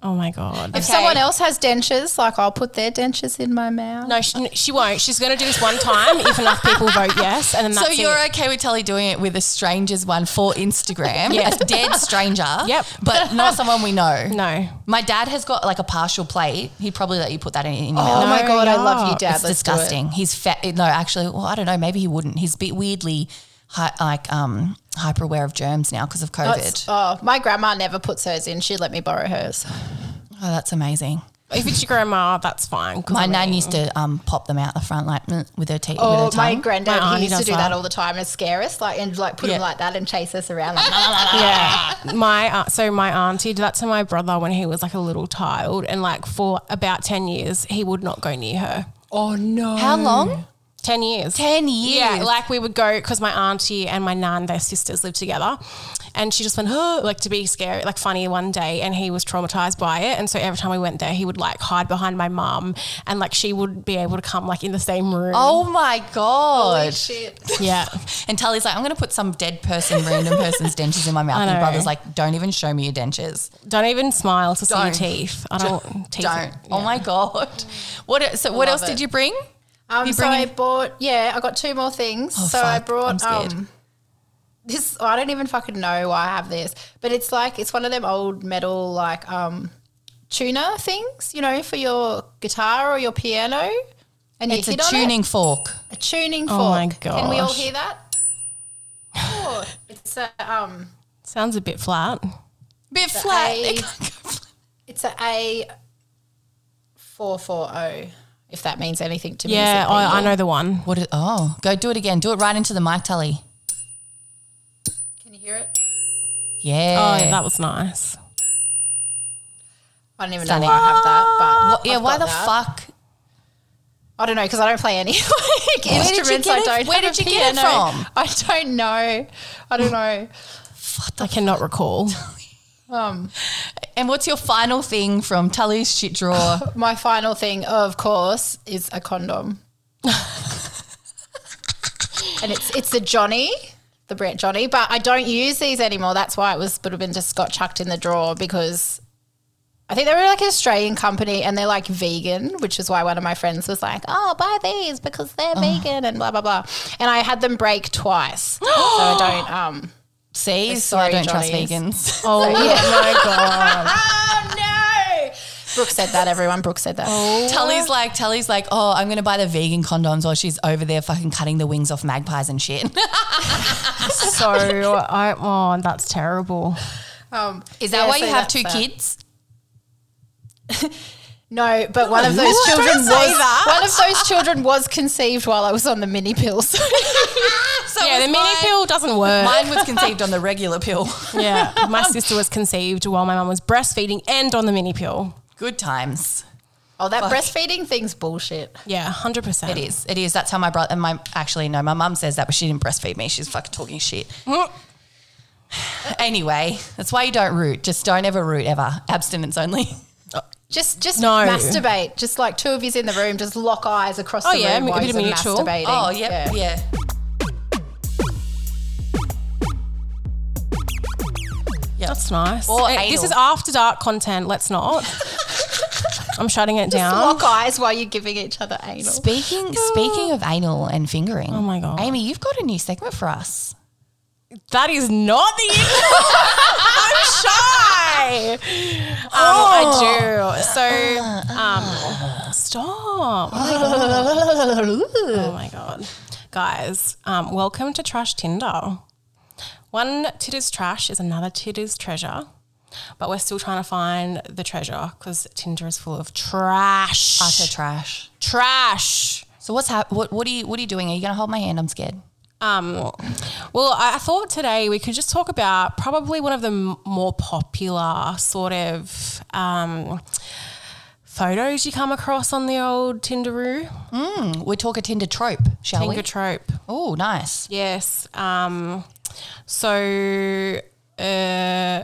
[SPEAKER 2] Oh my god.
[SPEAKER 3] if someone else has dentures, like I'll put their dentures in my mouth.
[SPEAKER 2] No, she, she won't. She's going to do this one time if enough people vote yes, and then that's
[SPEAKER 1] So you're
[SPEAKER 2] it.
[SPEAKER 1] okay with Tully doing it with a stranger's one for Instagram?
[SPEAKER 2] Yeah.
[SPEAKER 1] A dead stranger.
[SPEAKER 2] Yep.
[SPEAKER 1] But not someone we know.
[SPEAKER 2] no.
[SPEAKER 1] My dad has got like a partial plate. He'd probably let you put that in, in your mouth.
[SPEAKER 3] Oh my
[SPEAKER 2] No,
[SPEAKER 3] god, I love you,
[SPEAKER 2] yuck.
[SPEAKER 3] Dad.
[SPEAKER 1] It's
[SPEAKER 3] Let's do it.
[SPEAKER 1] disgusting. He's fat. No, actually, well, I don't know. Maybe he wouldn't. He's a bit weirdly hi- like um, hyper aware of germs now because of
[SPEAKER 3] Oh,
[SPEAKER 1] COVID.
[SPEAKER 3] it's- Oh, my grandma never puts hers in. She'd let me borrow hers.
[SPEAKER 1] oh, that's amazing.
[SPEAKER 2] If it's your grandma, that's fine. 'cause
[SPEAKER 1] My
[SPEAKER 2] I mean-
[SPEAKER 1] nan used to um, pop them out the front like mm, with her teeth.
[SPEAKER 3] Oh,
[SPEAKER 1] with her
[SPEAKER 3] my
[SPEAKER 1] tongue.
[SPEAKER 3] granddad
[SPEAKER 2] My auntie
[SPEAKER 3] he used to
[SPEAKER 2] does
[SPEAKER 3] do that
[SPEAKER 2] that.
[SPEAKER 3] all the time and scare us, like and like put
[SPEAKER 1] Yeah.
[SPEAKER 3] them like that and chase us around. Like, "La, la, la, la."
[SPEAKER 2] Yeah. My uh, so my auntie did that to my brother when he was like a little child, and like for about ten years he would not go near her. Oh no!
[SPEAKER 1] How long?
[SPEAKER 2] Ten years.
[SPEAKER 1] 10 years.
[SPEAKER 2] Yeah, like we would go because my auntie and my nan, their sisters, lived together, and she just went oh, like to be scary, like funny one day, and he was traumatized by it, and so every time we went there, he would like hide behind my mum, and like she would be able to come like in the same room.
[SPEAKER 1] oh my God.
[SPEAKER 3] Shit.
[SPEAKER 2] yeah.
[SPEAKER 1] And Tully's like, I'm going to put some dead person, random person's dentures in my mouth. And your
[SPEAKER 2] know.
[SPEAKER 1] brother's like, don't even show me your dentures.
[SPEAKER 2] Don't even smile to
[SPEAKER 1] Don't.
[SPEAKER 2] see your teeth. I don't. teeth
[SPEAKER 1] Don't. Oh my God. What? e-, So what else
[SPEAKER 3] it.
[SPEAKER 1] did you bring?
[SPEAKER 3] Um,
[SPEAKER 1] You
[SPEAKER 3] so I
[SPEAKER 1] bringing-
[SPEAKER 3] bought yeah, I got two more things. so I
[SPEAKER 1] fuck. I'm
[SPEAKER 3] brought
[SPEAKER 1] scared.
[SPEAKER 3] um this I don't even fucking know why I have this, but it's like it's one of them old metal like um tuner things, you know, for your guitar or your piano. And
[SPEAKER 1] It's a
[SPEAKER 3] you hit on it.
[SPEAKER 1] tuning fork.
[SPEAKER 3] A tuning fork.
[SPEAKER 2] Oh my
[SPEAKER 3] Can we all
[SPEAKER 2] gosh.
[SPEAKER 3] hear that? Oh, it's a um
[SPEAKER 2] Sounds a bit flat.
[SPEAKER 1] Bit flat.
[SPEAKER 3] A- it's a A four four oh, if that means anything to me.
[SPEAKER 2] Yeah, I, I know the one.
[SPEAKER 1] What? Is, oh, go do it again. Do it right into the mic, Tully.
[SPEAKER 3] Can you hear it?
[SPEAKER 1] Yeah.
[SPEAKER 2] Oh, yeah, that was nice.
[SPEAKER 3] I don't even
[SPEAKER 1] Stunning.
[SPEAKER 3] know why I have that, but
[SPEAKER 1] What- yeah.
[SPEAKER 3] I've
[SPEAKER 1] Why
[SPEAKER 3] got
[SPEAKER 1] the
[SPEAKER 3] that.
[SPEAKER 1] fuck?
[SPEAKER 3] I don't know because I don't play any like, instruments.
[SPEAKER 1] get
[SPEAKER 3] I
[SPEAKER 1] it-
[SPEAKER 3] don't.
[SPEAKER 1] where
[SPEAKER 3] have
[SPEAKER 1] did
[SPEAKER 3] a
[SPEAKER 1] you get it
[SPEAKER 3] piano.
[SPEAKER 1] from?
[SPEAKER 3] I don't know. I don't know.
[SPEAKER 2] I cannot recall.
[SPEAKER 3] Um,
[SPEAKER 1] And what's your final thing from Tully's shit drawer?
[SPEAKER 3] my final thing, of course, is a condom, and it's it's the Johnny, the Brett Johnny. But I don't use these anymore. That's why it was would have been just got chucked in the drawer because. I think they were like an Australian company and they're like vegan, which is why one of my friends was like, oh, buy these because they're vegan and blah, blah, blah. And I had them break twice. so I don't, um,
[SPEAKER 1] See, so I
[SPEAKER 3] Sorry,
[SPEAKER 1] don't
[SPEAKER 3] Johnny's.
[SPEAKER 1] trust vegans.
[SPEAKER 2] Oh my god.
[SPEAKER 3] Oh no! Brooke said that. Everyone, Brooke said that.
[SPEAKER 2] Oh
[SPEAKER 1] Tully's like, Tully's like, oh, I'm gonna buy the vegan condoms while she's over there fucking cutting the wings off magpies and shit.
[SPEAKER 2] So I oh that's terrible.
[SPEAKER 3] Um,
[SPEAKER 1] Is that
[SPEAKER 3] yeah,
[SPEAKER 1] why
[SPEAKER 3] so
[SPEAKER 1] you have
[SPEAKER 3] that's
[SPEAKER 1] two
[SPEAKER 3] that.
[SPEAKER 1] kids?
[SPEAKER 3] No, but one of those
[SPEAKER 2] don't
[SPEAKER 3] children was
[SPEAKER 2] say that.
[SPEAKER 3] one of those children was conceived while I was on the mini pills.
[SPEAKER 1] So
[SPEAKER 2] Yeah,
[SPEAKER 1] was
[SPEAKER 2] the mini
[SPEAKER 1] mine.
[SPEAKER 2] pill doesn't work.
[SPEAKER 1] Mine was conceived on the regular pill.
[SPEAKER 2] yeah, my sister was conceived while my mum was breastfeeding and on the mini pill.
[SPEAKER 1] Good times.
[SPEAKER 3] oh, that breastfeeding thing's bullshit.
[SPEAKER 2] Yeah, hundred percent.
[SPEAKER 1] It is. It is. That's how my brother and my actually no, my mum says that, but she didn't breastfeed me. She's fucking talking shit. anyway, that's why you don't root. Just don't ever root ever. Abstinence only.
[SPEAKER 3] Just just
[SPEAKER 2] No.
[SPEAKER 3] masturbate. Just like two of you in the room, just lock eyes across
[SPEAKER 2] Oh,
[SPEAKER 3] the
[SPEAKER 2] yeah,
[SPEAKER 3] room
[SPEAKER 2] a
[SPEAKER 3] while
[SPEAKER 2] bit
[SPEAKER 3] you're
[SPEAKER 2] of mutual.
[SPEAKER 3] masturbating.
[SPEAKER 1] Oh, yep, yeah. Yep.
[SPEAKER 2] That's nice.
[SPEAKER 1] Or
[SPEAKER 2] Eh, This
[SPEAKER 1] anal.
[SPEAKER 2] is after dark content. Let's not. I'm shutting it
[SPEAKER 3] Just
[SPEAKER 2] down.
[SPEAKER 3] lock eyes while you're giving each other anal.
[SPEAKER 1] Speaking speaking of anal and fingering. Oh
[SPEAKER 2] my God.
[SPEAKER 1] Amy, you've got a new segment for us.
[SPEAKER 2] That is not the intro. I'm shy. Um, I do. So, um, stop. Oh my God. Guys, um, welcome to Trash Tinder. One titter's trash is another titter's treasure, but we're still trying to find the treasure because Tinder is full of trash.
[SPEAKER 1] Utter trash.
[SPEAKER 2] trash.
[SPEAKER 1] So what's hap- what what are you what are you doing? Are you gonna hold my hand? I'm scared.
[SPEAKER 2] Um, well, I I thought today we could just talk about probably one of the m- more popular sort of um, photos you come across on the old Tinderoo.
[SPEAKER 1] We're talking Tinder trope, shall
[SPEAKER 2] Tinder
[SPEAKER 1] we?
[SPEAKER 2] trope.
[SPEAKER 1] oh, nice.
[SPEAKER 2] Yes. Um, so, uh,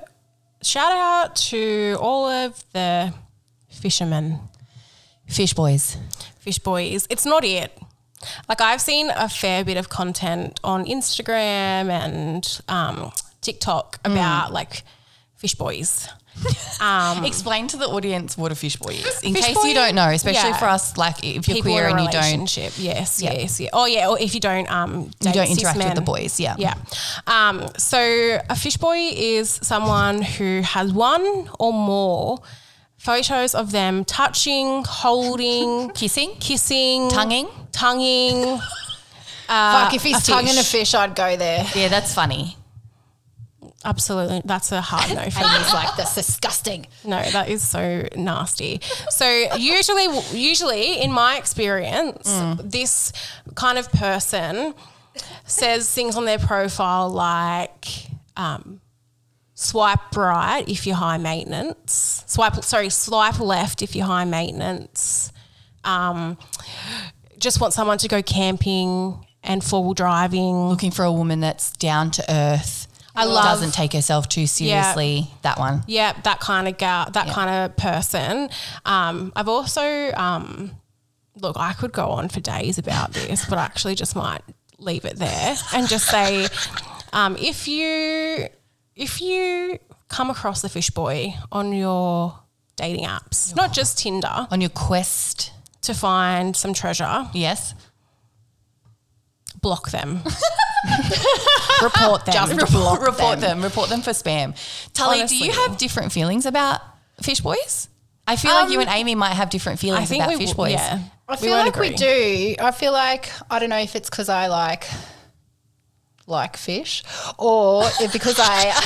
[SPEAKER 2] shout out to all of the fishermen.
[SPEAKER 1] Fish boys.
[SPEAKER 2] Fish Boys. It's not it. Like I've seen a fair bit of content on Instagram and um, TikTok
[SPEAKER 1] Mm.
[SPEAKER 2] about like fish boys. Um,
[SPEAKER 1] Explain to the audience what a fish boy is, in
[SPEAKER 2] Fish
[SPEAKER 1] case
[SPEAKER 2] boy-
[SPEAKER 1] you don't know, especially
[SPEAKER 2] yeah.
[SPEAKER 1] for us. Like if you're
[SPEAKER 2] people
[SPEAKER 1] queer
[SPEAKER 2] in a
[SPEAKER 1] and you don't,
[SPEAKER 2] relationship. Yes, yes, yeah. Oh yeah. Or if you don't, um,
[SPEAKER 1] you
[SPEAKER 2] date
[SPEAKER 1] don't
[SPEAKER 2] cis
[SPEAKER 1] interact with the
[SPEAKER 2] men.
[SPEAKER 1] boys. Yeah.
[SPEAKER 2] Yeah. Um, so a fish boy is someone who has one or more photos of them touching, holding,
[SPEAKER 1] Kissing?
[SPEAKER 2] kissing,
[SPEAKER 1] Tonguing?
[SPEAKER 2] tonguing.
[SPEAKER 3] Fuck, if
[SPEAKER 2] a
[SPEAKER 3] he's tongue in Uh, a
[SPEAKER 2] fish.
[SPEAKER 3] fish, I'd go there.
[SPEAKER 1] Yeah, that's funny.
[SPEAKER 2] Absolutely, that's a hard no for me.
[SPEAKER 3] And he's like, that's disgusting.
[SPEAKER 2] No, that is so nasty. So usually, usually in my experience, this kind of person says things on their profile like um, "swipe right if you're high maintenance," swipe sorry, swipe left if you're high maintenance. Um, just want someone to go camping and four wheel driving.
[SPEAKER 1] Looking for a woman that's down to earth.
[SPEAKER 2] I love-
[SPEAKER 1] doesn't take herself too seriously. That one.
[SPEAKER 2] Yeah, that kind of gal, that kind of person. Um, I've also, um, look, I could go on for days about this, but I actually just might leave it there and just say, um, if you, if you come across the fish boy on your dating apps, not just Tinder,
[SPEAKER 1] On your quest,
[SPEAKER 2] to find some treasure,
[SPEAKER 1] yes.
[SPEAKER 2] block them.
[SPEAKER 1] Report them.
[SPEAKER 3] Just
[SPEAKER 1] report,
[SPEAKER 3] report
[SPEAKER 1] report them.
[SPEAKER 3] them.
[SPEAKER 1] Report them for spam. Tully, do you
[SPEAKER 2] Honestly.
[SPEAKER 1] have different feelings about fish boys? I feel like you and Amy might have different feelings
[SPEAKER 2] I think
[SPEAKER 1] about
[SPEAKER 2] we,
[SPEAKER 1] fish boys.
[SPEAKER 2] yeah,
[SPEAKER 3] I
[SPEAKER 2] We
[SPEAKER 3] feel
[SPEAKER 2] won't
[SPEAKER 3] like we
[SPEAKER 2] agree.
[SPEAKER 3] do. I feel like I don't know if it's because I like like fish or if because I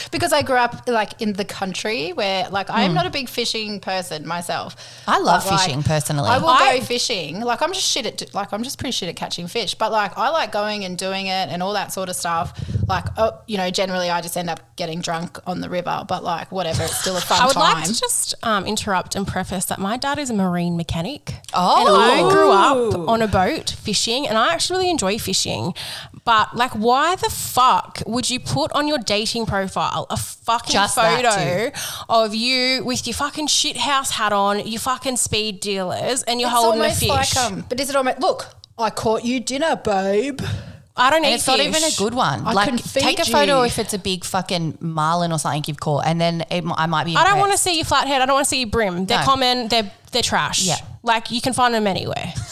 [SPEAKER 3] because I grew up like in the country where like I
[SPEAKER 2] Hmm.
[SPEAKER 3] am not a big fishing person myself.
[SPEAKER 1] I love
[SPEAKER 3] But, like,
[SPEAKER 1] fishing personally.
[SPEAKER 3] I will
[SPEAKER 2] I-
[SPEAKER 3] go fishing. Like I'm just shit at do- like I'm just pretty shit at catching fish, but like I like going and doing it and all that sort of stuff. Like oh, you know, generally I just end up getting drunk on the river, but like whatever, it's still a fun
[SPEAKER 2] I would
[SPEAKER 3] time.
[SPEAKER 2] like to just um, interrupt and preface that my dad is a marine mechanic.
[SPEAKER 1] Oh.
[SPEAKER 2] And I grew up on a boat fishing, and I actually really enjoy fishing. But, like, why the fuck would you put on your dating profile a fucking
[SPEAKER 1] Just that
[SPEAKER 2] photo of you with your fucking shithouse hat on, your fucking speed dealers, and you're
[SPEAKER 3] It's
[SPEAKER 2] holding a
[SPEAKER 3] almost
[SPEAKER 2] fish?
[SPEAKER 3] like um, but is it almost look? I caught you dinner, babe.
[SPEAKER 2] I don't
[SPEAKER 1] And
[SPEAKER 2] eat
[SPEAKER 1] it's
[SPEAKER 2] fish.
[SPEAKER 1] not even a good one.
[SPEAKER 3] I
[SPEAKER 1] like,
[SPEAKER 3] couldn't feed
[SPEAKER 1] take a photo
[SPEAKER 3] you.
[SPEAKER 1] if it's a big fucking marlin or something you've caught, and then it, I might be.
[SPEAKER 2] I don't want to see your flathead. I don't want to see your brim. They're
[SPEAKER 1] No.
[SPEAKER 2] common. They're they're trash.
[SPEAKER 1] Yeah.
[SPEAKER 2] Like you can find them anywhere.
[SPEAKER 1] to.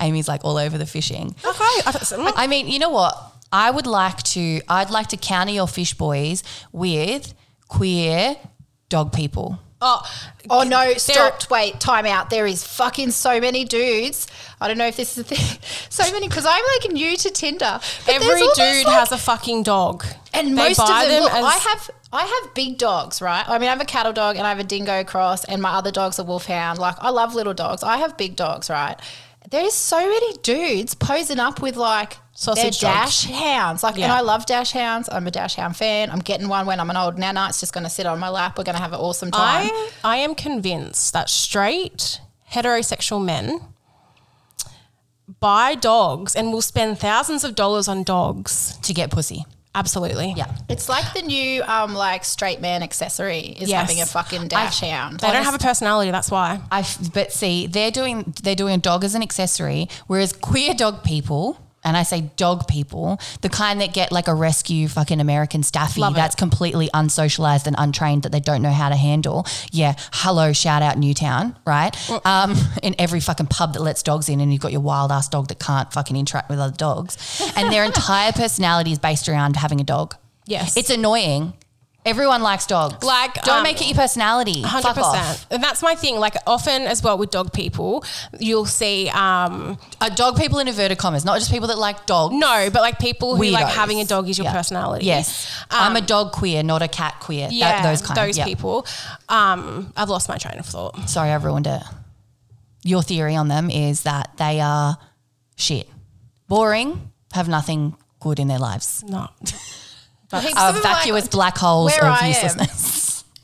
[SPEAKER 1] Amy's like all over the fishing.
[SPEAKER 2] Okay. I thought-
[SPEAKER 1] I mean, you know what? I would like to. I'd like to counter your fish boys with queer dog people.
[SPEAKER 2] oh,
[SPEAKER 3] Oh no, stopped. Wait, time out. There is fucking so many dudes. I don't know if this is a thing. So many because I'm like new to Tinder. But
[SPEAKER 2] Every
[SPEAKER 3] there's all
[SPEAKER 2] dude
[SPEAKER 3] these, like-
[SPEAKER 2] has a fucking dog.
[SPEAKER 3] and most of them. look, I have I have big dogs, right? I mean, I have a cattle dog and I have a dingo cross, and my other dog's a wolfhound. Like I love little dogs. I have big dogs, right? There's so many dudes posing up with like. their
[SPEAKER 2] Sausage dogs.
[SPEAKER 3] dash hounds, like, and
[SPEAKER 2] Yeah.
[SPEAKER 3] I love dash hounds. I'm a dash hound fan. I'm getting one when I'm an old nana. It's just going to sit on my lap. We're going to have an awesome time.
[SPEAKER 2] I, I am convinced that straight heterosexual men buy dogs and will spend thousands of dollars on dogs
[SPEAKER 1] to get pussy.
[SPEAKER 2] Absolutely.
[SPEAKER 1] Yeah.
[SPEAKER 3] It's like the new um like straight man accessory is
[SPEAKER 2] Yes.
[SPEAKER 3] having a fucking dash hound.
[SPEAKER 2] They don't have a personality, that's why.
[SPEAKER 1] I f- but see, they're doing they're doing a dog as an accessory, whereas queer dog people, and I say dog people, the kind that get like a rescue fucking American staffy
[SPEAKER 2] Love it.
[SPEAKER 1] that's completely unsocialized and untrained that they don't know how to handle. Yeah, hello, shout out Newtown, right? Um, in every fucking pub that lets dogs in, and you've got your wild ass dog that can't fucking interact with other dogs, and their entire personality is based around having a dog.
[SPEAKER 2] Yes.
[SPEAKER 1] It's annoying. Everyone likes dogs.
[SPEAKER 2] Like,
[SPEAKER 1] don't
[SPEAKER 2] um,
[SPEAKER 1] make it your personality.
[SPEAKER 2] Hundred
[SPEAKER 1] Fuck off.
[SPEAKER 2] percent, and that's my thing. Like often as well with dog people, you'll see um,
[SPEAKER 1] Uh, dog people in inverted commas, not just people that like dogs.
[SPEAKER 2] no, but like people who like
[SPEAKER 1] Weirdos.
[SPEAKER 2] having a dog is your
[SPEAKER 1] Yeah.
[SPEAKER 2] personality.
[SPEAKER 1] Yes. I'm a dog queer, not a cat queer. Yeah,
[SPEAKER 2] yeah,
[SPEAKER 1] those kind. yeah.
[SPEAKER 2] people. Um, I've lost my train of thought.
[SPEAKER 1] Sorry, I've ruined it. Your theory on them is that they are shit, boring, have nothing good in their lives.
[SPEAKER 2] No,
[SPEAKER 1] Are vacuous black holes
[SPEAKER 3] where
[SPEAKER 1] of
[SPEAKER 3] I am.
[SPEAKER 1] uselessness.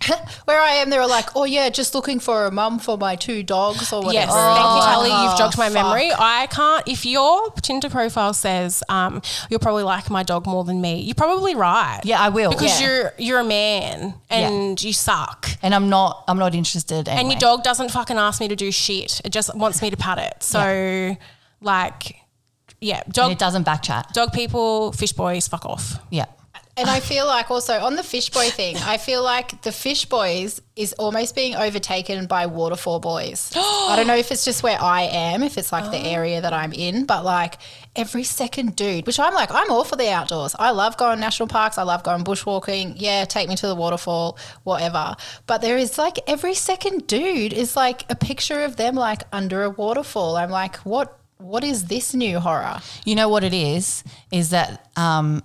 [SPEAKER 3] Where I am, they were like, "Oh yeah, just looking for a mum for my two dogs or whatever."
[SPEAKER 2] Yes, thank you, Kelly.
[SPEAKER 3] Oh,
[SPEAKER 2] You've jogged my
[SPEAKER 3] fuck.
[SPEAKER 2] memory. I can't. If your Tinder profile says um, you'll probably like my dog more than me, you're probably right.
[SPEAKER 1] Yeah, I will.
[SPEAKER 2] because
[SPEAKER 1] Yeah.
[SPEAKER 2] you're you're a man and you suck.
[SPEAKER 1] And I'm not. I'm not interested. Anyway.
[SPEAKER 2] And your dog doesn't fucking ask me to do shit. It just wants me to pat it. So, like, yeah,
[SPEAKER 1] And
[SPEAKER 2] dog
[SPEAKER 1] it doesn't backchat.
[SPEAKER 2] dog people, fish boys, fuck off.
[SPEAKER 1] Yeah.
[SPEAKER 3] And I feel like also on the fish boy thing, I feel like the fish boys is almost being overtaken by waterfall boys. I don't know if it's just where I am, if it's like the
[SPEAKER 1] Oh.
[SPEAKER 3] area that I'm in, but like every second dude, which I'm like, I'm all for the outdoors. I love going national parks. I love going bushwalking. Yeah, take me to the waterfall, whatever. But there is like every second dude is like a picture of them like under a waterfall. I'm like, what? What is this new horror?
[SPEAKER 1] You know what it is? Is that um,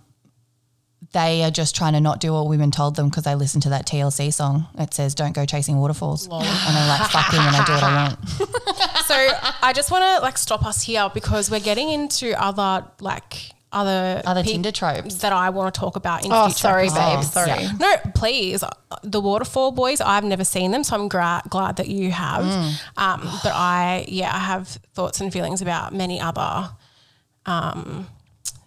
[SPEAKER 1] they are just trying to not do what women told them because they listened to that TLC song. It says, "Don't go chasing waterfalls," and they're like, "Fuck them," and I do what I want.
[SPEAKER 2] So I just want to like stop us here because we're getting into other like other
[SPEAKER 1] Other
[SPEAKER 2] pe-
[SPEAKER 1] Tinder tropes.
[SPEAKER 2] that I want to talk about in
[SPEAKER 3] Oh,
[SPEAKER 2] future.
[SPEAKER 3] sorry,
[SPEAKER 2] episodes.
[SPEAKER 3] babe.
[SPEAKER 1] Oh,
[SPEAKER 3] Sorry.
[SPEAKER 1] yeah.
[SPEAKER 2] No, please. The waterfall boys, I've never seen them, so I'm gra- glad that you have.
[SPEAKER 1] Mm.
[SPEAKER 2] Um, but I, yeah, I have thoughts and feelings about many other um,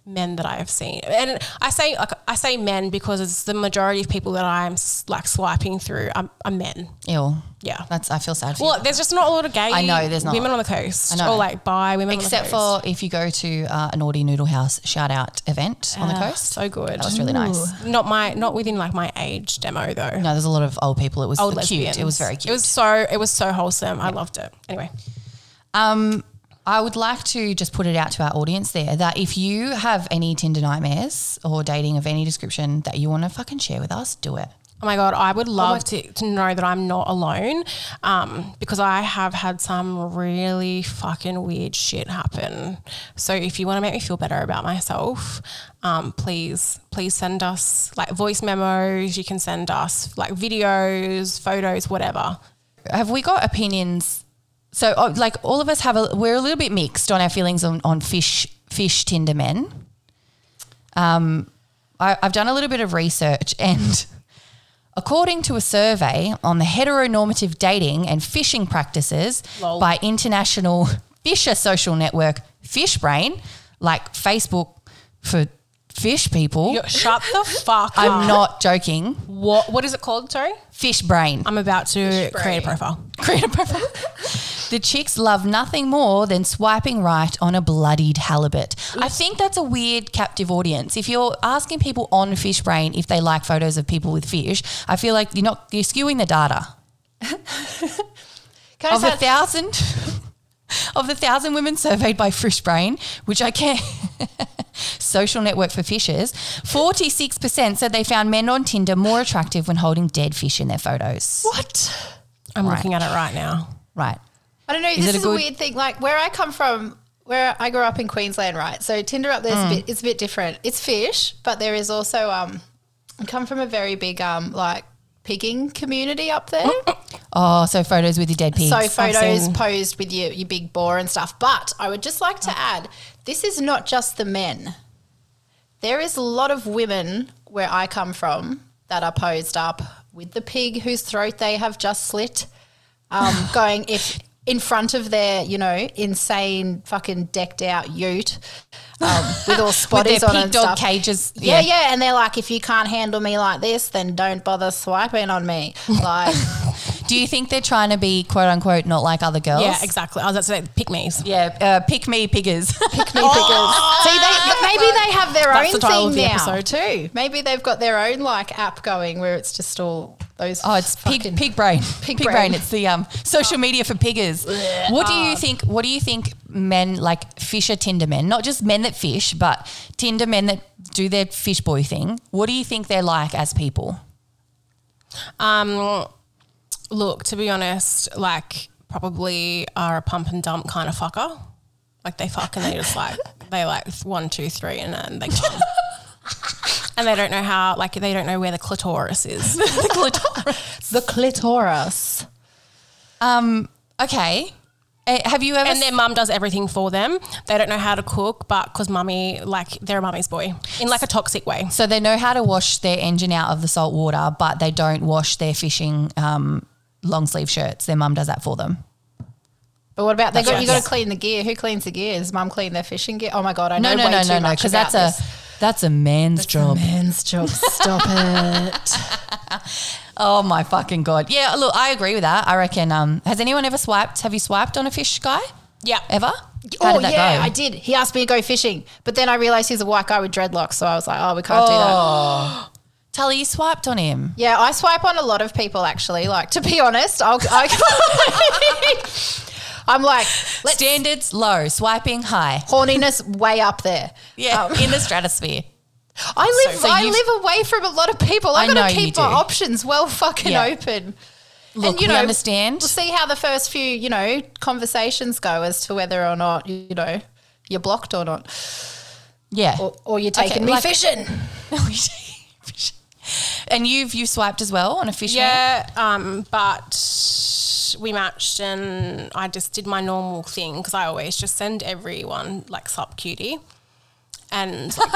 [SPEAKER 2] men that I have seen, and I say like, I say men because it's the majority of people that I'm s- like swiping through are, are men.
[SPEAKER 1] Ew.
[SPEAKER 2] Yeah.
[SPEAKER 1] That's. I feel sad for
[SPEAKER 2] Well,
[SPEAKER 1] you.
[SPEAKER 2] there's just not a lot of gay
[SPEAKER 1] I know, there's not.
[SPEAKER 2] women on the coast
[SPEAKER 1] I know.
[SPEAKER 2] or like bi women
[SPEAKER 1] Except
[SPEAKER 2] on the coast.
[SPEAKER 1] for if you go to uh, a naughty noodle house shout out event on the
[SPEAKER 2] Ah,
[SPEAKER 1] coast.
[SPEAKER 2] So good.
[SPEAKER 1] That was really nice.
[SPEAKER 2] Not my not within like my age demo though.
[SPEAKER 1] No, there's a lot of old people. It was
[SPEAKER 2] Old
[SPEAKER 1] cute.
[SPEAKER 2] Oh, lesbians.
[SPEAKER 1] It was very cute.
[SPEAKER 2] It was so it was so wholesome. I loved it. Anyway.
[SPEAKER 1] I would like to just put it out to our audience there that if you have any Tinder nightmares or dating of any description that you want to fucking share with us, do it.
[SPEAKER 2] Oh my God, I would love to, to know that I'm not alone um, because I have had some really fucking weird shit happen. So if you want to make me feel better about myself, um, please, please send us like voice memos. You can send us like videos, photos, whatever.
[SPEAKER 1] have we got opinions? So, oh, like, all of us have a we're a little bit mixed on our feelings on, on fish fish Tinder men. Um, I, I've done a little bit of research, and according to a survey on the heteronormative dating and fishing practices
[SPEAKER 2] Lol.
[SPEAKER 1] by international fisher social network Fishbrain, like Facebook for fish people.
[SPEAKER 2] Yo, shut the fuck up.
[SPEAKER 1] I'm not joking.
[SPEAKER 2] What, what is it called? Sorry?
[SPEAKER 1] Fishbrain.
[SPEAKER 2] I'm about to create a profile.
[SPEAKER 1] create a profile. the chicks love nothing more than swiping right on a bloodied halibut. I think that's a weird captive audience. If you're asking people on Fishbrain if they like photos of people with fish, I feel like you're not you're skewing the data.
[SPEAKER 3] Can I
[SPEAKER 1] Of
[SPEAKER 3] just
[SPEAKER 1] the
[SPEAKER 3] add-
[SPEAKER 1] thousand of the thousand women surveyed by Fishbrain, which I can social network for fishers, 46% said they found men on Tinder more attractive when holding dead fish in their photos.
[SPEAKER 3] what?
[SPEAKER 2] I'm
[SPEAKER 1] Right.
[SPEAKER 2] looking at it right now.
[SPEAKER 1] Right.
[SPEAKER 3] I don't know.
[SPEAKER 1] it
[SPEAKER 3] this
[SPEAKER 1] a
[SPEAKER 3] is
[SPEAKER 1] good-
[SPEAKER 3] a weird thing. Like where I come from, where I grew up in Queensland, right? So Tinder up
[SPEAKER 1] Mm.
[SPEAKER 3] there's a bit. It's a bit different. It's fish, but there is also um. I come from a very big um like pigging community up there.
[SPEAKER 1] Oh, so photos with your dead pigs.
[SPEAKER 3] so photos
[SPEAKER 2] seen-
[SPEAKER 3] posed with your your big boar and stuff. But I would just like
[SPEAKER 1] Oh.
[SPEAKER 3] to add, this is not just the men. There is a lot of women where I come from that are posed up with the pig whose throat they have just slit, um, going if in front of their you know insane fucking decked out ute. um, with all
[SPEAKER 1] with
[SPEAKER 3] spotties
[SPEAKER 1] their
[SPEAKER 3] on
[SPEAKER 1] pig
[SPEAKER 3] and
[SPEAKER 1] dog
[SPEAKER 3] stuff.
[SPEAKER 1] cages.
[SPEAKER 3] Yeah, yeah, and they're like, if you can't handle me like this, then don't bother swiping on me. Like,
[SPEAKER 1] Do you think they're trying to be quote unquote not like other girls?
[SPEAKER 2] Yeah, exactly. I was about to say pick me's.
[SPEAKER 1] Yeah, uh, pick me, piggers.
[SPEAKER 3] pick me pickers. See, they, but maybe they have their
[SPEAKER 2] That's
[SPEAKER 3] own
[SPEAKER 2] the title
[SPEAKER 3] thing
[SPEAKER 2] of the
[SPEAKER 3] now
[SPEAKER 2] episode.
[SPEAKER 3] too. Maybe they've got their own like app going where it's just all those.
[SPEAKER 1] Oh, it's pig,
[SPEAKER 3] fucking-
[SPEAKER 1] pig brain. Pig, brain.
[SPEAKER 3] brain.
[SPEAKER 1] It's the um, social media for piggers. What do you think? What do you think? Men like fisher Tinder men, not just men that fish, but Tinder men that do their fish boy thing. What do you think they're like as people?
[SPEAKER 2] Um, look, to be honest, like probably are a pump and dump kind of fucker. Like they fuck and they just like they like one, two, three, and then they come. and they don't know how. Like they don't know where the clitoris is. the clitoris.
[SPEAKER 3] the clitoris.
[SPEAKER 1] Um. Okay. Uh, have you ever?
[SPEAKER 2] And their mum does everything for them. They don't know how to cook, but because mummy, like they're a mummy's boy in like a toxic way.
[SPEAKER 1] so they know how to wash their engine out of the salt water, but they don't wash their fishing um, long sleeve shirts. Their mum does that for them.
[SPEAKER 3] But what about they got,
[SPEAKER 2] right.
[SPEAKER 3] you got
[SPEAKER 2] Yeah.
[SPEAKER 3] to clean the gear? Who cleans the gear? Does mum clean their fishing gear? Oh my god, I
[SPEAKER 1] No,
[SPEAKER 3] know
[SPEAKER 1] no,
[SPEAKER 3] way
[SPEAKER 1] no,
[SPEAKER 3] too
[SPEAKER 1] no, no.
[SPEAKER 3] much
[SPEAKER 1] Because
[SPEAKER 3] about
[SPEAKER 1] that's a
[SPEAKER 3] this.
[SPEAKER 1] that's a man's job.
[SPEAKER 3] man's job. Stop it.
[SPEAKER 1] Oh my fucking god! Yeah, look, I agree with that. I reckon. Um, has anyone ever swiped? Have you swiped on a fish guy
[SPEAKER 2] Yeah.
[SPEAKER 1] ever?
[SPEAKER 3] oh yeah, I did. He asked me to go fishing, but then I realized he's a white guy with dreadlocks, so I was like, oh, we can't do that.
[SPEAKER 1] Tully, you swiped on him.
[SPEAKER 3] Yeah, I swipe on a lot of people actually. Like to be honest, I'll, I, I'm like let
[SPEAKER 1] Standards low, swiping high.
[SPEAKER 3] horniness way up there.
[SPEAKER 1] Yeah,
[SPEAKER 3] Um,
[SPEAKER 1] in the stratosphere.
[SPEAKER 3] I live
[SPEAKER 1] So
[SPEAKER 3] I
[SPEAKER 1] you've-
[SPEAKER 3] live away from a lot of people. I've
[SPEAKER 1] I
[SPEAKER 3] got
[SPEAKER 1] know
[SPEAKER 3] to
[SPEAKER 1] you
[SPEAKER 3] keep
[SPEAKER 1] do.
[SPEAKER 3] my options well fucking
[SPEAKER 1] Yeah.
[SPEAKER 3] open.
[SPEAKER 1] Look, we understand.
[SPEAKER 3] We'll see how the first few you know conversations go as to whether or not you know you're blocked or not,
[SPEAKER 1] Yeah.
[SPEAKER 3] or, or you're taking me
[SPEAKER 1] like-
[SPEAKER 3] fishing.
[SPEAKER 1] and you've you swiped as well on a fish. man?
[SPEAKER 2] Yeah, um, but we matched and I just did my normal thing because I always just send everyone like sup cutie. And like,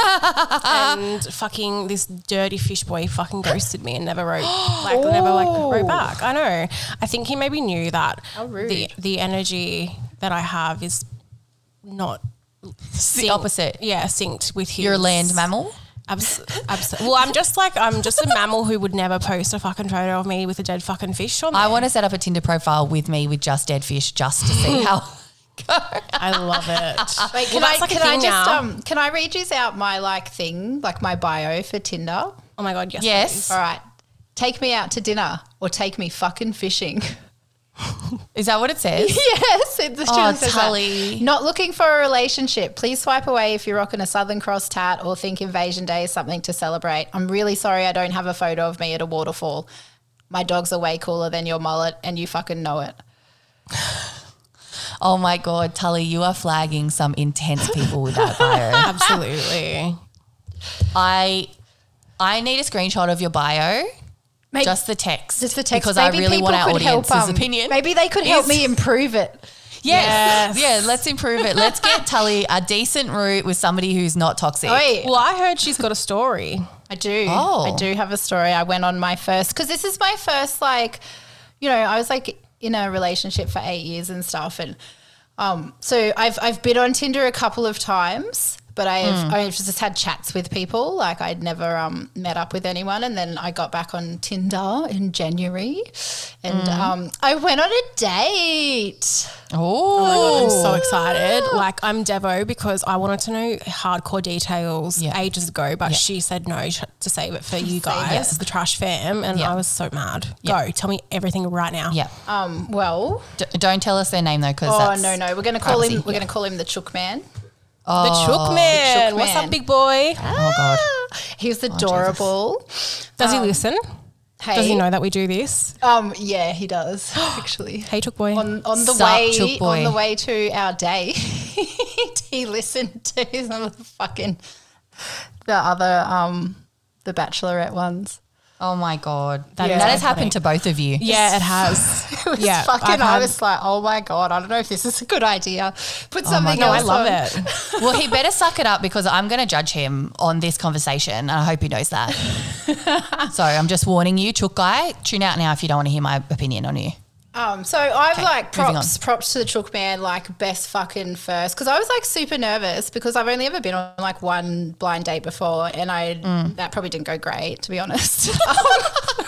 [SPEAKER 2] and fucking this dirty fish boy fucking ghosted me and never wrote like never like wrote back. I know. I think he maybe knew that the
[SPEAKER 3] rude.
[SPEAKER 2] the energy that I have is not
[SPEAKER 1] the opposite.
[SPEAKER 2] yeah synced with his.
[SPEAKER 1] You're a land mammal.
[SPEAKER 2] Abs- abs- well, I'm just like I'm just a mammal who would never post a fucking photo of me with a dead fucking fish on.
[SPEAKER 1] I
[SPEAKER 2] there.
[SPEAKER 1] want to set up a Tinder profile with me with just dead fish, just to see how.
[SPEAKER 2] I love it.
[SPEAKER 3] Wait, can
[SPEAKER 2] Well,
[SPEAKER 3] I
[SPEAKER 2] that's like a
[SPEAKER 3] can I
[SPEAKER 2] thing
[SPEAKER 3] just
[SPEAKER 2] now.
[SPEAKER 3] um can I read you out my like thing like my bio for Tinder?
[SPEAKER 2] Oh my god, yes.
[SPEAKER 1] Yes.
[SPEAKER 3] All right. Take me out to dinner or take me fucking fishing.
[SPEAKER 1] Is that what it says?
[SPEAKER 3] yes. It, the student says that.
[SPEAKER 1] Oh, Tully.
[SPEAKER 3] Not looking for a relationship. Please swipe away if you're rocking a Southern Cross tat or think Invasion Day is something to celebrate. I'm really sorry I don't have a photo of me at a waterfall. My dogs are way cooler than your mullet and you fucking know it.
[SPEAKER 1] Oh my god, Tully, you are flagging some intense people with that bio.
[SPEAKER 2] Absolutely.
[SPEAKER 1] I I need a screenshot of your bio,
[SPEAKER 3] Maybe
[SPEAKER 1] just the text.
[SPEAKER 3] just the text.
[SPEAKER 1] because I
[SPEAKER 3] Maybe
[SPEAKER 1] really want our
[SPEAKER 3] people could help,
[SPEAKER 1] audience's
[SPEAKER 3] um,
[SPEAKER 1] opinion.
[SPEAKER 3] Maybe they could help me improve it.
[SPEAKER 1] Yes.
[SPEAKER 2] Yes.
[SPEAKER 1] Yeah, let's improve it. Let's get Tully a decent route with somebody who's not toxic.
[SPEAKER 3] Oi.
[SPEAKER 2] Well, I heard she's got a story.
[SPEAKER 3] I do.
[SPEAKER 1] Oh.
[SPEAKER 3] I do have a story. I went on my first because this is my first like, you know, I was like in a relationship for eight years and stuff, and um, so I've I've been on Tinder a couple of times, but
[SPEAKER 1] Hmm.
[SPEAKER 3] I've I've just had chats with people. Like I'd never um met up with anyone, and then I got back on Tinder in January, and
[SPEAKER 1] Hmm.
[SPEAKER 3] um, I went on a date.
[SPEAKER 1] Oh,
[SPEAKER 2] I'm so excited. Like I'm Devo because I wanted to know hardcore details
[SPEAKER 1] Yeah.
[SPEAKER 2] ages ago, but she said no sh- to save it for you guys, the trash fam, and
[SPEAKER 1] Yeah.
[SPEAKER 2] I was so mad.
[SPEAKER 1] Yeah.
[SPEAKER 2] Go, tell me everything right now.
[SPEAKER 1] yeah.
[SPEAKER 3] Um, well,
[SPEAKER 1] D- don't tell us their name though, because
[SPEAKER 3] oh
[SPEAKER 1] that's
[SPEAKER 3] no, no, we're gonna call
[SPEAKER 1] privacy,
[SPEAKER 3] him. We're gonna call him the Chook Man.
[SPEAKER 2] The chook man.
[SPEAKER 3] Chook
[SPEAKER 2] What's
[SPEAKER 3] man.
[SPEAKER 2] up, big boy?
[SPEAKER 1] Oh god. Oh,
[SPEAKER 3] He was adorable.
[SPEAKER 2] Does he listen?
[SPEAKER 3] Hey,
[SPEAKER 2] Does he know that we do this?
[SPEAKER 3] Um, yeah, he does actually.
[SPEAKER 2] Hey, Chook Boy.
[SPEAKER 3] On, on the
[SPEAKER 1] Sup,
[SPEAKER 3] way
[SPEAKER 1] Chook boy.
[SPEAKER 3] on the way to our day, he listened to some of the fucking the other um the Bachelorette ones.
[SPEAKER 1] Oh my god. That,
[SPEAKER 3] Yeah.
[SPEAKER 1] that has happened to both of you.
[SPEAKER 2] yeah, it has.
[SPEAKER 3] It was
[SPEAKER 2] yeah,
[SPEAKER 3] fucking.
[SPEAKER 2] I've
[SPEAKER 3] I
[SPEAKER 2] had-
[SPEAKER 3] was like, oh my god, I don't know if this is a good idea. Put something.
[SPEAKER 2] no, Oh I
[SPEAKER 3] else
[SPEAKER 2] love
[SPEAKER 3] on.
[SPEAKER 2] it.
[SPEAKER 1] Well, he better suck it up because I'm going to judge him on this conversation, and I hope he knows that. so I'm just warning you, Chook guy. Tune out now if you don't want to hear my opinion on you.
[SPEAKER 3] Um, so I've
[SPEAKER 1] Okay,
[SPEAKER 3] like
[SPEAKER 1] moving
[SPEAKER 3] props,
[SPEAKER 1] on.
[SPEAKER 3] props to the Chook Man, like best fucking first. Because I was like super nervous because I've only ever been on like one blind date before, and I
[SPEAKER 2] Mm.
[SPEAKER 3] that probably didn't go great to be honest.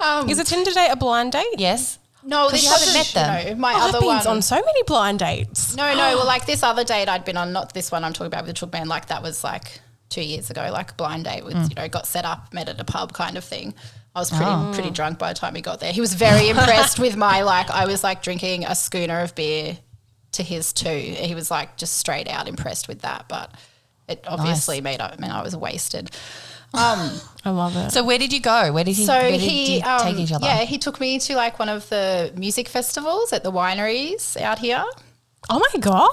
[SPEAKER 3] Um,
[SPEAKER 2] Is a Tinder date a blind date?
[SPEAKER 1] Yes.
[SPEAKER 3] no,
[SPEAKER 1] 'Cause
[SPEAKER 3] this
[SPEAKER 1] you haven't
[SPEAKER 3] wasn't-
[SPEAKER 1] met them.
[SPEAKER 3] No, my
[SPEAKER 2] Oh, I've
[SPEAKER 3] other
[SPEAKER 2] been
[SPEAKER 3] one.
[SPEAKER 2] on so many blind dates.
[SPEAKER 3] no, no, well, like this other date I'd been on, not this one I'm talking about with the Chook Man. Like that was like two years ago, like blind date
[SPEAKER 1] Hmm.
[SPEAKER 3] with you know got set up, met at a pub kind of thing. I was pretty
[SPEAKER 1] Oh.
[SPEAKER 3] pretty drunk by the time we got there. He was very impressed with my like I was like drinking a schooner of beer to his too. He was like just straight out impressed with that, but it obviously made up. I mean, I was wasted.
[SPEAKER 2] I love it.
[SPEAKER 1] So where did you go? Where did he?
[SPEAKER 3] So
[SPEAKER 1] where did
[SPEAKER 3] he,
[SPEAKER 1] you
[SPEAKER 3] um,
[SPEAKER 1] take each other?
[SPEAKER 3] yeah, he took me to like one of the music festivals at the wineries out here.
[SPEAKER 2] Oh my god.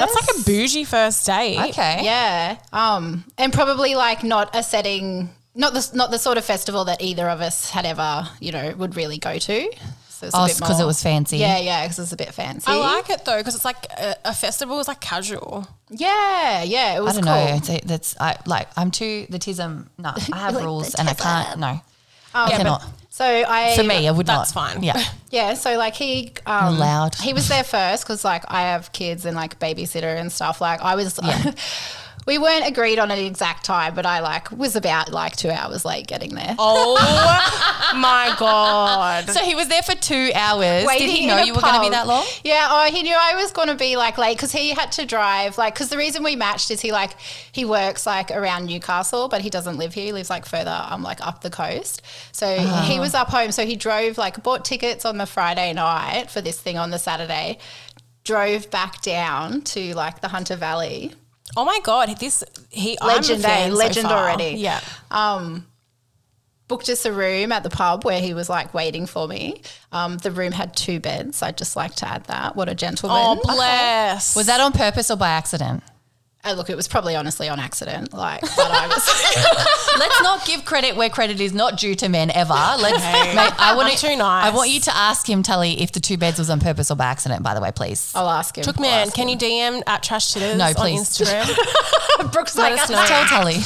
[SPEAKER 2] That's like a
[SPEAKER 3] Yes.
[SPEAKER 2] bougie first date.
[SPEAKER 1] Okay.
[SPEAKER 3] Yeah. Eh? Um, and probably like not a setting, not the not the sort of festival that either of us had ever, you know, would really go to. So it's a
[SPEAKER 1] Oh,
[SPEAKER 3] bit
[SPEAKER 1] because it
[SPEAKER 3] more-
[SPEAKER 1] was fancy.
[SPEAKER 3] Yeah, yeah, because it's a bit fancy.
[SPEAKER 2] I like it though because it's like a, a festival is like casual.
[SPEAKER 3] Yeah, yeah, it
[SPEAKER 1] I
[SPEAKER 3] was
[SPEAKER 1] don't
[SPEAKER 3] cool.
[SPEAKER 1] know. It's a, that's I like. I'm too the tism. No, I have
[SPEAKER 3] Like the Oh,
[SPEAKER 1] rules and I can't. No, I
[SPEAKER 2] Yeah, but
[SPEAKER 1] cannot.
[SPEAKER 3] So I
[SPEAKER 1] For me, I would not.
[SPEAKER 2] that's fine.
[SPEAKER 1] Yeah.
[SPEAKER 3] Yeah, so like he um,
[SPEAKER 1] Allowed.
[SPEAKER 3] He was there first because like I have kids and like babysitter and stuff. Like I was.
[SPEAKER 1] Yeah.
[SPEAKER 3] we weren't agreed on an exact time, but I like was about like two hours late getting there.
[SPEAKER 2] Oh my god.
[SPEAKER 1] So he was there for two hours. Did
[SPEAKER 3] waiting
[SPEAKER 1] he know
[SPEAKER 3] in a
[SPEAKER 1] you were going to be
[SPEAKER 3] pub.
[SPEAKER 1] that long?
[SPEAKER 3] Yeah, oh, he knew I was going to be like late because he had to drive. Like, because the reason we matched is he like he works like around Newcastle, but he doesn't live here. He lives like further, um, like up the coast. So
[SPEAKER 1] Ah.
[SPEAKER 3] he was up home. So he drove like bought tickets on the Friday night for this thing on the Saturday. Drove back down to like the Hunter Valley.
[SPEAKER 2] Oh my god. This he I'm a
[SPEAKER 3] Legend, eh?
[SPEAKER 2] fan so
[SPEAKER 3] Legend
[SPEAKER 2] far.
[SPEAKER 3] already.
[SPEAKER 2] Yeah.
[SPEAKER 3] booked us a room at the pub where he was like waiting for me. Um, the room had two beds. I'd just like to add that. What a gentleman.
[SPEAKER 2] Oh bless.
[SPEAKER 1] Was that on purpose or by accident?
[SPEAKER 3] Uh, look, it was probably honestly on accident. Like, but I was.
[SPEAKER 1] Let's not give credit where credit is not due to men ever. Let's. Mate, I want
[SPEAKER 2] I'm too nice.
[SPEAKER 1] I want you to ask him, Tully, if the two beds was on purpose or by accident. By the way, please.
[SPEAKER 3] I'll ask him.
[SPEAKER 2] Took man, can you DM at Trash Titters
[SPEAKER 1] No,
[SPEAKER 2] on
[SPEAKER 1] please.
[SPEAKER 2] Instagram?
[SPEAKER 3] Brooks
[SPEAKER 2] Let
[SPEAKER 3] like,
[SPEAKER 2] us
[SPEAKER 3] us
[SPEAKER 2] know.
[SPEAKER 1] Just tell Tully.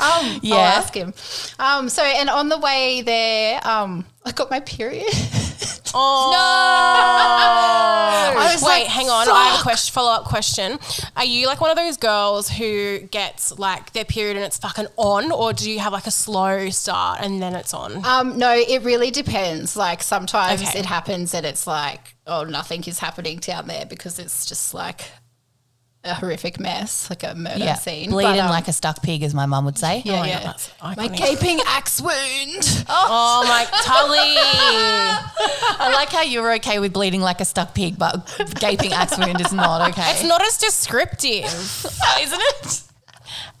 [SPEAKER 3] Um,
[SPEAKER 1] Yeah.
[SPEAKER 3] I'll ask him. Um, so, and on the way there, um, I got my period.
[SPEAKER 2] Oh
[SPEAKER 3] I was
[SPEAKER 2] Wait,
[SPEAKER 3] like,
[SPEAKER 2] hang on. I have a question. Follow up question. Are you like one of those girls who gets like their period and it's fucking on, or do you have like a slow start and then it's on?
[SPEAKER 3] Um, no, it really depends. Like sometimes
[SPEAKER 2] Okay.
[SPEAKER 3] it happens and it's like, oh, nothing is happening down there because it's just like a horrific mess, like a murder
[SPEAKER 1] Yeah.
[SPEAKER 3] scene. But,
[SPEAKER 1] Bleeding
[SPEAKER 3] um,
[SPEAKER 1] like a stuck pig, as my mum would say.
[SPEAKER 3] yeah,
[SPEAKER 2] my
[SPEAKER 3] yeah.
[SPEAKER 2] God, that's
[SPEAKER 3] my
[SPEAKER 2] iconic.
[SPEAKER 3] gaping axe wound.
[SPEAKER 2] oh my Tully,
[SPEAKER 1] I like how you were okay with bleeding like a stuck pig, but gaping axe wound is not okay.
[SPEAKER 2] it's not as descriptive.
[SPEAKER 1] isn't it?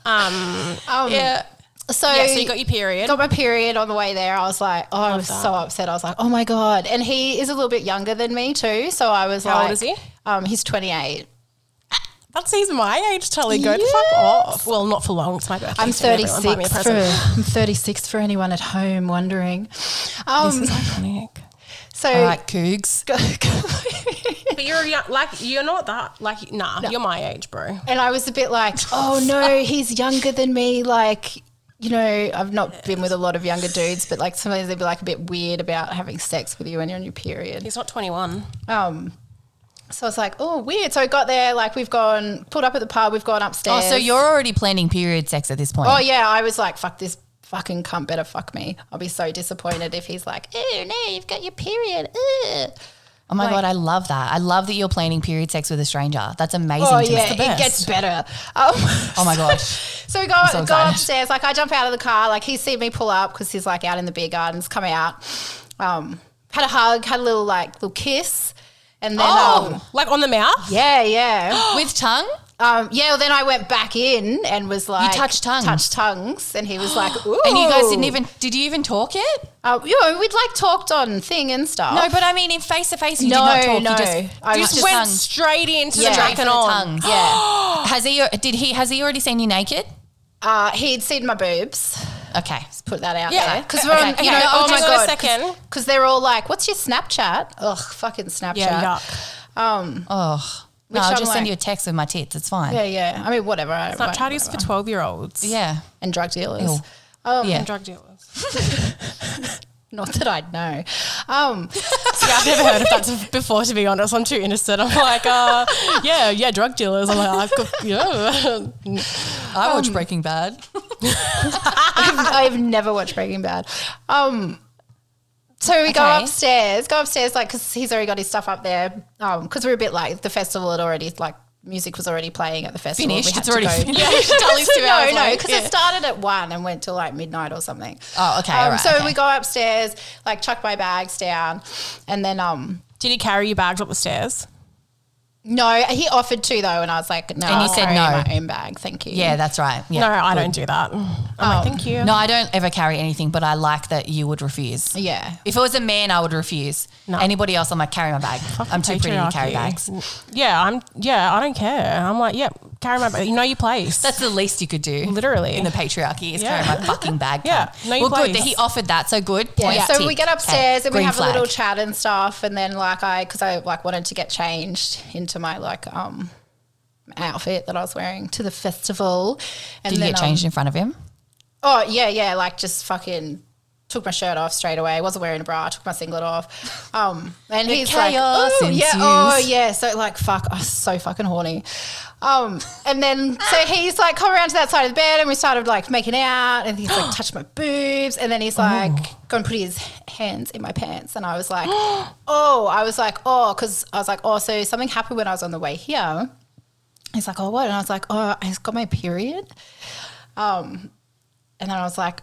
[SPEAKER 3] Um,
[SPEAKER 1] Yeah.
[SPEAKER 3] So,
[SPEAKER 2] Yeah, so you got your period.
[SPEAKER 3] got my period on the way there. I was like, oh, I was so upset. I was like, oh my god. And he is a little bit younger than me too. So I was
[SPEAKER 2] How
[SPEAKER 3] like,
[SPEAKER 2] old is he?
[SPEAKER 3] Um, he's twenty eight.
[SPEAKER 2] That's he's my age, Tully. Go the fuck off. Well, not for long. It's my birthday.
[SPEAKER 3] I'm
[SPEAKER 2] soon.
[SPEAKER 3] thirty
[SPEAKER 2] Everyone buy me a
[SPEAKER 3] six. For,
[SPEAKER 2] present.
[SPEAKER 3] I'm thirty six for anyone at home wondering. Um,
[SPEAKER 2] This is iconic.
[SPEAKER 3] so.
[SPEAKER 1] All right, Cougs.
[SPEAKER 2] But you're young, like you're not that like nah. You're my age, bro.
[SPEAKER 3] And I was a bit like, oh no, he's younger than me. Like, you know, I've not been with a lot of younger dudes, but like sometimes they'd be like a bit weird about having sex with you when you're on your period.
[SPEAKER 2] He's not 21.
[SPEAKER 3] Um, so I was like, oh, weird. So I got there, like we've gone, pulled up at the pub, we've gone
[SPEAKER 1] Oh,
[SPEAKER 3] upstairs.
[SPEAKER 1] so you're already planning period sex at this point.
[SPEAKER 3] Oh yeah, I was like, fuck this fucking cunt better fuck me. I'll be so disappointed if he's like, oh no, you've got your period. Ew.
[SPEAKER 1] Oh my
[SPEAKER 3] Like-
[SPEAKER 1] god, I love that. I love that you're planning period sex with a stranger. That's amazing.
[SPEAKER 3] Oh
[SPEAKER 1] to
[SPEAKER 3] yeah,
[SPEAKER 1] me.
[SPEAKER 3] it gets better. Um,
[SPEAKER 1] Oh my gosh.
[SPEAKER 3] so we go,
[SPEAKER 1] so
[SPEAKER 3] go
[SPEAKER 1] excited.
[SPEAKER 3] upstairs. Like I jump out of the car. Like he's seen me pull up because he's like out in the beer gardens. Come out. Um, had a hug. Had a little like little kiss. And then
[SPEAKER 1] Oh!
[SPEAKER 3] um,
[SPEAKER 2] Oh, like on the mouth.
[SPEAKER 3] yeah, yeah.
[SPEAKER 1] with tongue?
[SPEAKER 3] Um, yeah, well, then I went back in and was like,
[SPEAKER 1] touched tongues?
[SPEAKER 3] touched tongues, and he was like, ooh.
[SPEAKER 1] And you guys
[SPEAKER 3] Oh.
[SPEAKER 1] didn't even did you even talk yet?
[SPEAKER 3] uh, you know, we'd like talked on thing and stuff.
[SPEAKER 1] No, but I mean in face to face you
[SPEAKER 3] No,
[SPEAKER 1] did not talk.
[SPEAKER 3] no.
[SPEAKER 1] You just,
[SPEAKER 3] I
[SPEAKER 1] you just
[SPEAKER 3] was
[SPEAKER 2] Just
[SPEAKER 3] just
[SPEAKER 2] went
[SPEAKER 1] went
[SPEAKER 2] straight into
[SPEAKER 3] Yeah.
[SPEAKER 2] the
[SPEAKER 1] straight
[SPEAKER 2] drunk
[SPEAKER 1] for
[SPEAKER 2] and
[SPEAKER 1] the tongue.
[SPEAKER 2] on.
[SPEAKER 3] yeah,
[SPEAKER 1] Has he did he has he already seen you naked?
[SPEAKER 3] uh, he'd seen my boobs.
[SPEAKER 1] Okay.
[SPEAKER 3] Let's put that out
[SPEAKER 2] Yeah.
[SPEAKER 3] there because we're on,
[SPEAKER 1] Okay,
[SPEAKER 3] you
[SPEAKER 1] okay.
[SPEAKER 3] know,
[SPEAKER 1] Oh,
[SPEAKER 3] oh
[SPEAKER 2] just
[SPEAKER 3] my
[SPEAKER 2] on a
[SPEAKER 3] god,
[SPEAKER 2] second.
[SPEAKER 3] because they're all like, "What's your Snapchat?" Ugh, fucking Snapchat.
[SPEAKER 2] Yeah,
[SPEAKER 3] Yeah,
[SPEAKER 2] yuck.
[SPEAKER 1] Oh. No,
[SPEAKER 3] Which
[SPEAKER 1] I'll
[SPEAKER 3] I'm
[SPEAKER 1] just send
[SPEAKER 3] like-
[SPEAKER 1] you a text with my tits. It's fine.
[SPEAKER 3] yeah,
[SPEAKER 1] Yeah.
[SPEAKER 3] I mean, whatever. I don't mind,
[SPEAKER 2] Snapchat is for
[SPEAKER 3] whatever.
[SPEAKER 2] 12 year olds
[SPEAKER 1] Yeah.
[SPEAKER 3] and drug dealers.
[SPEAKER 1] Ew.
[SPEAKER 3] Um,
[SPEAKER 2] and drug dealers.
[SPEAKER 3] Not that I'd know. Um,
[SPEAKER 2] Yeah, I've never heard of that before, to be honest. I'm too innocent. I'm like, uh, yeah, yeah, drug dealers. I'm like, I've got, yeah.
[SPEAKER 1] I watch Breaking Bad.
[SPEAKER 3] I've, I've never watched Breaking Bad. Um, so we go
[SPEAKER 1] Okay.
[SPEAKER 3] upstairs, go upstairs, like because he's already got his stuff up there. Because we're a bit like the festival had already like music was already playing at the festival.
[SPEAKER 1] Finished.
[SPEAKER 3] We had
[SPEAKER 1] It's
[SPEAKER 3] to
[SPEAKER 1] already
[SPEAKER 3] go.
[SPEAKER 1] finished.
[SPEAKER 2] Dolly's two
[SPEAKER 3] no,
[SPEAKER 2] hours
[SPEAKER 3] no,
[SPEAKER 2] late.
[SPEAKER 3] because it started at one and went till like midnight or something.
[SPEAKER 1] Oh, okay,
[SPEAKER 3] Um,
[SPEAKER 1] right,
[SPEAKER 3] so
[SPEAKER 1] okay.
[SPEAKER 3] we go upstairs, like chuck my bags down, and then um.
[SPEAKER 2] Did you carry your bags up the stairs?
[SPEAKER 3] No, he offered to though, and I was like, "No,
[SPEAKER 1] And you
[SPEAKER 3] I'll
[SPEAKER 1] said
[SPEAKER 3] carry
[SPEAKER 1] no.
[SPEAKER 3] my own bag, thank you."
[SPEAKER 1] Yeah, that's right. Yeah.
[SPEAKER 2] no, I don't do that. I'm like, thank you.
[SPEAKER 1] No, I don't ever carry anything, but I like that you would refuse.
[SPEAKER 3] yeah.
[SPEAKER 1] If it was a man, I would refuse.
[SPEAKER 2] No.
[SPEAKER 1] Anybody else, I'm like, carry my bag. I'm too pretty to carry
[SPEAKER 2] Patriarchy.
[SPEAKER 1] bags.
[SPEAKER 2] Yeah, I'm. Yeah, I don't care. I'm like, yep, carry my bag. You know your place.
[SPEAKER 1] That's the least you could do.
[SPEAKER 2] Literally.
[SPEAKER 1] In the patriarchy is
[SPEAKER 2] Yeah.
[SPEAKER 1] carry my fucking bag.
[SPEAKER 2] Yeah.
[SPEAKER 1] cunt.
[SPEAKER 2] No, you
[SPEAKER 1] well, good
[SPEAKER 2] please.
[SPEAKER 1] that he offered that. So good.
[SPEAKER 3] Yeah.
[SPEAKER 1] Point
[SPEAKER 3] so
[SPEAKER 1] tick.
[SPEAKER 3] we get upstairs
[SPEAKER 1] Okay.
[SPEAKER 3] and we
[SPEAKER 1] Green
[SPEAKER 3] have
[SPEAKER 1] flag.
[SPEAKER 3] a little chat and stuff, and then like I, because I like wanted to get changed into my like um outfit that I was wearing to the festival. And
[SPEAKER 1] Did you
[SPEAKER 3] then,
[SPEAKER 1] get
[SPEAKER 3] um,
[SPEAKER 1] changed in front of him?
[SPEAKER 3] Oh yeah, yeah. Like just fucking took my shirt off straight away. Wasn't wearing a bra. Took my singlet off. Um, and he's
[SPEAKER 1] chaos
[SPEAKER 3] like, "Ooh, yeah,
[SPEAKER 1] ensues.
[SPEAKER 3] oh yeah. So like, fuck, I was so fucking horny. Um, and then so he's like, come around to that side of the bed, and we started like making out, and he's like, touched my boobs, and then he's like,
[SPEAKER 1] Oh.
[SPEAKER 3] go and put his hands in my pants, and I was like, oh, I was like, oh, because I was like, oh, so something happened when I was on the way here. He's like, oh, what? And I was like, oh, I just got my period. And then I was like,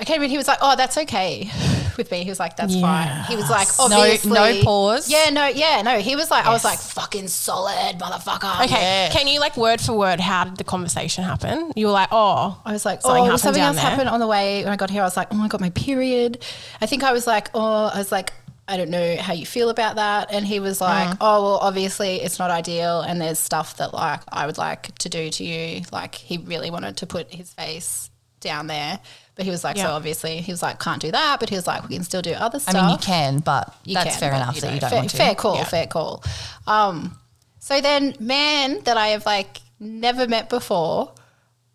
[SPEAKER 3] okay, but he was like, oh, that's okay with me. He was like, that's fine. He was like, obviously.
[SPEAKER 1] no pause.
[SPEAKER 3] Yeah, no, yeah, no. He was like, I
[SPEAKER 1] Yes.
[SPEAKER 3] was like, fucking solid, motherfucker.
[SPEAKER 2] okay, can you like word for word? How did the conversation happen? You were like, oh,
[SPEAKER 3] I was like,
[SPEAKER 2] Something
[SPEAKER 3] oh,
[SPEAKER 2] happened
[SPEAKER 3] something
[SPEAKER 2] down
[SPEAKER 3] else
[SPEAKER 2] there.
[SPEAKER 3] happened on the way. When I got here, I was like, oh, I got my period. I think I was like, oh, I was like, I don't know how you feel about that. And he was like, oh, well, obviously it's not ideal. And there's stuff that like I would like to do to you. Like he really wanted to put his face down there. But he was like,
[SPEAKER 2] Yeah.
[SPEAKER 3] so obviously he was like, can't do that. But he was like, we can still do other
[SPEAKER 1] I
[SPEAKER 3] stuff.
[SPEAKER 1] mean, you can, but that's
[SPEAKER 3] can,
[SPEAKER 1] fair
[SPEAKER 3] but,
[SPEAKER 1] enough that
[SPEAKER 3] know,
[SPEAKER 1] you don't
[SPEAKER 3] fair,
[SPEAKER 1] want to.
[SPEAKER 3] Fair call, fair call. Um, so then, man that I have like never met before,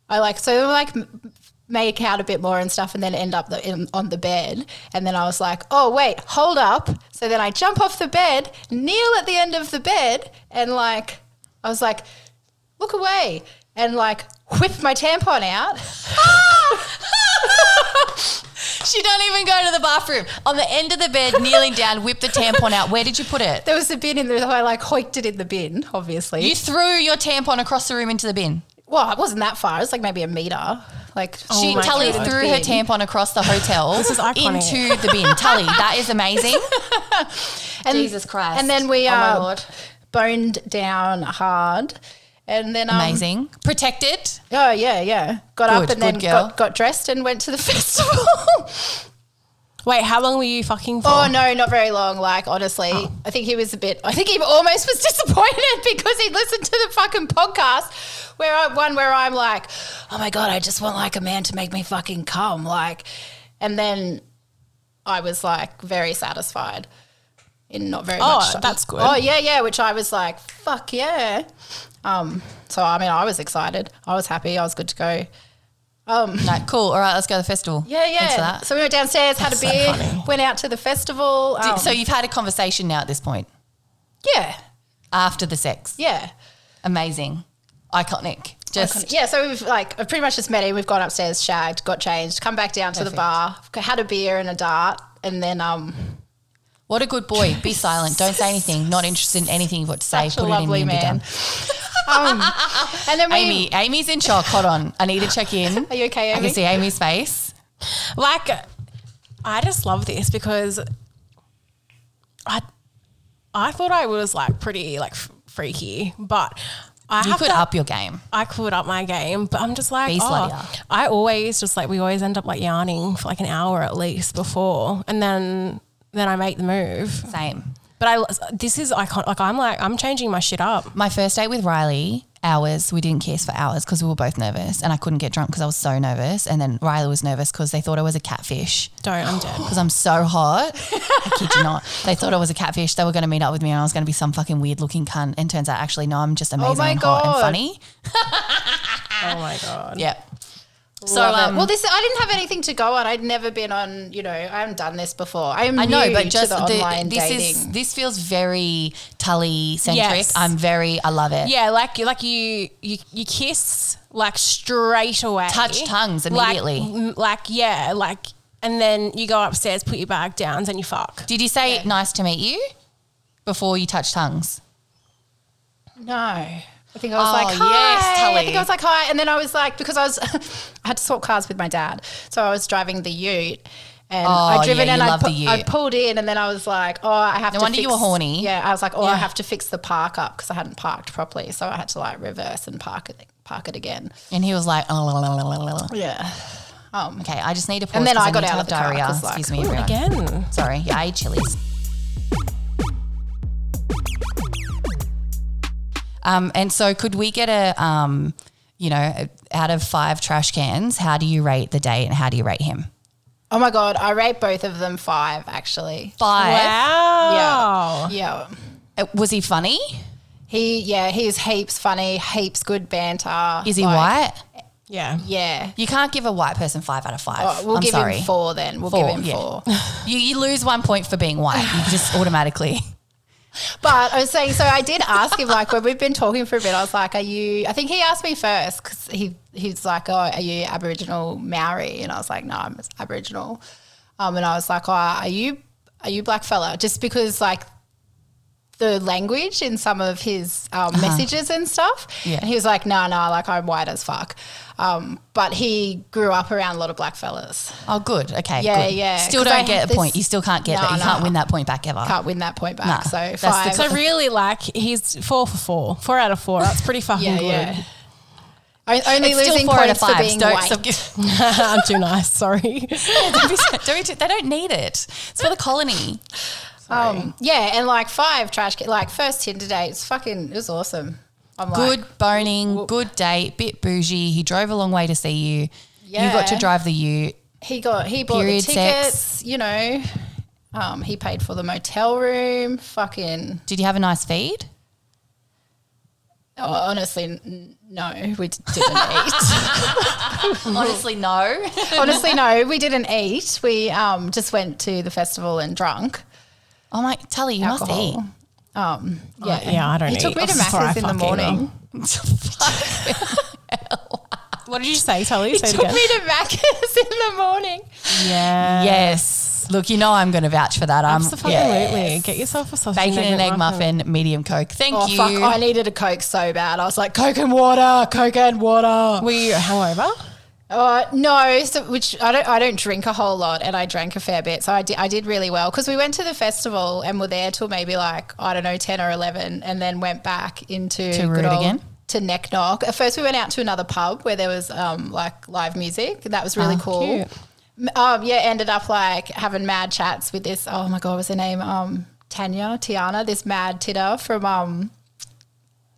[SPEAKER 3] I like so like m- make out a bit more and stuff, and then end up the, in, on the bed, and then I was like, oh wait, hold up. So then I jump off the bed, kneel at the end of the bed, and like I was like, look away, and like whip my tampon out.
[SPEAKER 1] She don't even go to the bathroom. On the end of the bed, kneeling down, whip the tampon out. Where did you put it?
[SPEAKER 3] There was a bin in there. so I like hoiked it in the bin, obviously.
[SPEAKER 1] You threw your tampon across the room into the bin.
[SPEAKER 3] Well, it wasn't that far. It was like maybe a meter. Like
[SPEAKER 1] She
[SPEAKER 2] my
[SPEAKER 1] Tully
[SPEAKER 3] Oh God.
[SPEAKER 1] threw her tampon across the hotel
[SPEAKER 2] is iconic.
[SPEAKER 1] into the bin. Tully, that is amazing.
[SPEAKER 3] and,
[SPEAKER 1] Jesus Christ.
[SPEAKER 3] And then we
[SPEAKER 1] Oh my
[SPEAKER 3] uh,
[SPEAKER 1] Lord.
[SPEAKER 3] boned down hard, and then um,
[SPEAKER 1] Amazing. Protected.
[SPEAKER 3] Oh yeah, yeah. Got
[SPEAKER 1] Good,
[SPEAKER 3] up and then
[SPEAKER 1] good girl.
[SPEAKER 3] got, got dressed and went to the festival.
[SPEAKER 2] wait, how long were you fucking for?
[SPEAKER 3] oh no, not very long. Like honestly,
[SPEAKER 2] Oh.
[SPEAKER 3] I think he was a bit. I think he almost was disappointed because he listened to the fucking podcast where I, one where I'm like, oh my god, I just want like a man to make me fucking come, like, and then I was like very satisfied. in not very
[SPEAKER 2] Oh,
[SPEAKER 3] much. time.
[SPEAKER 2] that's good.
[SPEAKER 3] Oh yeah, yeah. Which I was like, fuck yeah. Um, so I mean, I was excited. I was happy. I was good to go.
[SPEAKER 1] No, cool. All right, let's go to the festival.
[SPEAKER 3] Yeah,
[SPEAKER 1] Thanks for
[SPEAKER 3] yeah.
[SPEAKER 1] that.
[SPEAKER 3] So we went downstairs, had a
[SPEAKER 2] so
[SPEAKER 3] beer,
[SPEAKER 2] funny.
[SPEAKER 3] went out to the festival. Um,
[SPEAKER 1] so you've had a conversation now at this point
[SPEAKER 3] yeah,
[SPEAKER 1] after the sex.
[SPEAKER 3] yeah.
[SPEAKER 1] Amazing. Iconic. Just
[SPEAKER 3] Yeah, so we've like I've pretty much just met him. We've gone upstairs, shagged, got changed, come back down to the bar, had a beer and a dart, and then um,
[SPEAKER 1] what a good boy. Be silent. Don't say anything. Not interested in anything you've got to say.
[SPEAKER 3] Such a
[SPEAKER 1] Put it in
[SPEAKER 3] lovely
[SPEAKER 1] and be
[SPEAKER 3] man.
[SPEAKER 1] done.
[SPEAKER 3] um and then we.
[SPEAKER 1] Amy, Amy's in shock. Hold on. I need to check in.
[SPEAKER 3] Are you okay,
[SPEAKER 1] I
[SPEAKER 3] Amy?
[SPEAKER 1] can see Amy's face.
[SPEAKER 2] like I just love this because I I thought I was like pretty like f- freaky, but I
[SPEAKER 1] You
[SPEAKER 2] have
[SPEAKER 1] could
[SPEAKER 2] to,
[SPEAKER 1] up your game.
[SPEAKER 2] I could up my game, but I'm just like
[SPEAKER 1] Be sluttier.
[SPEAKER 2] oh, I always just like we always end up like yarning for like an hour at least before, and then then I make the move.
[SPEAKER 1] Same.
[SPEAKER 2] But I this is I can't like I'm like I'm changing my shit up.
[SPEAKER 1] My first date with Riley, hours, we didn't kiss for hours because we were both nervous and I couldn't get drunk because I was so nervous. And then Riley was nervous because they thought I was a catfish.
[SPEAKER 2] Don't I'm dead.
[SPEAKER 1] because I'm so hot. I kid you not. They thought I was a catfish. They were going to meet up with me and I was going to be some fucking weird looking cunt. And turns out,
[SPEAKER 3] Oh
[SPEAKER 1] actually, no, I'm just amazing
[SPEAKER 3] my
[SPEAKER 1] and hot and
[SPEAKER 3] God.
[SPEAKER 1] funny.
[SPEAKER 2] Oh my god.
[SPEAKER 1] Yep.
[SPEAKER 3] So
[SPEAKER 1] Love it.
[SPEAKER 3] well, this I didn't have anything to go on. I'd never been on. You know, I haven't done this before. I'm
[SPEAKER 1] I know, but just
[SPEAKER 3] to the,
[SPEAKER 1] the-
[SPEAKER 3] online
[SPEAKER 1] this
[SPEAKER 3] dating.
[SPEAKER 1] is this feels very Tully centric.
[SPEAKER 2] Yes.
[SPEAKER 1] I'm very, I love it.
[SPEAKER 2] Yeah, like you, like you, you, you kiss like straight away.
[SPEAKER 1] Touch tongues
[SPEAKER 2] Like-
[SPEAKER 1] immediately.
[SPEAKER 2] m- Like, yeah, like, and then you go upstairs, put your bag down, and you fuck.
[SPEAKER 1] Did you say nice to meet you before you touch tongues?
[SPEAKER 3] No. I think I was
[SPEAKER 1] Oh, yes,
[SPEAKER 3] like, hi. I
[SPEAKER 1] Tully.
[SPEAKER 3] think I was like, hi. And then I was like, because I was, I had to swap cars with my dad. So I was driving the ute. And
[SPEAKER 1] Oh,
[SPEAKER 3] I driven
[SPEAKER 1] yeah,
[SPEAKER 3] and
[SPEAKER 1] you
[SPEAKER 3] I,
[SPEAKER 1] love the
[SPEAKER 3] pu- I
[SPEAKER 1] ute.
[SPEAKER 3] pulled in and then I was like, oh, I have
[SPEAKER 1] No
[SPEAKER 3] to
[SPEAKER 1] wonder you
[SPEAKER 3] fix-
[SPEAKER 1] were horny.
[SPEAKER 3] Yeah, I was like, oh, I
[SPEAKER 2] Yeah.
[SPEAKER 3] have to fix the park up because I hadn't parked properly. So I had to like reverse and park it, park it again.
[SPEAKER 1] And he was like, oh, la, la, la, la, la.
[SPEAKER 3] Yeah. Um,
[SPEAKER 1] okay, I just need to pause.
[SPEAKER 3] And then
[SPEAKER 1] 'cause
[SPEAKER 3] I got
[SPEAKER 1] need to
[SPEAKER 3] out
[SPEAKER 1] have
[SPEAKER 3] of the car,
[SPEAKER 1] diarrhea.
[SPEAKER 3] 'cause, like,
[SPEAKER 1] Excuse me, everyone.
[SPEAKER 2] Again,
[SPEAKER 1] Sorry, yeah, I ate chilies. Um, and so, could we get a, um, you know, out of five trash cans, how do you rate the date and how do you rate him?
[SPEAKER 3] oh my God. I rate both of them five actually.
[SPEAKER 1] Five.
[SPEAKER 2] wow.
[SPEAKER 3] Yeah. Yeah.
[SPEAKER 1] Uh, Was he funny?
[SPEAKER 3] He, yeah, he's heaps funny, heaps good banter.
[SPEAKER 1] Is he
[SPEAKER 3] Like,
[SPEAKER 1] white?
[SPEAKER 2] Yeah,
[SPEAKER 3] Yeah.
[SPEAKER 1] You can't give a white person five out of 5
[SPEAKER 3] Oh, we'll
[SPEAKER 1] I'm
[SPEAKER 3] give
[SPEAKER 1] sorry.
[SPEAKER 3] him four then. We'll
[SPEAKER 1] Four,
[SPEAKER 3] give him
[SPEAKER 1] yeah.
[SPEAKER 3] four.
[SPEAKER 1] You, you lose one point for being white, you just automatically.
[SPEAKER 3] But I was saying, so I did ask him, like, when we've been talking for a bit, I was like, are you, I think he asked me first because he, he's like, oh, are you Aboriginal Maori? And I was like, no, I'm Aboriginal. Um, and I was like, oh, are you, are you black fella? Just because, like, the language in some of his um, messages and stuff.
[SPEAKER 1] Uh-huh. Yeah.
[SPEAKER 3] And he was like, no, no, like, I'm white as fuck. Um, but he grew up around a lot of black fellas.
[SPEAKER 1] Oh, good. Okay.
[SPEAKER 3] Yeah,
[SPEAKER 1] good.
[SPEAKER 3] yeah,
[SPEAKER 1] Still
[SPEAKER 3] 'cause I
[SPEAKER 1] don't get
[SPEAKER 3] had
[SPEAKER 1] a point.
[SPEAKER 3] this-
[SPEAKER 1] You still can't get
[SPEAKER 3] No,
[SPEAKER 1] that. You
[SPEAKER 3] no.
[SPEAKER 1] can't win that point back ever.
[SPEAKER 3] Can't win that point back.
[SPEAKER 1] No,
[SPEAKER 3] so
[SPEAKER 1] that's the
[SPEAKER 3] five.
[SPEAKER 2] So really, like he's four for four, four out of four. That's pretty fucking
[SPEAKER 3] yeah,
[SPEAKER 2] good.
[SPEAKER 3] yeah. O- Only
[SPEAKER 1] It's still
[SPEAKER 3] losing
[SPEAKER 1] four out of
[SPEAKER 3] points for
[SPEAKER 1] five.
[SPEAKER 3] being
[SPEAKER 1] Don't-
[SPEAKER 3] white.
[SPEAKER 1] so-
[SPEAKER 2] I'm too nice. Sorry.
[SPEAKER 1] Don't be so- don't be too- they don't need it. It's for the colony.
[SPEAKER 3] Um, yeah, and like five trash can, like first Tinder date, it's fucking, it was awesome. I'm like,
[SPEAKER 1] Good boning, good date, bit bougie. He drove a long way to see you. You got to
[SPEAKER 3] Yeah.
[SPEAKER 1] drive the ute.
[SPEAKER 3] he got, he bought
[SPEAKER 1] Period
[SPEAKER 3] the
[SPEAKER 1] sex.
[SPEAKER 3] tickets, you know, um, he paid for the motel room, fucking,
[SPEAKER 1] Did you have a nice feed?
[SPEAKER 3] oh, honestly, n- no, we d- didn't eat.
[SPEAKER 1] Honestly, no.
[SPEAKER 3] honestly, no, we didn't eat. We um, just went to the festival and drunk.
[SPEAKER 1] Oh my, Tully, you
[SPEAKER 3] Alcohol. Um, yeah.
[SPEAKER 2] yeah, I don't
[SPEAKER 3] He took
[SPEAKER 2] eat.
[SPEAKER 3] me to
[SPEAKER 2] I'm sorry,
[SPEAKER 3] Macca's in the
[SPEAKER 2] fuck either.
[SPEAKER 3] morning.
[SPEAKER 1] must eat.
[SPEAKER 2] What did you say, Tully? Say it
[SPEAKER 3] Took me
[SPEAKER 2] again.
[SPEAKER 3] to Macca's in the morning.
[SPEAKER 1] Uh,
[SPEAKER 2] Yeah.
[SPEAKER 1] yes. Look, you know I'm going to vouch for that. I'm
[SPEAKER 2] Absolutely.
[SPEAKER 1] yeah.
[SPEAKER 2] Get yourself a sausage.
[SPEAKER 1] bacon and
[SPEAKER 2] egg
[SPEAKER 1] egg muffin, medium coke. Thank
[SPEAKER 3] Oh
[SPEAKER 1] you.
[SPEAKER 3] fuck! I needed a coke so bad. I was like, coke and water, coke and water.
[SPEAKER 2] Were you hungover?
[SPEAKER 3] Uh, no, so, which I don't. I don't drink a whole lot, and I drank a fair bit, so I did. I did really well because we went to the festival and were there till maybe like I don't know ten or eleven, and then went back into
[SPEAKER 1] To Root again?
[SPEAKER 3] to Neck Knock. At first, we went out to another pub where there was um like live music. and That was
[SPEAKER 1] Ah,
[SPEAKER 3] really cool.
[SPEAKER 2] cute.
[SPEAKER 3] M- Um, yeah, ended up like having mad chats with this. Oh my god, what was her name? Um, Tanya, Tiana, this mad titter from um.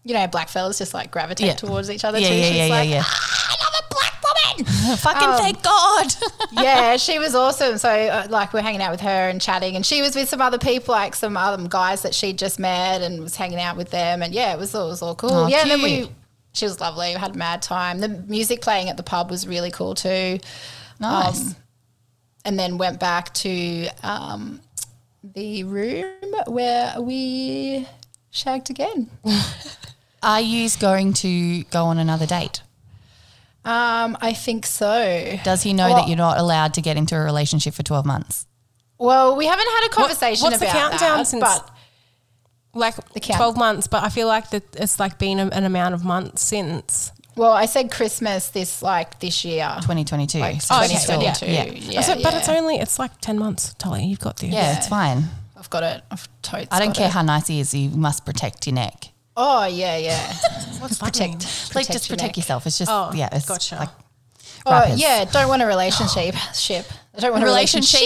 [SPEAKER 3] You know, black fellas just like gravitate
[SPEAKER 1] Yeah.
[SPEAKER 3] towards each other
[SPEAKER 1] yeah,
[SPEAKER 3] too.
[SPEAKER 1] yeah,
[SPEAKER 3] She's
[SPEAKER 1] yeah,
[SPEAKER 3] like,
[SPEAKER 1] yeah, yeah. Fucking
[SPEAKER 2] Oh.
[SPEAKER 1] thank God.
[SPEAKER 3] yeah, she was awesome. So, uh, like, we're hanging out with her and chatting, and she was with some other people, like some other guys that she'd just met, and was hanging out with them. And yeah, it was it was all cool.
[SPEAKER 1] Aw,
[SPEAKER 3] yeah, and then
[SPEAKER 1] cute.
[SPEAKER 3] we, she was lovely. We had a mad time. The music playing at the pub was really cool too. Um,
[SPEAKER 1] Nice.
[SPEAKER 3] and then went back to um, the room where we shagged again.
[SPEAKER 1] Are you going to go on another date?
[SPEAKER 3] Um, I think so.
[SPEAKER 1] Does he know that
[SPEAKER 3] Well-
[SPEAKER 1] you're not allowed to get into a relationship for 12 months?
[SPEAKER 3] Well, we haven't had a conversation
[SPEAKER 2] what's the
[SPEAKER 3] about
[SPEAKER 2] countdown
[SPEAKER 3] that,
[SPEAKER 2] since-
[SPEAKER 3] but
[SPEAKER 2] Like
[SPEAKER 3] count.
[SPEAKER 2] twelve months, but I feel like that it's like been a- an amount of months since.
[SPEAKER 3] well, I said Christmas this like this year.
[SPEAKER 1] 2022. so
[SPEAKER 2] Oh,
[SPEAKER 1] it's
[SPEAKER 2] okay.
[SPEAKER 1] still-
[SPEAKER 2] Yeah.
[SPEAKER 1] Yeah.
[SPEAKER 3] Yeah,
[SPEAKER 2] So- But
[SPEAKER 3] yeah.
[SPEAKER 2] it's only it's like ten months, Tully. You've got this.
[SPEAKER 1] Yeah, it's fine.
[SPEAKER 3] I've got it. I've totes.
[SPEAKER 1] I don't
[SPEAKER 3] got
[SPEAKER 1] care
[SPEAKER 3] it.
[SPEAKER 1] how nice he is, you must protect your neck.
[SPEAKER 3] Oh yeah, yeah.
[SPEAKER 2] What's
[SPEAKER 3] protect,
[SPEAKER 2] protect?
[SPEAKER 3] protect
[SPEAKER 1] Like, just
[SPEAKER 3] your
[SPEAKER 1] protect
[SPEAKER 3] neck.
[SPEAKER 1] yourself. It's just,
[SPEAKER 2] Oh,
[SPEAKER 1] yeah, it's
[SPEAKER 2] gotcha.
[SPEAKER 1] like
[SPEAKER 3] Oh
[SPEAKER 1] Rappers.
[SPEAKER 3] yeah, don't want a relationship. Ship. I don't want a relationship.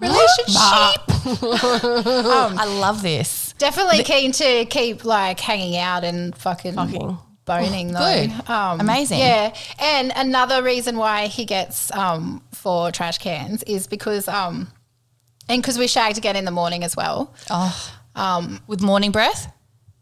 [SPEAKER 3] Relationship.
[SPEAKER 1] I love this.
[SPEAKER 3] Definitely keen to keep like hanging out and fucking,
[SPEAKER 2] Fucking.
[SPEAKER 3] boning though. Um,
[SPEAKER 1] Good. Amazing.
[SPEAKER 3] Yeah, and another reason why he gets um for trash cans is because um and because we shagged again in the morning as well.
[SPEAKER 1] Oh. With morning breath?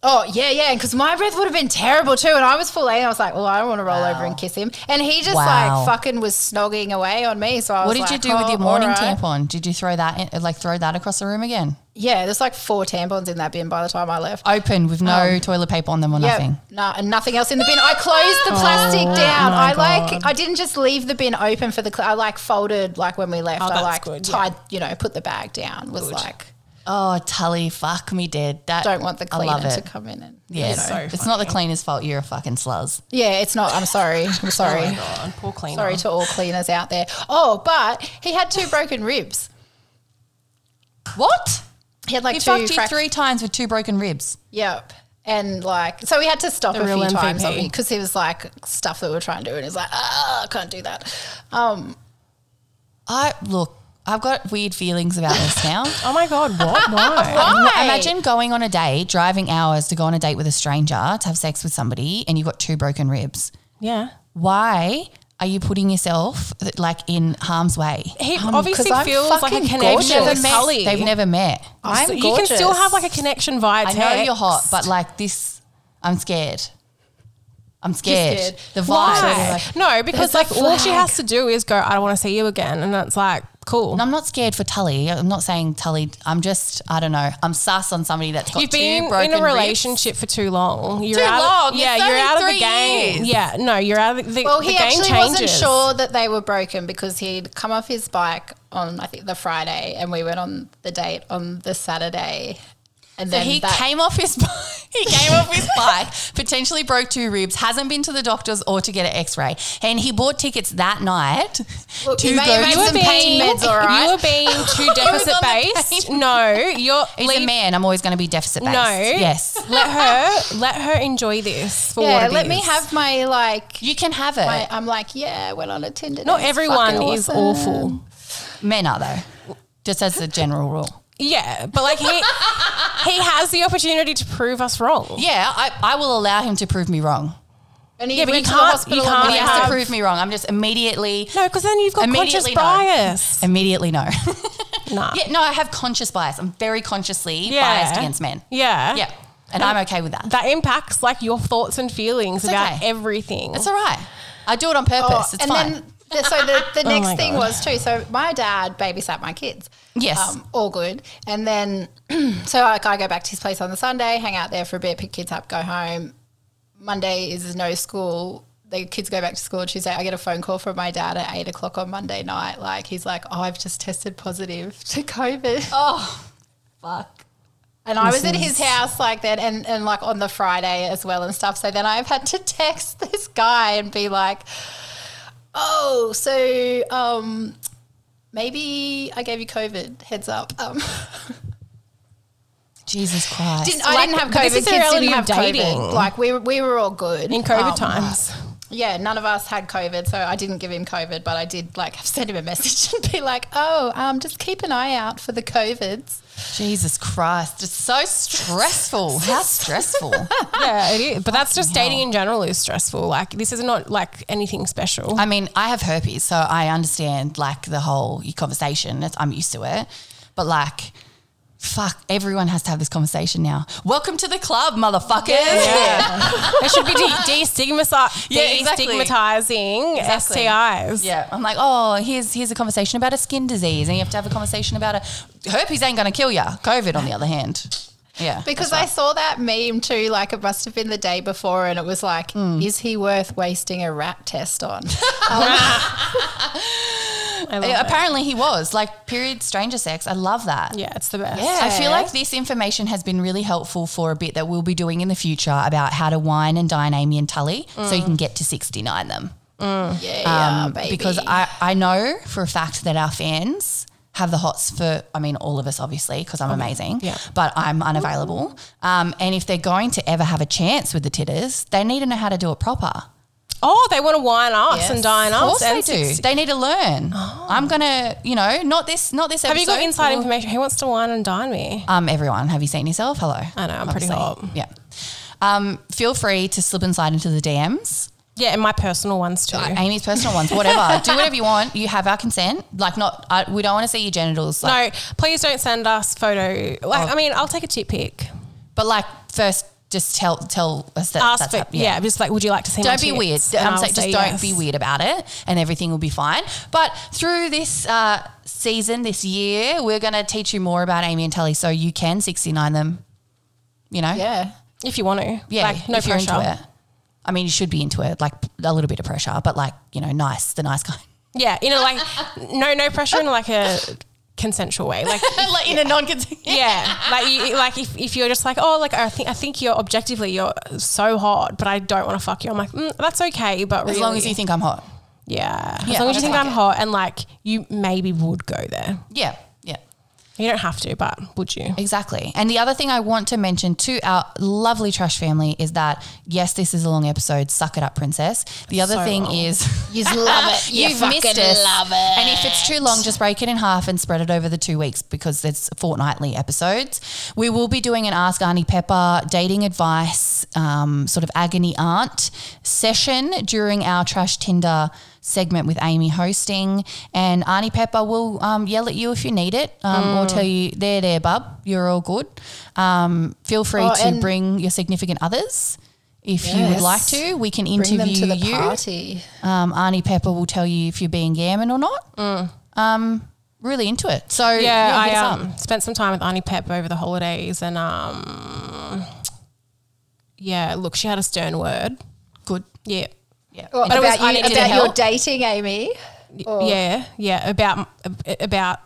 [SPEAKER 3] Oh yeah, yeah. Because my breath would have been terrible too, and I was full A. I was like, well, I don't want to roll
[SPEAKER 1] Wow.
[SPEAKER 3] over and kiss him, and he just
[SPEAKER 1] Wow.
[SPEAKER 3] like fucking was snogging away on me. So
[SPEAKER 1] What
[SPEAKER 3] I was
[SPEAKER 1] did you
[SPEAKER 3] like,
[SPEAKER 1] do with
[SPEAKER 3] oh,
[SPEAKER 1] your morning
[SPEAKER 3] alright.
[SPEAKER 1] tampon? Did you throw that in, like throw that across the room again?
[SPEAKER 3] Yeah, there's like four tampons in that bin by the time I left.
[SPEAKER 1] Open with no toilet paper on them or
[SPEAKER 3] Yeah,
[SPEAKER 1] nothing. Oh
[SPEAKER 3] no, and nothing else in the bin. I closed the plastic down.
[SPEAKER 1] my
[SPEAKER 3] I
[SPEAKER 1] God.
[SPEAKER 3] like, I didn't just leave the bin open for the. Cl- I like folded like when we left. I
[SPEAKER 2] that's
[SPEAKER 3] like
[SPEAKER 2] good, yeah.
[SPEAKER 3] tied, you know, put the bag down. Was like,
[SPEAKER 1] Oh, Tully, fuck me dead. That
[SPEAKER 3] don't want the
[SPEAKER 1] I love
[SPEAKER 3] cleaner
[SPEAKER 1] it.
[SPEAKER 3] to come in and.
[SPEAKER 1] Yeah,
[SPEAKER 2] It's so
[SPEAKER 1] it's not the cleaner's fault. You're a fucking sluz.
[SPEAKER 3] Yeah, it's not. I'm sorry. I'm sorry.
[SPEAKER 2] Oh my god, poor cleaner.
[SPEAKER 3] Sorry to all cleaners out there. Oh, but he had two broken ribs.
[SPEAKER 1] What?
[SPEAKER 3] He had like
[SPEAKER 1] He
[SPEAKER 3] two
[SPEAKER 1] fucked you
[SPEAKER 3] frac-
[SPEAKER 1] three times with two broken ribs.
[SPEAKER 3] Yep. And like, so we had to stop
[SPEAKER 2] The
[SPEAKER 3] a
[SPEAKER 2] real
[SPEAKER 3] few times
[SPEAKER 2] MVP.
[SPEAKER 3] because he was like stuff that we were trying to do, and he's like, ah, I can't do that. Um,
[SPEAKER 1] I look. I've got weird feelings about this now.
[SPEAKER 2] Oh my god, what? Why?
[SPEAKER 1] Ima-
[SPEAKER 3] Why?
[SPEAKER 1] Imagine going on a date, driving hours to go on a date with a stranger to have sex with somebody, and you've got two broken ribs.
[SPEAKER 2] yeah.
[SPEAKER 1] Why are you putting yourself like in harm's way? Um,
[SPEAKER 2] He obviously
[SPEAKER 3] 'cause I'm
[SPEAKER 2] feels like a
[SPEAKER 3] fucking
[SPEAKER 2] connection
[SPEAKER 3] gorgeous.
[SPEAKER 2] with
[SPEAKER 3] They've
[SPEAKER 2] Tully.
[SPEAKER 1] They've never met.
[SPEAKER 3] I'm
[SPEAKER 2] So you
[SPEAKER 3] gorgeous.
[SPEAKER 2] can still have like a connection via
[SPEAKER 1] I
[SPEAKER 2] text.
[SPEAKER 1] know you're hot, but like this, I'm scared. I'm scared.
[SPEAKER 3] scared.
[SPEAKER 1] The vibe.
[SPEAKER 2] Why?
[SPEAKER 1] Like,
[SPEAKER 2] No, because
[SPEAKER 1] There's
[SPEAKER 2] like
[SPEAKER 1] a
[SPEAKER 2] all she
[SPEAKER 1] flag.
[SPEAKER 2] has to do is go, I don't want to see you again. And that's like, cool.
[SPEAKER 1] And I'm not scared for Tully. I'm not saying Tully. I'm just, I don't know. I'm sus on somebody that's got
[SPEAKER 2] You've
[SPEAKER 1] two
[SPEAKER 2] been
[SPEAKER 1] broken
[SPEAKER 2] in a
[SPEAKER 1] ribs.
[SPEAKER 2] relationship for too long. You're
[SPEAKER 1] Too
[SPEAKER 2] out,
[SPEAKER 1] long?
[SPEAKER 2] Yeah,
[SPEAKER 1] It's
[SPEAKER 2] you're out of the
[SPEAKER 1] 33
[SPEAKER 2] game.
[SPEAKER 1] years.
[SPEAKER 2] Yeah, no, you're out of the, the,
[SPEAKER 3] well, he
[SPEAKER 2] the game
[SPEAKER 3] actually
[SPEAKER 2] changes.
[SPEAKER 3] wasn't sure that they were broken because he'd come off his bike on I think the Friday, and we went on the date on the Saturday, and
[SPEAKER 1] So
[SPEAKER 3] then
[SPEAKER 1] he
[SPEAKER 3] that-
[SPEAKER 1] came off his bike. He came off his bike, potentially broke two ribs, hasn't been to the doctors or to get an X-ray, and he bought tickets that night
[SPEAKER 3] Well,
[SPEAKER 1] to
[SPEAKER 3] he may
[SPEAKER 1] go.
[SPEAKER 3] have had
[SPEAKER 1] to-
[SPEAKER 2] You were
[SPEAKER 3] some pain
[SPEAKER 2] being,
[SPEAKER 3] meds, all right?
[SPEAKER 2] you were being too deficit
[SPEAKER 1] on the
[SPEAKER 2] based. No, you're
[SPEAKER 1] He's a
[SPEAKER 2] leave-
[SPEAKER 1] man. I'm always going to be deficit based.
[SPEAKER 2] No.
[SPEAKER 1] Yes.
[SPEAKER 2] Let her let her enjoy this for what
[SPEAKER 3] yeah,
[SPEAKER 2] it
[SPEAKER 3] let me
[SPEAKER 2] is.
[SPEAKER 3] have my like.
[SPEAKER 1] You can have it.
[SPEAKER 3] my- I'm like, yeah, I went on a Tinder.
[SPEAKER 2] Not
[SPEAKER 3] date. It's
[SPEAKER 2] everyone
[SPEAKER 3] fucking
[SPEAKER 2] is
[SPEAKER 3] awesome.
[SPEAKER 2] awful.
[SPEAKER 1] Men are though, just as a general rule.
[SPEAKER 2] Yeah, but like he he has the opportunity to prove us wrong.
[SPEAKER 1] Yeah, I, I will allow him to prove me wrong.
[SPEAKER 3] And he
[SPEAKER 2] Yeah, but you
[SPEAKER 3] went to the
[SPEAKER 2] can't- you
[SPEAKER 3] hospital on
[SPEAKER 2] can't
[SPEAKER 3] Monday
[SPEAKER 1] He has
[SPEAKER 2] have-
[SPEAKER 1] to prove me wrong. I'm just immediately,
[SPEAKER 2] No, because then you've got conscious
[SPEAKER 1] immediately no.
[SPEAKER 2] bias.
[SPEAKER 1] Immediately no.
[SPEAKER 2] Nah.
[SPEAKER 1] yeah, no, I have conscious bias. I'm very consciously biased against men.
[SPEAKER 2] Yeah.
[SPEAKER 1] Yeah, and I'm okay with that.
[SPEAKER 2] That impacts like your thoughts and feelings about
[SPEAKER 1] okay.
[SPEAKER 2] everything.
[SPEAKER 1] It's all right. I do it on purpose.
[SPEAKER 3] Oh,
[SPEAKER 1] it's
[SPEAKER 3] and
[SPEAKER 1] fine.
[SPEAKER 3] then the- so the, the
[SPEAKER 2] Oh
[SPEAKER 3] next
[SPEAKER 2] my
[SPEAKER 3] thing
[SPEAKER 2] God.
[SPEAKER 3] was too. So my dad babysat my kids.
[SPEAKER 1] Yes.
[SPEAKER 3] Um, all good. And then so like I go back to his place on the Sunday, hang out there for a bit, pick kids up, go home. Monday is no school. The kids go back to school on Tuesday. I get a phone call from my dad at eight o'clock on Monday night. Like he's like, "Oh, I've just tested positive to COVID."
[SPEAKER 1] oh, fuck.
[SPEAKER 3] And I was at his house like then and, and like on the Friday as well and stuff. So then I've had to text this guy and be like, Oh, so um maybe I gave you COVID heads up. Um
[SPEAKER 1] Jesus Christ.
[SPEAKER 3] didn't, I
[SPEAKER 2] Like,
[SPEAKER 3] didn't have
[SPEAKER 2] but
[SPEAKER 3] COVID.
[SPEAKER 2] this is
[SPEAKER 3] Kids
[SPEAKER 2] the reality
[SPEAKER 3] didn't have
[SPEAKER 2] of dating.
[SPEAKER 3] COVID. Like we were, we were all good.
[SPEAKER 2] in
[SPEAKER 1] Oh,
[SPEAKER 2] COVID
[SPEAKER 3] Um,
[SPEAKER 2] times.
[SPEAKER 3] Yeah, none of us had COVID, so I didn't give him COVID, but I did like send him a message and be like, Oh, um, just keep an eye out for the COVIDs.
[SPEAKER 1] Jesus Christ. It's so stressful. How stressful.
[SPEAKER 2] yeah, it is. But that's just dating in general is stressful. Like this is not like anything special.
[SPEAKER 1] I mean, I have herpes, so I understand like the whole conversation. It's, I'm used to it. But like, fuck, everyone has to have this conversation now. Welcome to the club, motherfuckers.
[SPEAKER 2] it should be de- destigmati-
[SPEAKER 1] Yeah, exactly.
[SPEAKER 2] destigmatizing STIs.
[SPEAKER 1] Yeah, I'm like, oh, here's here's a conversation about a skin disease, and you have to have a conversation about a herpes ain't gonna kill ya. COVID, on the other hand, yeah,
[SPEAKER 3] Because I saw that meme too, like it must have been the day before, and it was like, is he worth wasting a rat test on?
[SPEAKER 2] I love
[SPEAKER 1] Yeah,
[SPEAKER 2] it.
[SPEAKER 1] apparently he was like period stranger sex. I love that.
[SPEAKER 2] Yeah, it's the best.
[SPEAKER 1] I feel like this information has been really helpful for a bit that we'll be doing in the future about how to wine and dine Amy and Tully so you can get to 69 them.
[SPEAKER 3] yeah, yeah,
[SPEAKER 1] Um,
[SPEAKER 3] baby.
[SPEAKER 1] Because I, I know for a fact that our fans have the hots for, I mean, all of us, obviously, because I'm amazing,
[SPEAKER 2] Oh, yeah.
[SPEAKER 1] but I'm unavailable. Um, and if they're going to ever have a chance with the titters, they need to know how to do it proper.
[SPEAKER 2] Oh, they want to wine us
[SPEAKER 3] Yes.
[SPEAKER 2] and dine
[SPEAKER 1] Of
[SPEAKER 2] us.
[SPEAKER 1] course they
[SPEAKER 2] and
[SPEAKER 1] do. They need to learn. I'm gonna, you know, not this, not this
[SPEAKER 2] Oh. Have
[SPEAKER 1] episode.
[SPEAKER 2] you got inside information? Who wants to wine and dine me?
[SPEAKER 1] Um, everyone, have you seen yourself? Hello.
[SPEAKER 2] I know, I'm pretty hot.
[SPEAKER 1] Yeah. Um, feel free to slip and slide into the DMs.
[SPEAKER 2] Yeah, and my personal ones too.
[SPEAKER 1] Amy's personal ones, whatever. Do whatever you want. You have our consent. Like, not I, we don't want to see your genitals. Like, Oh.
[SPEAKER 2] no, please don't send us photo. Like, I mean, I'll take a chip pic.
[SPEAKER 1] But like, first just tell tell us that
[SPEAKER 2] Ask
[SPEAKER 1] that's
[SPEAKER 2] for,
[SPEAKER 1] hap-
[SPEAKER 2] yeah. just like, would you like to see my
[SPEAKER 1] don't be weird.
[SPEAKER 2] tits? And
[SPEAKER 1] I'm
[SPEAKER 2] I'll
[SPEAKER 1] saying just
[SPEAKER 2] say
[SPEAKER 1] don't
[SPEAKER 2] yes.
[SPEAKER 1] be weird about it, and everything will be fine. But through this uh, season, this year, we're going to teach you more about Amy and Telly, so you can 69 them. You know,
[SPEAKER 3] Yeah.
[SPEAKER 2] If you want to.
[SPEAKER 1] yeah.
[SPEAKER 2] Like, no
[SPEAKER 1] if
[SPEAKER 2] pressure.
[SPEAKER 1] You're into it. I mean, you should be into it, like a little bit of pressure, but like you know, nice, the nice kind.
[SPEAKER 2] Yeah, in a like no no pressure in like a consensual way. Like
[SPEAKER 1] like in a non-consensual.
[SPEAKER 2] yeah, like you, like if, if you're just like oh like I think I think you're objectively you're so hot, but I don't want to fuck you. I'm like mm, that's okay, but
[SPEAKER 1] As long as you think I'm hot.
[SPEAKER 2] yeah,
[SPEAKER 1] Yeah,
[SPEAKER 2] as long as
[SPEAKER 1] I
[SPEAKER 2] you think
[SPEAKER 1] like
[SPEAKER 2] I'm
[SPEAKER 1] it.
[SPEAKER 2] hot and like you maybe would go there.
[SPEAKER 1] Yeah, yeah.
[SPEAKER 2] You don't have to, but would you?
[SPEAKER 1] Exactly. And the other thing I want to mention to our lovely trash family is that yes, this is a long episode. Suck it up, princess. The other
[SPEAKER 2] So
[SPEAKER 1] thing
[SPEAKER 2] long.
[SPEAKER 1] is
[SPEAKER 3] You love it. You
[SPEAKER 1] you've
[SPEAKER 3] fucking
[SPEAKER 1] missed us.
[SPEAKER 3] love it.
[SPEAKER 1] And if it's too long, just break it in half and spread it over the two weeks because it's fortnightly episodes. We will be doing an Ask Auntie Pepper dating advice, um, sort of agony aunt session during our Trash Tinder segment with Amy hosting. And Auntie Pepper will um, yell at you if you need it um,
[SPEAKER 3] Mm.
[SPEAKER 1] or tell you, there, there, bub, you're all good. Um, feel free
[SPEAKER 3] Oh,
[SPEAKER 1] to
[SPEAKER 3] and-
[SPEAKER 1] bring your significant others. If you would
[SPEAKER 3] Yes.
[SPEAKER 1] like to, we can interview
[SPEAKER 3] Bring them to the
[SPEAKER 1] you.
[SPEAKER 3] party.
[SPEAKER 1] Um, Arnie Pepper will tell you if you're being gammon or not. Um, really into it. So
[SPEAKER 2] Mm. Yeah,
[SPEAKER 1] hit us
[SPEAKER 2] I
[SPEAKER 1] up.
[SPEAKER 2] um, spent some time with Arnie Pep over the holidays, and um, yeah, look, she had a stern word.
[SPEAKER 1] good.
[SPEAKER 2] Yeah,
[SPEAKER 1] Yeah,
[SPEAKER 3] Well,
[SPEAKER 2] But it was
[SPEAKER 3] about you,
[SPEAKER 2] unintentional.
[SPEAKER 3] about your dating, Amy.
[SPEAKER 2] yeah, yeah, about about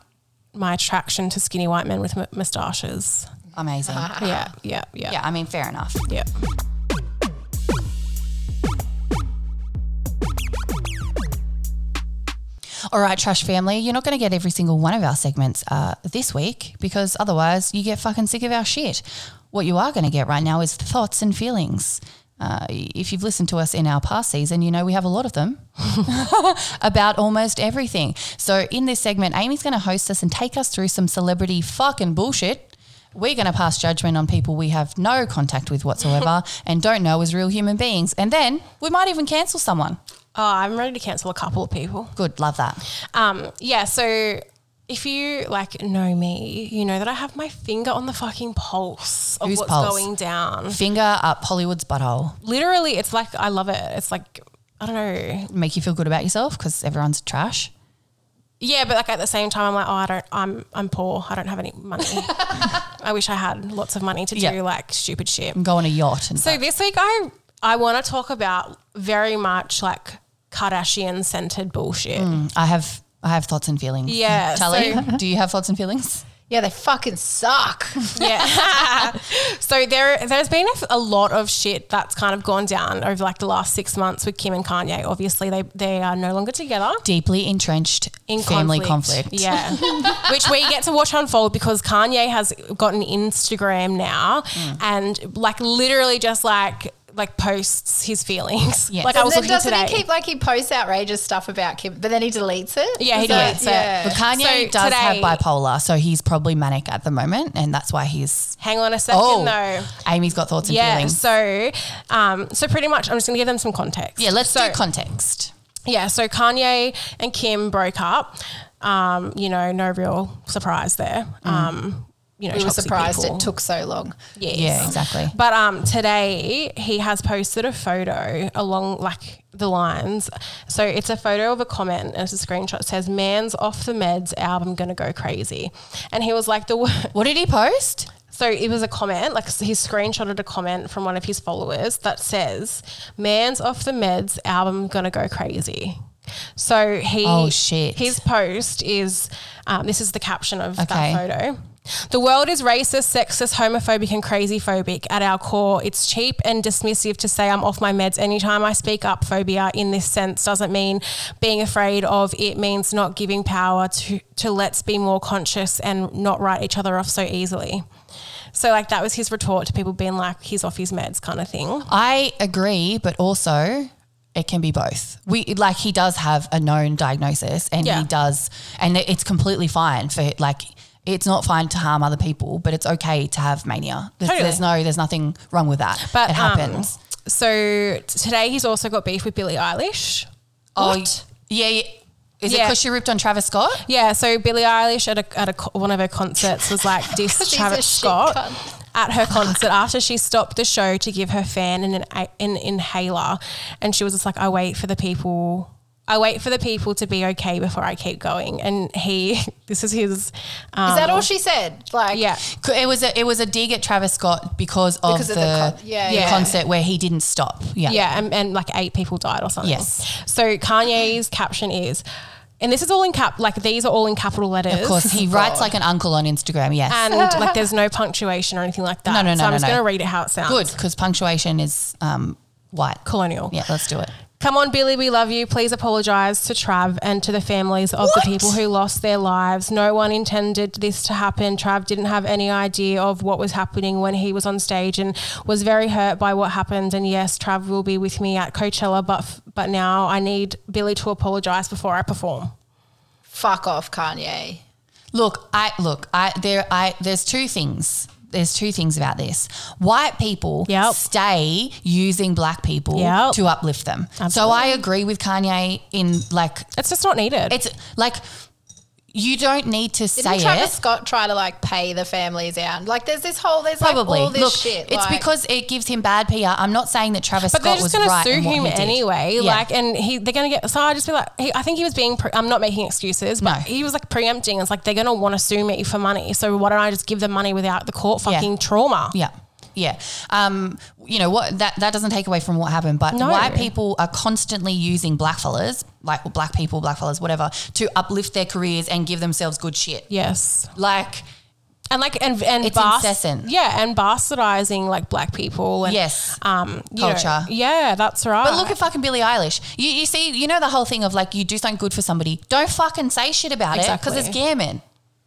[SPEAKER 2] my attraction to skinny white men with m- moustaches.
[SPEAKER 1] amazing.
[SPEAKER 2] Yeah, yeah, Uh-huh. yeah,
[SPEAKER 1] Yeah, I mean, fair enough.
[SPEAKER 2] yeah.
[SPEAKER 1] All right, trash family, you're not going to get every single one of our segments uh, this week because otherwise you get fucking sick of our shit. What you are going to get right now is thoughts and feelings. Uh, if you've listened to us in our past season, you know we have a lot of them about almost everything. So, in this segment, Amy's going to host us and take us through some celebrity fucking bullshit. We're going to pass judgment on people we have no contact with whatsoever and don't know as real human beings. And then we might even cancel someone.
[SPEAKER 2] Oh, I'm ready to cancel a couple of people.
[SPEAKER 1] Good, love that.
[SPEAKER 2] Um, yeah, so if you like know me, you know that I have my finger on the fucking pulse of
[SPEAKER 1] Whose
[SPEAKER 2] what's
[SPEAKER 1] pulse?
[SPEAKER 2] going down.
[SPEAKER 1] Finger up Hollywood's butthole.
[SPEAKER 2] Literally, it's like I love it. It's like I don't know.
[SPEAKER 1] make you feel good about yourself because everyone's trash.
[SPEAKER 2] Yeah, but like at the same time, I'm like, oh, I don't. I'm I'm poor. I don't have any money. I wish I had lots of money to do
[SPEAKER 1] Yeah.
[SPEAKER 2] like stupid shit.
[SPEAKER 1] And go on a yacht and
[SPEAKER 2] So this week, I I want to talk about very much like Kardashian centered bullshit.
[SPEAKER 1] um, I have I have thoughts and feelings.
[SPEAKER 2] Yeah,
[SPEAKER 1] Tally,
[SPEAKER 2] so-
[SPEAKER 1] do you have thoughts and feelings?
[SPEAKER 3] Yeah, they fucking suck.
[SPEAKER 2] Yeah. so there, there's been a, f- a lot of shit that's kind of gone down over like the last six months with Kim and Kanye. Obviously, they they are no longer together.
[SPEAKER 1] Deeply entrenched
[SPEAKER 2] In
[SPEAKER 1] family conflict.
[SPEAKER 2] Yeah. Which we get to watch unfold because Kanye has got an Instagram now and like literally just like like posts his feelings.
[SPEAKER 1] Yes.
[SPEAKER 2] Like I was
[SPEAKER 3] And then
[SPEAKER 2] looking
[SPEAKER 3] doesn't
[SPEAKER 2] today.
[SPEAKER 3] he keep like he posts outrageous stuff about Kim, but then he deletes it?
[SPEAKER 2] Yeah, he
[SPEAKER 3] Is that-
[SPEAKER 2] deletes it.
[SPEAKER 3] yeah.
[SPEAKER 1] But Kanye
[SPEAKER 2] So
[SPEAKER 1] does have
[SPEAKER 2] today-
[SPEAKER 1] bipolar, so he's probably manic at the moment, and that's why he's.
[SPEAKER 2] Hang on a second
[SPEAKER 1] Oh,
[SPEAKER 2] though.
[SPEAKER 1] Amy's got thoughts and
[SPEAKER 2] Yeah.
[SPEAKER 1] feelings.
[SPEAKER 2] So um so pretty much I'm just gonna give them some context.
[SPEAKER 1] Yeah, let's
[SPEAKER 2] so,
[SPEAKER 1] do context.
[SPEAKER 2] yeah, so Kanye and Kim broke up. Um, you know, no real surprise there. Um, you know,
[SPEAKER 3] Mm. We were
[SPEAKER 2] toxic
[SPEAKER 3] surprised
[SPEAKER 2] people.
[SPEAKER 3] it took so long.
[SPEAKER 2] Yes.
[SPEAKER 1] Yeah, exactly.
[SPEAKER 2] But um, today he has posted a photo along like the lines. So it's a photo of a comment and it's a screenshot. It says, "Man's off the meds, album gonna go crazy," and he was like the. wor-
[SPEAKER 1] What did he post?
[SPEAKER 2] So it was a comment, like he screenshotted a comment from one of his followers that says, "Man's off the meds, album gonna go crazy." So he,
[SPEAKER 1] Oh, shit.
[SPEAKER 2] His post is, um, this is the caption of
[SPEAKER 1] Okay.
[SPEAKER 2] that photo. The world is racist, sexist, homophobic, and crazy phobic. At our core, it's cheap and dismissive to say I'm off my meds anytime I speak up. Phobia in this sense doesn't mean being afraid of, it means not giving power to, to let's be more conscious and not write each other off so easily. So like that was his retort to people being like he's off his meds kind of thing.
[SPEAKER 1] I agree, but also it can be both. We like he does have a known diagnosis, and
[SPEAKER 2] Yeah.
[SPEAKER 1] he does, and it- it's completely fine for like it's not fine to harm other people, but it's okay to have mania. There's,
[SPEAKER 2] Totally.
[SPEAKER 1] there's no, there's nothing wrong with that.
[SPEAKER 2] But
[SPEAKER 1] it
[SPEAKER 2] um,
[SPEAKER 1] happens.
[SPEAKER 2] so t- today he's also got beef with Billie Eilish.
[SPEAKER 1] Oh, yeah. yeah. Is it
[SPEAKER 2] Yeah.
[SPEAKER 1] because she ripped on Travis Scott?
[SPEAKER 2] Yeah, so Billie Eilish at, a, at a, co- one of her concerts was like this
[SPEAKER 3] She's a
[SPEAKER 2] Travis
[SPEAKER 3] shit
[SPEAKER 2] Scott.
[SPEAKER 3] cunt.
[SPEAKER 2] at her concert after she stopped the show to give her fan an, an, an inhaler. And she was just like, I wait for the people. I wait for the people to be okay before I keep going. And he, this is his. Um,
[SPEAKER 3] Is that all she said? Like,
[SPEAKER 2] Yeah.
[SPEAKER 1] C- It was a it was a dig at Travis Scott because of
[SPEAKER 3] Because
[SPEAKER 1] the,
[SPEAKER 3] of the con- yeah,
[SPEAKER 1] the
[SPEAKER 3] yeah.
[SPEAKER 1] concert where he didn't stop. Yeah.
[SPEAKER 2] Yeah, and, and like eight people died or something.
[SPEAKER 1] Yes.
[SPEAKER 2] So Kanye's caption is, and this is all in cap, like these are all in capital letters.
[SPEAKER 1] Of course, he writes like an uncle on Instagram. Yes.
[SPEAKER 2] And like there's no punctuation or anything like that.
[SPEAKER 1] No, no,
[SPEAKER 2] So
[SPEAKER 1] no,
[SPEAKER 2] I'm
[SPEAKER 1] no,
[SPEAKER 2] just
[SPEAKER 1] no.
[SPEAKER 2] going to read it how it sounds.
[SPEAKER 1] Good, because punctuation is um, white.
[SPEAKER 2] Colonial.
[SPEAKER 1] Yeah, let's do it.
[SPEAKER 2] Come on, Billy, we love you. Please apologise to Trav and to the families of the people who lost their lives. No one intended this to happen. Trav didn't have any idea of what was happening when he was on stage and was very hurt by what happened. And yes, Trav will be with me at Coachella, but f- but now I need Billy to apologise before I perform.
[SPEAKER 3] fuck off, Kanye.
[SPEAKER 1] Look, I look, I there I there's two things. There's two things about this. White people
[SPEAKER 2] Yep.
[SPEAKER 1] stay using black people
[SPEAKER 2] Yep.
[SPEAKER 1] to uplift them. So I agree with Kanye in like
[SPEAKER 2] It's just not needed.
[SPEAKER 1] it's like you don't need to
[SPEAKER 3] Didn't
[SPEAKER 1] say
[SPEAKER 3] Travis
[SPEAKER 1] it.
[SPEAKER 3] Scott try to like pay the families out? Like, there's this whole, there's
[SPEAKER 1] Probably.
[SPEAKER 3] like all this
[SPEAKER 1] Look,
[SPEAKER 3] shit.
[SPEAKER 1] it's
[SPEAKER 3] like-
[SPEAKER 1] because it gives him bad PR. I'm not saying that Travis
[SPEAKER 2] But
[SPEAKER 1] Scott
[SPEAKER 2] they're just
[SPEAKER 1] was
[SPEAKER 2] going
[SPEAKER 1] right.
[SPEAKER 2] to
[SPEAKER 1] in
[SPEAKER 2] sue
[SPEAKER 1] what
[SPEAKER 2] him
[SPEAKER 1] he did.
[SPEAKER 2] anyway.
[SPEAKER 1] Yeah.
[SPEAKER 2] Like, and he they're going to get. So I just feel like he, I think he was being. Pre, I'm not making excuses, but
[SPEAKER 1] No.
[SPEAKER 2] he was like preempting. It's like they're going to want to sue me for money. So why don't I just give them money without the court
[SPEAKER 1] Yeah.
[SPEAKER 2] fucking trauma?
[SPEAKER 1] Yeah. Yeah. Um, you know what that that doesn't take away from what happened, but
[SPEAKER 2] No.
[SPEAKER 1] white people are constantly using black fellas, like black people, black fellas, whatever, to uplift their careers and give themselves good shit.
[SPEAKER 2] Yes,
[SPEAKER 1] Like
[SPEAKER 2] and like and and
[SPEAKER 1] It's incessant.
[SPEAKER 2] Yeah, and bastardizing like black people. And,
[SPEAKER 1] Yes.
[SPEAKER 2] um, you know,
[SPEAKER 1] Culture.
[SPEAKER 2] yeah, that's right.
[SPEAKER 1] but look at fucking Billie Eilish. You, you see, you know the whole thing of like you do something good for somebody, don't fucking say shit about it because it's
[SPEAKER 2] Exactly.
[SPEAKER 1] gammon.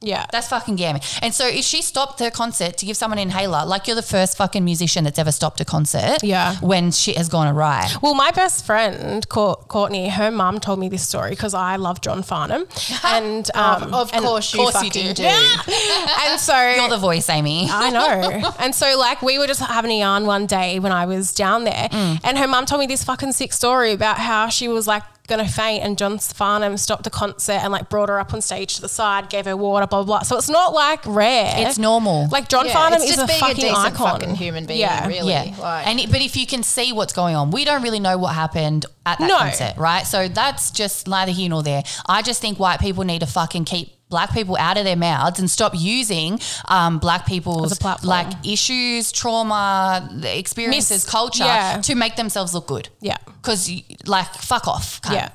[SPEAKER 2] yeah,
[SPEAKER 1] That's fucking gammon. And so if she stopped her concert to give someone an inhaler, like you're the first fucking musician that's ever stopped a concert
[SPEAKER 2] Yeah.
[SPEAKER 1] when shit has gone awry.
[SPEAKER 2] Well, my best friend Cour- Courtney, her mum told me this story because I love John Farnham, and um,
[SPEAKER 3] Of
[SPEAKER 2] and-
[SPEAKER 3] course you fucking do.
[SPEAKER 2] and so
[SPEAKER 1] Oh, You're the voice, Amy.
[SPEAKER 2] I know. and so, like, we were just having a yarn one day when I was down there,
[SPEAKER 1] Mm.
[SPEAKER 2] and her mum told me this fucking sick story about how she was like gonna faint, and John Farnham stopped the concert and like brought her up on stage to the side, gave her water, blah blah. blah. So it's not like rare.
[SPEAKER 1] It's normal.
[SPEAKER 2] Like John
[SPEAKER 3] Yeah,
[SPEAKER 2] Farnham
[SPEAKER 3] it's
[SPEAKER 2] is
[SPEAKER 3] just
[SPEAKER 2] a
[SPEAKER 3] being a
[SPEAKER 2] fucking
[SPEAKER 3] decent
[SPEAKER 2] icon,
[SPEAKER 3] fucking human being, really.
[SPEAKER 1] Yeah,
[SPEAKER 3] Like-
[SPEAKER 1] and it- but if you can see what's going on, we don't really know what happened at that
[SPEAKER 2] No.
[SPEAKER 1] concert, right? So that's just neither here nor there. I just think white people need to fucking keep black people out of their mouths and stop using um, black people's
[SPEAKER 2] As a platform.
[SPEAKER 1] like issues, trauma, the experiences,
[SPEAKER 2] Mis-
[SPEAKER 1] culture
[SPEAKER 2] yeah.
[SPEAKER 1] to make themselves look good.
[SPEAKER 2] Yeah.
[SPEAKER 1] because like fuck off. cunt.
[SPEAKER 2] Yeah.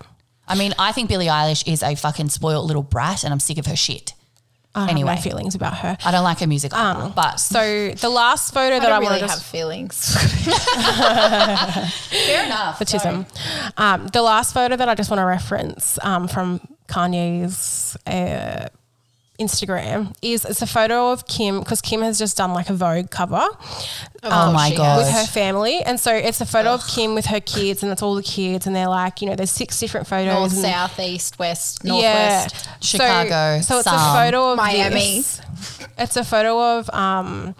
[SPEAKER 1] I mean, I think Billie Eilish is a fucking spoiled little brat, and I'm sick of her shit.
[SPEAKER 2] I have
[SPEAKER 1] Anyway.
[SPEAKER 2] no feelings about her.
[SPEAKER 1] I don't like her music, either, but
[SPEAKER 2] Um, So the last photo
[SPEAKER 3] I
[SPEAKER 2] that I
[SPEAKER 3] don't really
[SPEAKER 2] wanted to
[SPEAKER 3] have feelings.
[SPEAKER 1] fair enough.
[SPEAKER 2] Autism. Um, the last photo that I just want to reference um, from Kanye's uh, Instagram is it's a photo of Kim because Kim has just done like a Vogue cover
[SPEAKER 1] Oh my
[SPEAKER 3] she
[SPEAKER 1] god,
[SPEAKER 3] has.
[SPEAKER 2] with her family, and so it's a photo of Kim with her kids, and it's all the kids, and they're like, you know, there's six different photos.
[SPEAKER 3] North,
[SPEAKER 2] and-
[SPEAKER 3] south, east, west,
[SPEAKER 2] yeah,
[SPEAKER 3] northwest.
[SPEAKER 2] So-
[SPEAKER 1] Chicago,
[SPEAKER 2] So, it's
[SPEAKER 1] some.
[SPEAKER 2] a photo of
[SPEAKER 3] Miami.
[SPEAKER 2] this. It's a photo of um,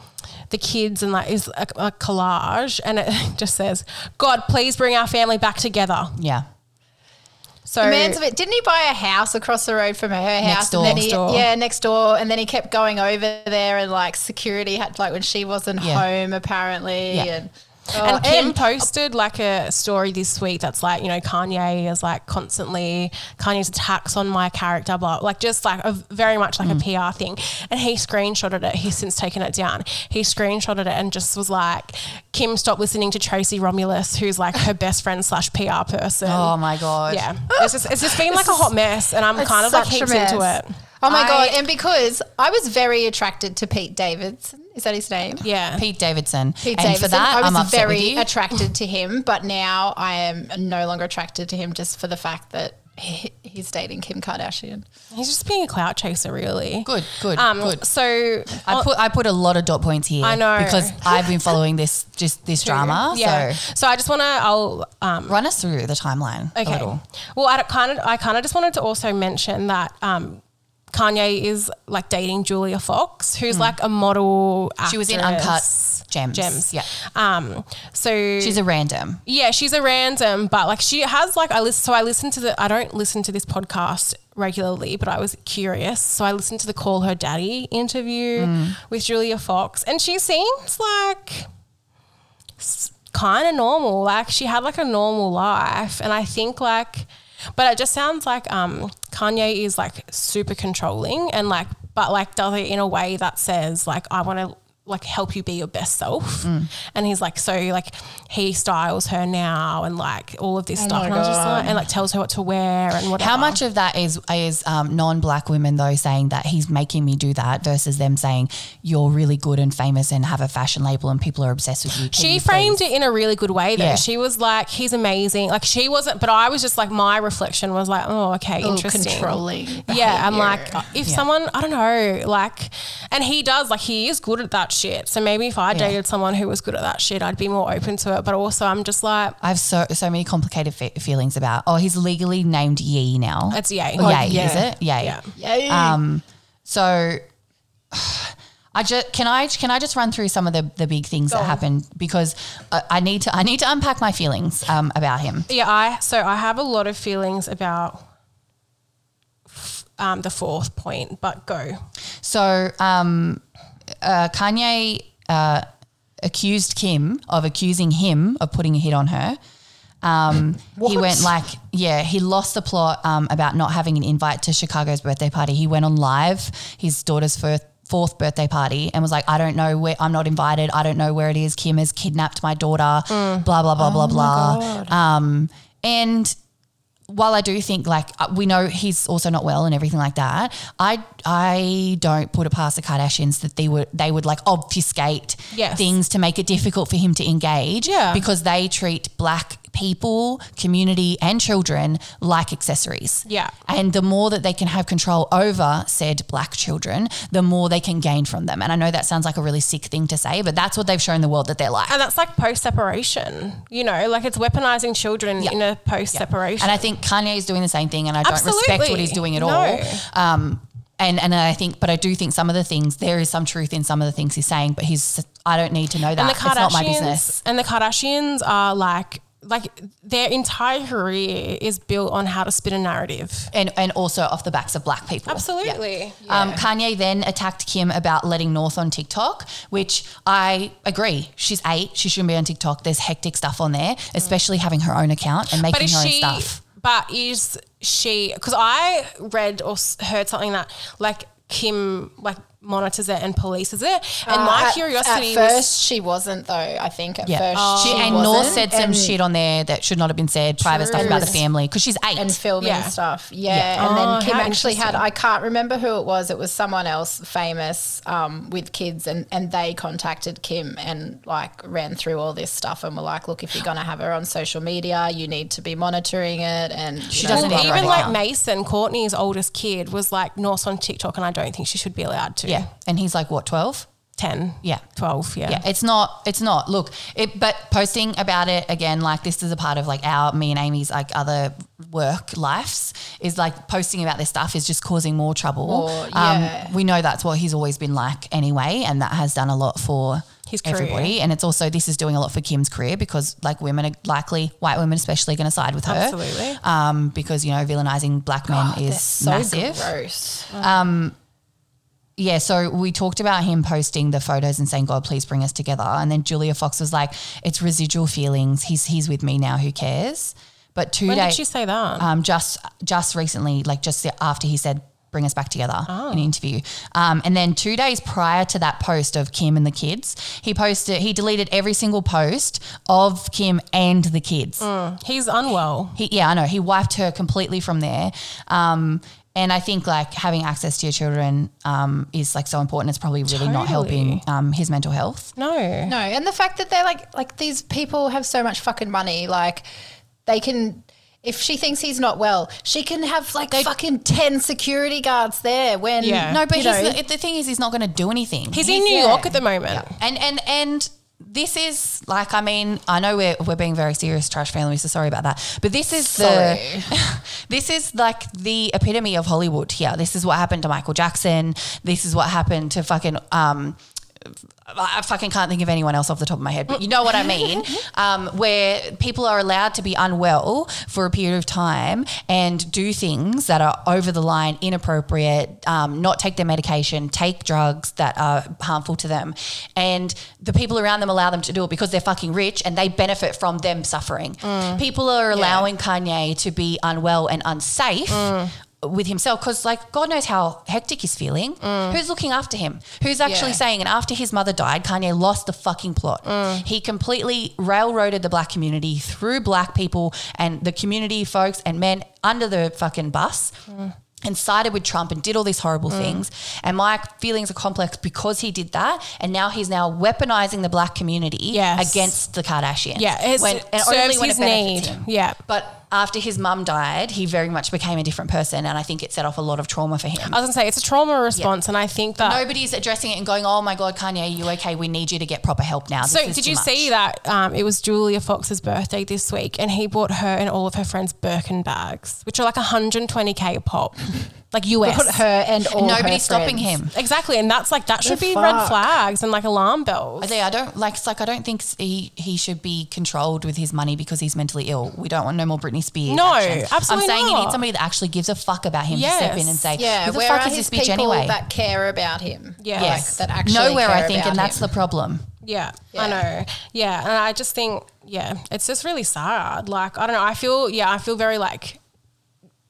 [SPEAKER 2] the kids and like is a, a collage, and it just says, "God, please bring our family back together."
[SPEAKER 1] yeah.
[SPEAKER 2] So
[SPEAKER 3] The man's a bit. Didn't he buy a house across the road from her
[SPEAKER 1] Next
[SPEAKER 3] house?
[SPEAKER 1] door.
[SPEAKER 3] And then
[SPEAKER 1] Next
[SPEAKER 3] he,
[SPEAKER 2] door.
[SPEAKER 3] Yeah, next door. And then he kept going over there, and like security had like when she wasn't
[SPEAKER 1] Yeah.
[SPEAKER 3] home apparently.
[SPEAKER 1] Yeah.
[SPEAKER 3] And,
[SPEAKER 2] And
[SPEAKER 3] oh,
[SPEAKER 2] Kim
[SPEAKER 3] and-
[SPEAKER 2] posted like a story this week that's like, you know, Kanye is like constantly Kanye's attacks on my character, blah, like just like a very much like a PR thing. And he screenshotted it. He's since taken it down. He screenshotted it and just was like, Kim, stop listening to Tracy Romulus, who's like her best friend slash PR person.
[SPEAKER 1] Oh my god.
[SPEAKER 2] Yeah. It's just it's just been like a hot mess and I'm kind of like
[SPEAKER 3] such a
[SPEAKER 2] heaps into
[SPEAKER 3] mess.
[SPEAKER 2] it.
[SPEAKER 3] Oh my
[SPEAKER 1] I-
[SPEAKER 3] god! And because I was very attracted to Pete Davidson, is that his name?
[SPEAKER 2] Yeah.
[SPEAKER 1] Pete Davidson.
[SPEAKER 3] Pete
[SPEAKER 1] and
[SPEAKER 3] Davidson.
[SPEAKER 1] for that,
[SPEAKER 3] I was
[SPEAKER 1] I'm upset
[SPEAKER 3] very
[SPEAKER 1] with you.
[SPEAKER 3] attracted to him, but now I am no longer attracted to him just for the fact that he, he's dating Kim Kardashian.
[SPEAKER 2] He's just being a clout chaser really.
[SPEAKER 1] good, good,
[SPEAKER 2] Um
[SPEAKER 1] good.
[SPEAKER 2] so
[SPEAKER 1] I put I put a lot of dot points here.
[SPEAKER 2] I know.
[SPEAKER 1] because I've been following this just this drama.
[SPEAKER 2] yeah.
[SPEAKER 1] So
[SPEAKER 2] so I just want to I'll
[SPEAKER 1] run us through the timeline a little.
[SPEAKER 2] Well, I kind of, I kind of just wanted to also mention that um, Kanye is like dating Julia Fox, who's like a model. Actress.
[SPEAKER 1] Hmm. She was in Uncut Gems.
[SPEAKER 2] Gems.
[SPEAKER 1] Yeah.
[SPEAKER 2] Um, so
[SPEAKER 1] She's a random.
[SPEAKER 2] yeah, she's a random, but like she has like I listen. So I listen to the. I don't listen to this podcast regularly, but I was curious. So I listened to the Call Her Daddy interview
[SPEAKER 1] Hmm.
[SPEAKER 2] with Julia Fox, and she seems like kind of normal. Like she had like a normal life, and I think like, but it just sounds like um Kanye is like super controlling and like, but like does it in a way that says like I want to like help you be your best self,
[SPEAKER 1] Mm.
[SPEAKER 2] and he's like so like he styles her now and like all of this stuff,
[SPEAKER 3] my
[SPEAKER 2] and I was just
[SPEAKER 3] God.
[SPEAKER 2] like and like tells her what to wear and whatever.
[SPEAKER 1] Oh How much of that is is um, non-black women though saying that he's making me do that versus them saying you're really good and famous and have a fashion label and people are obsessed with you? Can
[SPEAKER 2] She
[SPEAKER 1] you
[SPEAKER 2] framed it in a really good way, though.
[SPEAKER 1] Yeah.
[SPEAKER 2] She was like, "He's amazing." Like she wasn't, but I was just like, my reflection was like, "Oh, okay,
[SPEAKER 3] Ooh,
[SPEAKER 2] interesting."
[SPEAKER 3] controlling.
[SPEAKER 2] Yeah, I'm
[SPEAKER 3] behaviour.
[SPEAKER 2] like, uh, if someone, I don't know, like, and he does, like, he is good at that shit. So maybe if I dated someone who was good at that shit, I'd be more open to it. But also, I'm just like,
[SPEAKER 1] I have so so many complicated fe- feelings about. Oh, he's legally named Yee now.
[SPEAKER 2] That's Ye.
[SPEAKER 1] Oh,
[SPEAKER 2] Oh,
[SPEAKER 1] Ye,
[SPEAKER 3] yeah.
[SPEAKER 1] is it? Yay.
[SPEAKER 2] yeah.
[SPEAKER 3] Yay.
[SPEAKER 1] uh, So I just can I can I just run through some of the the big things that happened because I, I need to I need to unpack my feelings um, about him.
[SPEAKER 2] Yeah, I so I have a lot of feelings about f- um, the fourth point, but go.
[SPEAKER 1] So um, uh, Kanye uh, accused Kim of accusing him of putting a hit on her. Um, he went like, yeah, he lost the plot um, about not having an invite to Chicago's birthday party. He went on live his daughter's first. Fourth birthday party, and was like, I don't know where I'm not invited. I don't know where it is. Kim has kidnapped my daughter. Blah blah blah blah blah. Um, and while I do think like uh, we know he's also not well and everything like that, I I don't put it past the Kardashians that they would they would like obfuscate
[SPEAKER 2] Yes.
[SPEAKER 1] things to make it difficult for him to engage
[SPEAKER 2] Yeah.
[SPEAKER 1] because they treat black people, community and children like accessories.
[SPEAKER 2] Yeah.
[SPEAKER 1] And the more that they can have control over said black children, the more they can gain from them. And I know that sounds like a really sick thing to say, but that's what they've shown the world that they're like.
[SPEAKER 2] And that's like post separation, you know, like it's weaponizing children in a post separation.
[SPEAKER 1] And I think Kanye is doing the same thing, and I don't respect what
[SPEAKER 2] Absolutely.
[SPEAKER 1] he's doing at
[SPEAKER 2] No.
[SPEAKER 1] all. Um, and and I think, but I do think some of the things there is some truth in some of the things he's saying, but he's I don't need to know that.
[SPEAKER 2] and the
[SPEAKER 1] uh, it's not my business.
[SPEAKER 2] Kardashians and the Kardashians are like like their entire career is built on how to spin a narrative.
[SPEAKER 1] and and also off the backs of black people.
[SPEAKER 2] Absolutely.
[SPEAKER 1] Yeah. Um, Kanye then attacked Kim about letting North on TikTok, which I agree. She's eight. She shouldn't be on TikTok. There's hectic stuff on there, especially having her own account and making
[SPEAKER 2] But is
[SPEAKER 1] her own
[SPEAKER 2] she?
[SPEAKER 1] stuff.
[SPEAKER 2] But is she? Because I read or s- heard something that like Kim like monitors it and polices it, and my
[SPEAKER 3] Uh, At-
[SPEAKER 2] curiosity
[SPEAKER 3] At
[SPEAKER 2] was-
[SPEAKER 3] first, she wasn't though. I think at
[SPEAKER 1] Yeah.
[SPEAKER 3] first
[SPEAKER 1] she,
[SPEAKER 3] she
[SPEAKER 1] and
[SPEAKER 3] wasn't.
[SPEAKER 1] North said some
[SPEAKER 3] and,
[SPEAKER 1] shit on there that should not have been said, private stuff about the family, because she's eight.
[SPEAKER 3] and filming
[SPEAKER 2] Yeah.
[SPEAKER 3] stuff. Yeah,
[SPEAKER 1] Yeah.
[SPEAKER 3] and
[SPEAKER 2] Oh,
[SPEAKER 3] then Kim
[SPEAKER 2] how
[SPEAKER 3] actually had. I can't remember who it was. It was someone else famous um, with kids, and and they contacted Kim and like ran through all this stuff and were like, look, if you're gonna have her on social media, you need to be monitoring it. And she
[SPEAKER 1] doesn't
[SPEAKER 2] Well,
[SPEAKER 1] have her own
[SPEAKER 2] even like
[SPEAKER 1] account.
[SPEAKER 2] Mason, Courtney's oldest kid, was like Norse on TikTok, and I don't think she should be allowed to.
[SPEAKER 1] Yeah. And he's like, what, 12?
[SPEAKER 2] 10,
[SPEAKER 1] Yeah.
[SPEAKER 2] 12, yeah.
[SPEAKER 1] Yeah. It's not, it's not. Look, it, but posting about it again, like this is a part of like our, me and Amy's like other work lives is like posting about this stuff is just causing more trouble.
[SPEAKER 3] More, yeah.
[SPEAKER 1] um, we know that's what he's always been like anyway. And that has done a lot for
[SPEAKER 2] His career.
[SPEAKER 1] everybody. And it's also, this is doing a lot for Kim's career because like women are likely, white women especially, going to side with her.
[SPEAKER 2] Absolutely.
[SPEAKER 1] Um, because, you know, villainizing black men is
[SPEAKER 3] so
[SPEAKER 1] massive.
[SPEAKER 3] gross.
[SPEAKER 1] yeah, so we talked about him posting the photos and saying, God, please bring us together. And then Julia Fox was like, it's residual feelings. He's he's with me now. Who cares? But two
[SPEAKER 2] When did
[SPEAKER 1] days,
[SPEAKER 2] she say that?
[SPEAKER 1] um, just just recently, like just after he said, bring us back together
[SPEAKER 2] Oh.
[SPEAKER 1] in an interview. Um, and then two days prior to that post of Kim and the kids, he posted, he deleted every single post of Kim and the kids.
[SPEAKER 2] He's unwell.
[SPEAKER 1] He, yeah, I know. He wiped her completely from there. Um, and I think like having access to your children um, is like so important. It's probably really not helping um, his mental health.
[SPEAKER 2] No.
[SPEAKER 3] No, and the fact that they're like like these people have so much fucking money, like they can if she thinks he's not well, she can have like fucking ten security guards there when
[SPEAKER 2] Yeah.
[SPEAKER 1] No, but
[SPEAKER 3] you
[SPEAKER 1] he's,
[SPEAKER 3] know,
[SPEAKER 1] the, the thing is, he's not going to do anything.
[SPEAKER 2] He's, in New
[SPEAKER 3] yeah.
[SPEAKER 2] York at the moment.
[SPEAKER 1] and and and this is like, I mean, I know we're we're being very serious, trash family. So sorry about that. But this is the this is like the epitome of Hollywood here. This is what happened to Michael Jackson. This is what happened to fucking um, I fucking can't think of anyone else off the top of my head, but you know what I mean, um, where people are allowed to be unwell for a period of time and do things that are over the line, inappropriate, um, not take their medication, take drugs that are harmful to them. And the people around them allow them to do it because they're fucking rich and they benefit from them suffering. People are allowing Kanye to be unwell and unsafe with himself because like god knows how hectic he's feeling
[SPEAKER 2] Mm.
[SPEAKER 1] who's looking after him who's actually
[SPEAKER 3] Yeah.
[SPEAKER 1] saying and after his mother died kanye lost the fucking plot
[SPEAKER 2] Mm.
[SPEAKER 1] he completely railroaded the black community through black people and the community folks and men under the fucking bus
[SPEAKER 2] Mm.
[SPEAKER 1] and sided with Trump and did all these horrible things. And my feelings are complex because he did that. And now he's now weaponizing the black community
[SPEAKER 2] Yes.
[SPEAKER 1] against the Kardashians.
[SPEAKER 2] Yeah, it's,
[SPEAKER 1] When-
[SPEAKER 2] it serves
[SPEAKER 1] when it
[SPEAKER 2] his need.
[SPEAKER 1] benefits him.
[SPEAKER 2] Yeah.
[SPEAKER 1] But after his mum died, he very much became a different person, and I think it set off a lot of trauma for him.
[SPEAKER 2] I was gonna say it's a trauma response, and I think that
[SPEAKER 1] Nobody's addressing it and going, "Oh my god, Kanye, are you okay? We need you to get proper help now." This
[SPEAKER 2] So
[SPEAKER 1] is
[SPEAKER 2] did
[SPEAKER 1] too
[SPEAKER 2] you
[SPEAKER 1] much."
[SPEAKER 2] see that um, it was Julia Fox's birthday this week, and he bought her and all of her friends Birkin bags, which are like 120k a pop, like US.
[SPEAKER 3] Put her and all her
[SPEAKER 1] Nobody's stopping
[SPEAKER 3] friends.
[SPEAKER 1] him.
[SPEAKER 2] Exactly, and that's like that should
[SPEAKER 3] The
[SPEAKER 2] be red
[SPEAKER 3] fuck?
[SPEAKER 2] flags and like alarm bells.
[SPEAKER 1] I think- I don't like. It's like I don't think he he should be controlled with his money because he's mentally ill. We don't want no more Britney Spears.
[SPEAKER 2] No,
[SPEAKER 1] action.
[SPEAKER 2] absolutely
[SPEAKER 1] I'm saying you need
[SPEAKER 2] not.
[SPEAKER 1] somebody that actually gives a fuck about him to step
[SPEAKER 2] Yes.
[SPEAKER 1] in and say,
[SPEAKER 3] Yeah,
[SPEAKER 1] "Who the
[SPEAKER 3] where
[SPEAKER 1] fuck
[SPEAKER 3] are
[SPEAKER 1] is this
[SPEAKER 3] his people
[SPEAKER 1] bitch anyway?"
[SPEAKER 3] that care about him?
[SPEAKER 2] Yes.
[SPEAKER 1] yes,
[SPEAKER 3] like, that actually
[SPEAKER 1] nowhere. I
[SPEAKER 3] care
[SPEAKER 1] think,
[SPEAKER 3] about
[SPEAKER 1] and that's
[SPEAKER 3] him.
[SPEAKER 1] the problem.
[SPEAKER 2] Yeah,
[SPEAKER 3] Yeah.
[SPEAKER 2] I know. Yeah, and I just think, yeah, it's just really sad. Like, I don't know. I feel, yeah, I feel very like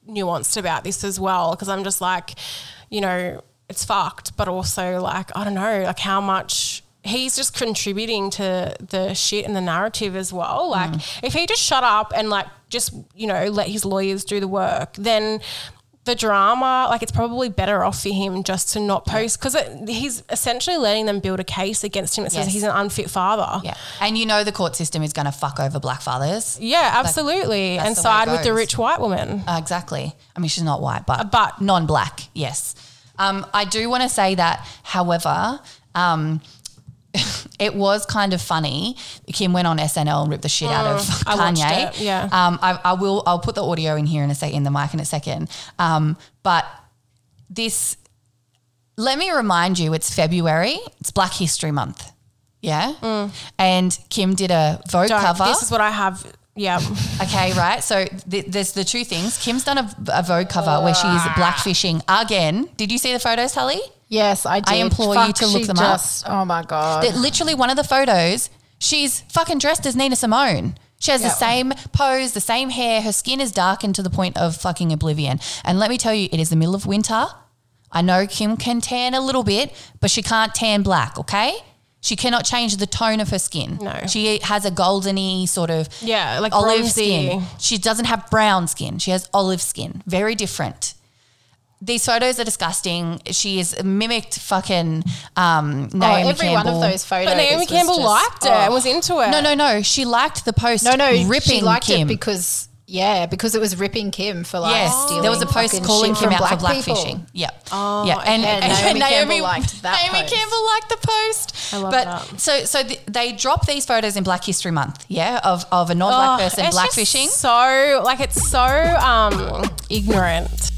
[SPEAKER 2] nuanced about this as well because I'm just like, you know, it's fucked, but also like, I don't know, like how much. He's just contributing to the shit and the narrative as well. Like, if he just shut up and like just you know let his lawyers do the work, then the drama, like it's probably better off for him just to not post because he's essentially letting them build a case against him that says
[SPEAKER 1] Yes.
[SPEAKER 2] he's an unfit father.
[SPEAKER 1] Yeah, and you know the court system is going to fuck over black fathers.
[SPEAKER 2] Yeah, absolutely.
[SPEAKER 1] that's
[SPEAKER 2] and
[SPEAKER 1] the way it
[SPEAKER 2] side with the
[SPEAKER 1] goes.
[SPEAKER 2] rich white woman.
[SPEAKER 1] Uh, exactly. I mean, she's not white, but
[SPEAKER 2] but-
[SPEAKER 1] non-black. Yes. Um, I do want to say that, however, um, it was kind of funny. Kim went on SNL and ripped the shit out of
[SPEAKER 2] Oh, I watched
[SPEAKER 1] Kanye.
[SPEAKER 2] it, yeah.
[SPEAKER 1] Um, I, I will. I'll put the audio in here in a sec, in the mic in a second. Um, but this. Let me remind you, it's February. It's Black History Month. Yeah. And Kim did a Vogue
[SPEAKER 2] Mm. Don't.
[SPEAKER 1] cover.
[SPEAKER 2] This is what I have. Yeah.
[SPEAKER 1] Okay, right. So th- there's the two things. Kim's done a, a Vogue cover where she's blackfishing again. Did you see the photos, Holly?
[SPEAKER 3] Yes, I did.
[SPEAKER 1] implore you to look
[SPEAKER 3] she
[SPEAKER 1] them up.
[SPEAKER 3] Oh my god.
[SPEAKER 1] That literally one of the photos, she's fucking dressed as Nina Simone. She has the
[SPEAKER 3] Yeah.
[SPEAKER 1] same pose, the same hair. Her skin is darkened to the point of fucking oblivion. And let me tell you, it is the middle of winter. I know Kim can tan a little bit, but she can't tan black, okay? She cannot change the tone of her skin.
[SPEAKER 2] No.
[SPEAKER 1] She has a goldeny sort of
[SPEAKER 2] Yeah, like
[SPEAKER 1] olive
[SPEAKER 2] bronzy.
[SPEAKER 1] skin. She doesn't have brown skin. She has olive skin. Very different. These photos are disgusting. She is mimicked fucking um,
[SPEAKER 3] oh,
[SPEAKER 1] Naomi
[SPEAKER 3] every one
[SPEAKER 1] Campbell.
[SPEAKER 3] of those photos.
[SPEAKER 2] But Naomi
[SPEAKER 3] was
[SPEAKER 2] Campbell
[SPEAKER 3] just-
[SPEAKER 2] liked it
[SPEAKER 3] oh.
[SPEAKER 2] and was into it.
[SPEAKER 1] No, no, no. She liked the post.
[SPEAKER 3] No, no,
[SPEAKER 1] ripping
[SPEAKER 3] she liked
[SPEAKER 1] Kim.
[SPEAKER 3] it because yeah, because it was ripping Kim for like
[SPEAKER 1] yes,
[SPEAKER 3] stealing
[SPEAKER 1] there was a post
[SPEAKER 3] fucking
[SPEAKER 1] calling
[SPEAKER 3] shit
[SPEAKER 1] Kim
[SPEAKER 3] from
[SPEAKER 1] out for
[SPEAKER 3] black people.
[SPEAKER 1] blackfishing. Yep. Oh, yeah, and,
[SPEAKER 3] okay. Naomi Campbell liked that
[SPEAKER 1] Naomi
[SPEAKER 3] post.
[SPEAKER 1] Campbell liked the post.
[SPEAKER 2] I love
[SPEAKER 1] but
[SPEAKER 2] that.
[SPEAKER 1] so, so th- they drop these photos in Black History Month. Yeah, of of a non-black
[SPEAKER 2] Oh,
[SPEAKER 1] person
[SPEAKER 2] it's just
[SPEAKER 1] blackfishing.
[SPEAKER 2] So like it's so um ignorant.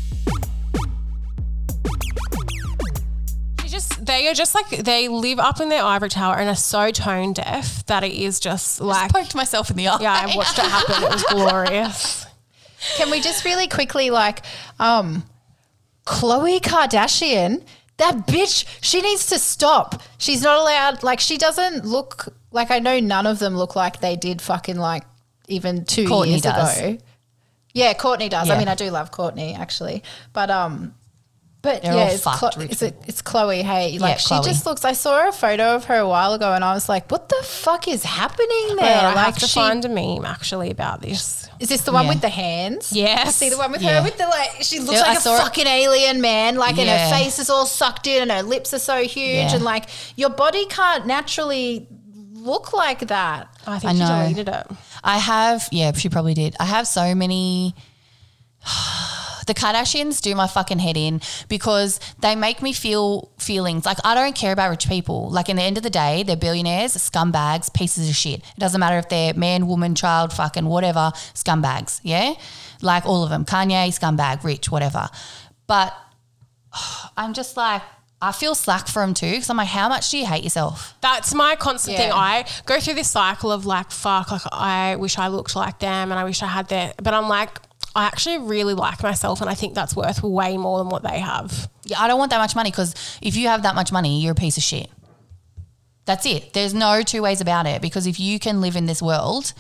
[SPEAKER 2] They just they are just like they live up in their ivory tower and are so tone deaf that it is just like
[SPEAKER 1] Poked myself in the eye.
[SPEAKER 2] yeah, I watched it happen. It was glorious.
[SPEAKER 3] Can we just really quickly like um Chloe Kardashian, that bitch, she needs to stop. She's not allowed like she doesn't look like I know none of them look like they did fucking like even 2
[SPEAKER 1] Courtney
[SPEAKER 3] years
[SPEAKER 1] does.
[SPEAKER 3] ago. Yeah, Courtney does.
[SPEAKER 1] Yeah.
[SPEAKER 3] I mean, I do love Courtney actually. But um but
[SPEAKER 1] They're
[SPEAKER 3] yeah,
[SPEAKER 1] all
[SPEAKER 3] it's,
[SPEAKER 1] fucked,
[SPEAKER 3] Chlo-
[SPEAKER 1] rich
[SPEAKER 3] it's, a- it's Chloe. Hey, like she
[SPEAKER 1] Chloe.
[SPEAKER 3] just looks. I saw a photo of her a while ago, and I was like, "What the fuck is happening there?"
[SPEAKER 2] Yeah, I
[SPEAKER 3] like,
[SPEAKER 2] have to find a meme actually about this.
[SPEAKER 3] is this the one
[SPEAKER 1] Yeah.
[SPEAKER 3] with the hands?
[SPEAKER 2] Yes.
[SPEAKER 3] See the one with
[SPEAKER 1] Yeah.
[SPEAKER 3] her with the like she looks
[SPEAKER 1] Yeah, I
[SPEAKER 3] like a
[SPEAKER 1] saw it.
[SPEAKER 3] fucking alien man, like and
[SPEAKER 1] Yeah.
[SPEAKER 3] her face is all sucked in and her lips are so huge
[SPEAKER 1] Yeah.
[SPEAKER 3] and like your body can't naturally look like that.
[SPEAKER 2] I think
[SPEAKER 1] I
[SPEAKER 2] she
[SPEAKER 1] know.
[SPEAKER 2] deleted it.
[SPEAKER 1] I have, yeah, she probably did. I have so many. The Kardashians do my fucking head in because they make me feel feelings like I don't care about rich people. Like, in the end of the day, they're billionaires, scumbags, pieces of shit. It doesn't matter if they're man, woman, child, fucking whatever, scumbags. Yeah. Like all of them Kanye, scumbag, rich, whatever. But I'm just like, I feel slack for him too because I'm like, how much do you hate yourself?
[SPEAKER 2] That's my constant thing.
[SPEAKER 3] Yeah.
[SPEAKER 2] I go through this cycle of like, fuck, like I wish I looked like them and I wish I had that. But I'm like, I actually really like myself and I think that's worth way more than what they have.
[SPEAKER 1] Yeah, I don't want that much money because if you have that much money, you're a piece of shit. That's it. There's no two ways about it because if you can live in this world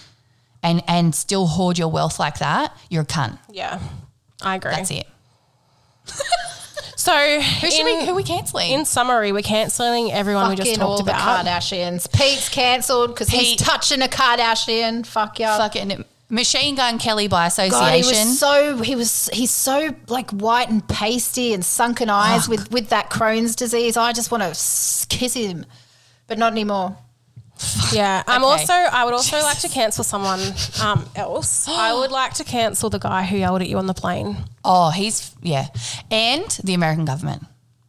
[SPEAKER 1] and and still hoard your wealth like that, you're a cunt.
[SPEAKER 2] Yeah, I agree.
[SPEAKER 1] That's it.
[SPEAKER 2] So,
[SPEAKER 1] Who should
[SPEAKER 2] in,
[SPEAKER 1] we who are we canceling?
[SPEAKER 2] in summary, we're cancelling everyone we just
[SPEAKER 3] Fucking
[SPEAKER 2] talked
[SPEAKER 3] all the
[SPEAKER 2] about.
[SPEAKER 3] Kardashians. Pete's cancelled because he's
[SPEAKER 1] Pete.
[SPEAKER 3] touching a Kardashian. Fuck yeah.
[SPEAKER 1] Fucking Machine Gun Kelly by
[SPEAKER 3] God, he
[SPEAKER 1] association.
[SPEAKER 3] was so he was he's so like white and pasty and sunken eyes with with that Crohn's disease. I just want to kiss him, but not anymore.
[SPEAKER 2] Yeah, I'm
[SPEAKER 1] Okay.
[SPEAKER 2] also. I would also like to cancel someone um, else. I would like to cancel the guy who yelled at you on the plane.
[SPEAKER 1] oh, he's yeah. And the American government.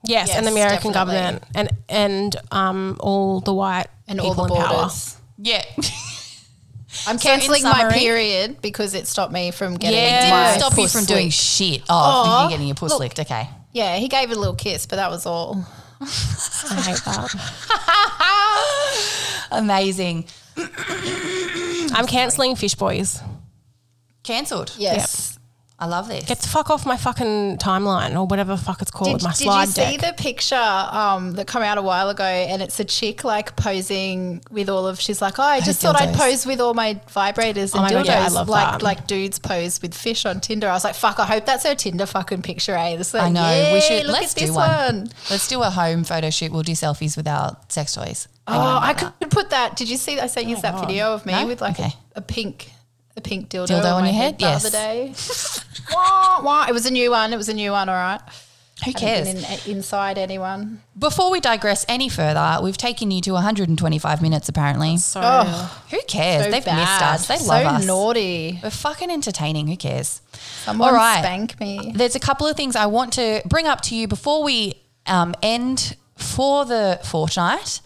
[SPEAKER 2] Yes, and the
[SPEAKER 3] Yes,
[SPEAKER 2] American
[SPEAKER 3] definitely.
[SPEAKER 2] government and and um, all the white
[SPEAKER 3] And
[SPEAKER 2] people
[SPEAKER 3] all the
[SPEAKER 2] in power.
[SPEAKER 3] borders.
[SPEAKER 1] Yeah.
[SPEAKER 3] I'm cancelling my
[SPEAKER 1] summary-
[SPEAKER 3] period because it stopped me from getting
[SPEAKER 1] It
[SPEAKER 2] Yeah.
[SPEAKER 3] my
[SPEAKER 1] didn't stop you
[SPEAKER 3] puss
[SPEAKER 1] from doing
[SPEAKER 3] licked.
[SPEAKER 1] shit. Oh,
[SPEAKER 3] Aw,
[SPEAKER 1] you're getting your puss licked. Okay.
[SPEAKER 3] Yeah, he gave it a little kiss, but that was all.
[SPEAKER 2] I hate that.
[SPEAKER 1] Amazing.
[SPEAKER 2] I'm cancelling fish boys.
[SPEAKER 1] Cancelled.
[SPEAKER 3] Yes.
[SPEAKER 1] I love this.
[SPEAKER 2] Get the fuck off my fucking timeline or whatever the fuck it's called.
[SPEAKER 3] Did,
[SPEAKER 2] my
[SPEAKER 3] did
[SPEAKER 2] slide
[SPEAKER 3] you see
[SPEAKER 2] deck.
[SPEAKER 3] the picture um, that come out a while ago? And it's a chick like posing with all of. She's like, oh, I just thought I'd
[SPEAKER 1] dildos.
[SPEAKER 3] pose with all my vibrators and
[SPEAKER 2] my
[SPEAKER 3] dildos,
[SPEAKER 2] God, yeah, I love
[SPEAKER 3] like
[SPEAKER 2] that.
[SPEAKER 3] like dudes pose with fish on Tinder. I was like, fuck, I hope that's her Tinder fucking picture. Eh? It's like,
[SPEAKER 1] I know. we should
[SPEAKER 3] look
[SPEAKER 1] let's
[SPEAKER 3] at this
[SPEAKER 1] do one. Let's do a home photo shoot. We'll do selfies with our sex toys.
[SPEAKER 3] Oh,
[SPEAKER 1] Um,
[SPEAKER 3] I could put that. Did you see? I sent you that video of me
[SPEAKER 1] Oh, No?
[SPEAKER 3] with like
[SPEAKER 1] Okay.
[SPEAKER 3] a, a pink, a pink dildo,
[SPEAKER 1] Dildo on
[SPEAKER 3] my
[SPEAKER 1] your head?
[SPEAKER 3] head, the
[SPEAKER 1] Yes.
[SPEAKER 3] other day. wah, wah. It was a new one. It was a new one. All right.
[SPEAKER 1] Who
[SPEAKER 3] Haven't
[SPEAKER 1] cares?
[SPEAKER 3] been in- uh, inside anyone.
[SPEAKER 1] Before we digress any further, we've taken you to 125 minutes apparently.
[SPEAKER 2] So
[SPEAKER 1] Who cares?
[SPEAKER 3] So
[SPEAKER 1] They've missed
[SPEAKER 3] bad.
[SPEAKER 1] us. They
[SPEAKER 3] so
[SPEAKER 1] love us.
[SPEAKER 3] naughty.
[SPEAKER 1] We're fucking entertaining. Who cares?
[SPEAKER 3] Someone
[SPEAKER 1] All right.
[SPEAKER 3] spank me.
[SPEAKER 1] There's a couple of things I want to bring up to you before we um, end for the fortnight.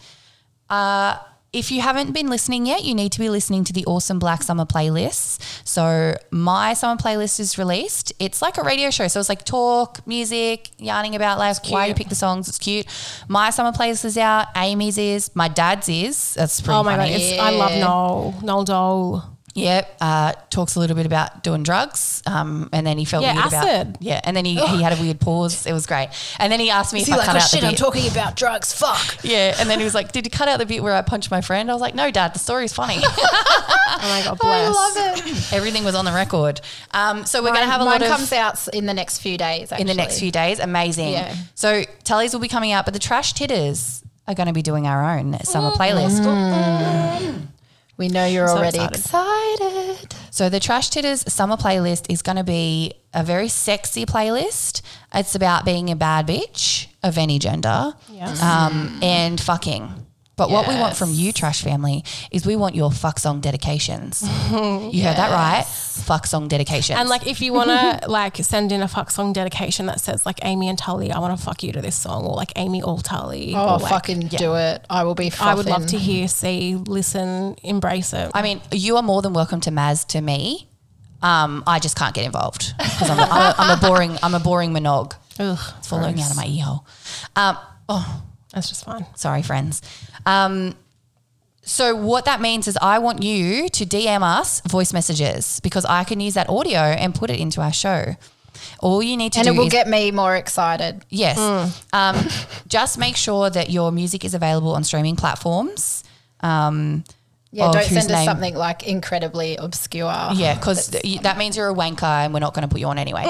[SPEAKER 1] Uh, if you haven't been listening yet, you need to be listening to the awesome Black Summer playlists. So my summer playlist is released. It's like a radio show, so it's like talk, music, yarning about life, why you pick the songs. It's cute. My summer playlist is out. Amy's is. My dad's is. That's pretty.
[SPEAKER 2] Oh my god,
[SPEAKER 1] funny.
[SPEAKER 2] it's, I love Noel. Noel Dole.
[SPEAKER 1] Yep. Uh, talks a little bit about doing drugs. Um, and then he felt
[SPEAKER 2] Yeah,
[SPEAKER 1] weird
[SPEAKER 2] acid.
[SPEAKER 1] about yeah. And then he, he had a weird pause. It was great. And then he asked me if I cut
[SPEAKER 3] "Oh,
[SPEAKER 1] out the bit.
[SPEAKER 3] talking about drugs. Fuck.
[SPEAKER 1] yeah. And then he was like, "Did you cut out the bit where I punched my friend?" I was like, "No, Dad. The story's funny.
[SPEAKER 2] Oh my god, bless.
[SPEAKER 3] love it.
[SPEAKER 1] Everything was on the record." Um, so we're
[SPEAKER 3] Mine,
[SPEAKER 1] going to have a
[SPEAKER 3] mine
[SPEAKER 1] lot of
[SPEAKER 3] comes out s- in the next few days. Actually.
[SPEAKER 1] in the next few days. Amazing.
[SPEAKER 3] Yeah.
[SPEAKER 1] So tellies will be coming out, but the trash titters are going to be doing our own summer playlist.
[SPEAKER 3] We know you're already
[SPEAKER 2] excited.
[SPEAKER 3] excited.
[SPEAKER 1] So the Trash Titters summer playlist is going to be a very sexy playlist. It's about being a bad bitch of any gender
[SPEAKER 2] Yes.
[SPEAKER 1] um, and fucking. But what we want from you, Trash Family, is we want your fuck song dedications. you heard that right? Fuck song dedications.
[SPEAKER 2] And like, if you want to like send in a fuck song dedication that says like Amy and Tully, I want to fuck you to this song, or like Amy all Tully.
[SPEAKER 3] Oh,
[SPEAKER 2] or, like,
[SPEAKER 3] fucking do it. I will be. Frothing.
[SPEAKER 2] I would love to hear, see, listen, embrace it.
[SPEAKER 1] I mean, you are more than welcome to Maz to me. Um, I just can't get involved because I'm, a- I'm, a- I'm a boring, I'm a boring monog.
[SPEAKER 2] Ugh,
[SPEAKER 1] It's falling out of my e hole. Um, oh,
[SPEAKER 2] that's just fine.
[SPEAKER 1] Sorry, friends. Um, so what that means is I want you to DM us voice messages because I can use that audio and put it into our show. All you need to
[SPEAKER 3] and
[SPEAKER 1] do
[SPEAKER 3] it will
[SPEAKER 1] is
[SPEAKER 3] get Mm. me more excited.
[SPEAKER 1] yes, um, just make sure that your music is available on streaming platforms.
[SPEAKER 3] Yeah,
[SPEAKER 1] of
[SPEAKER 3] don't
[SPEAKER 1] Oh, whose
[SPEAKER 3] send
[SPEAKER 1] name-
[SPEAKER 3] us something like incredibly obscure.
[SPEAKER 1] Yeah, because that means you're a wanker and we're not going to put you on anyway.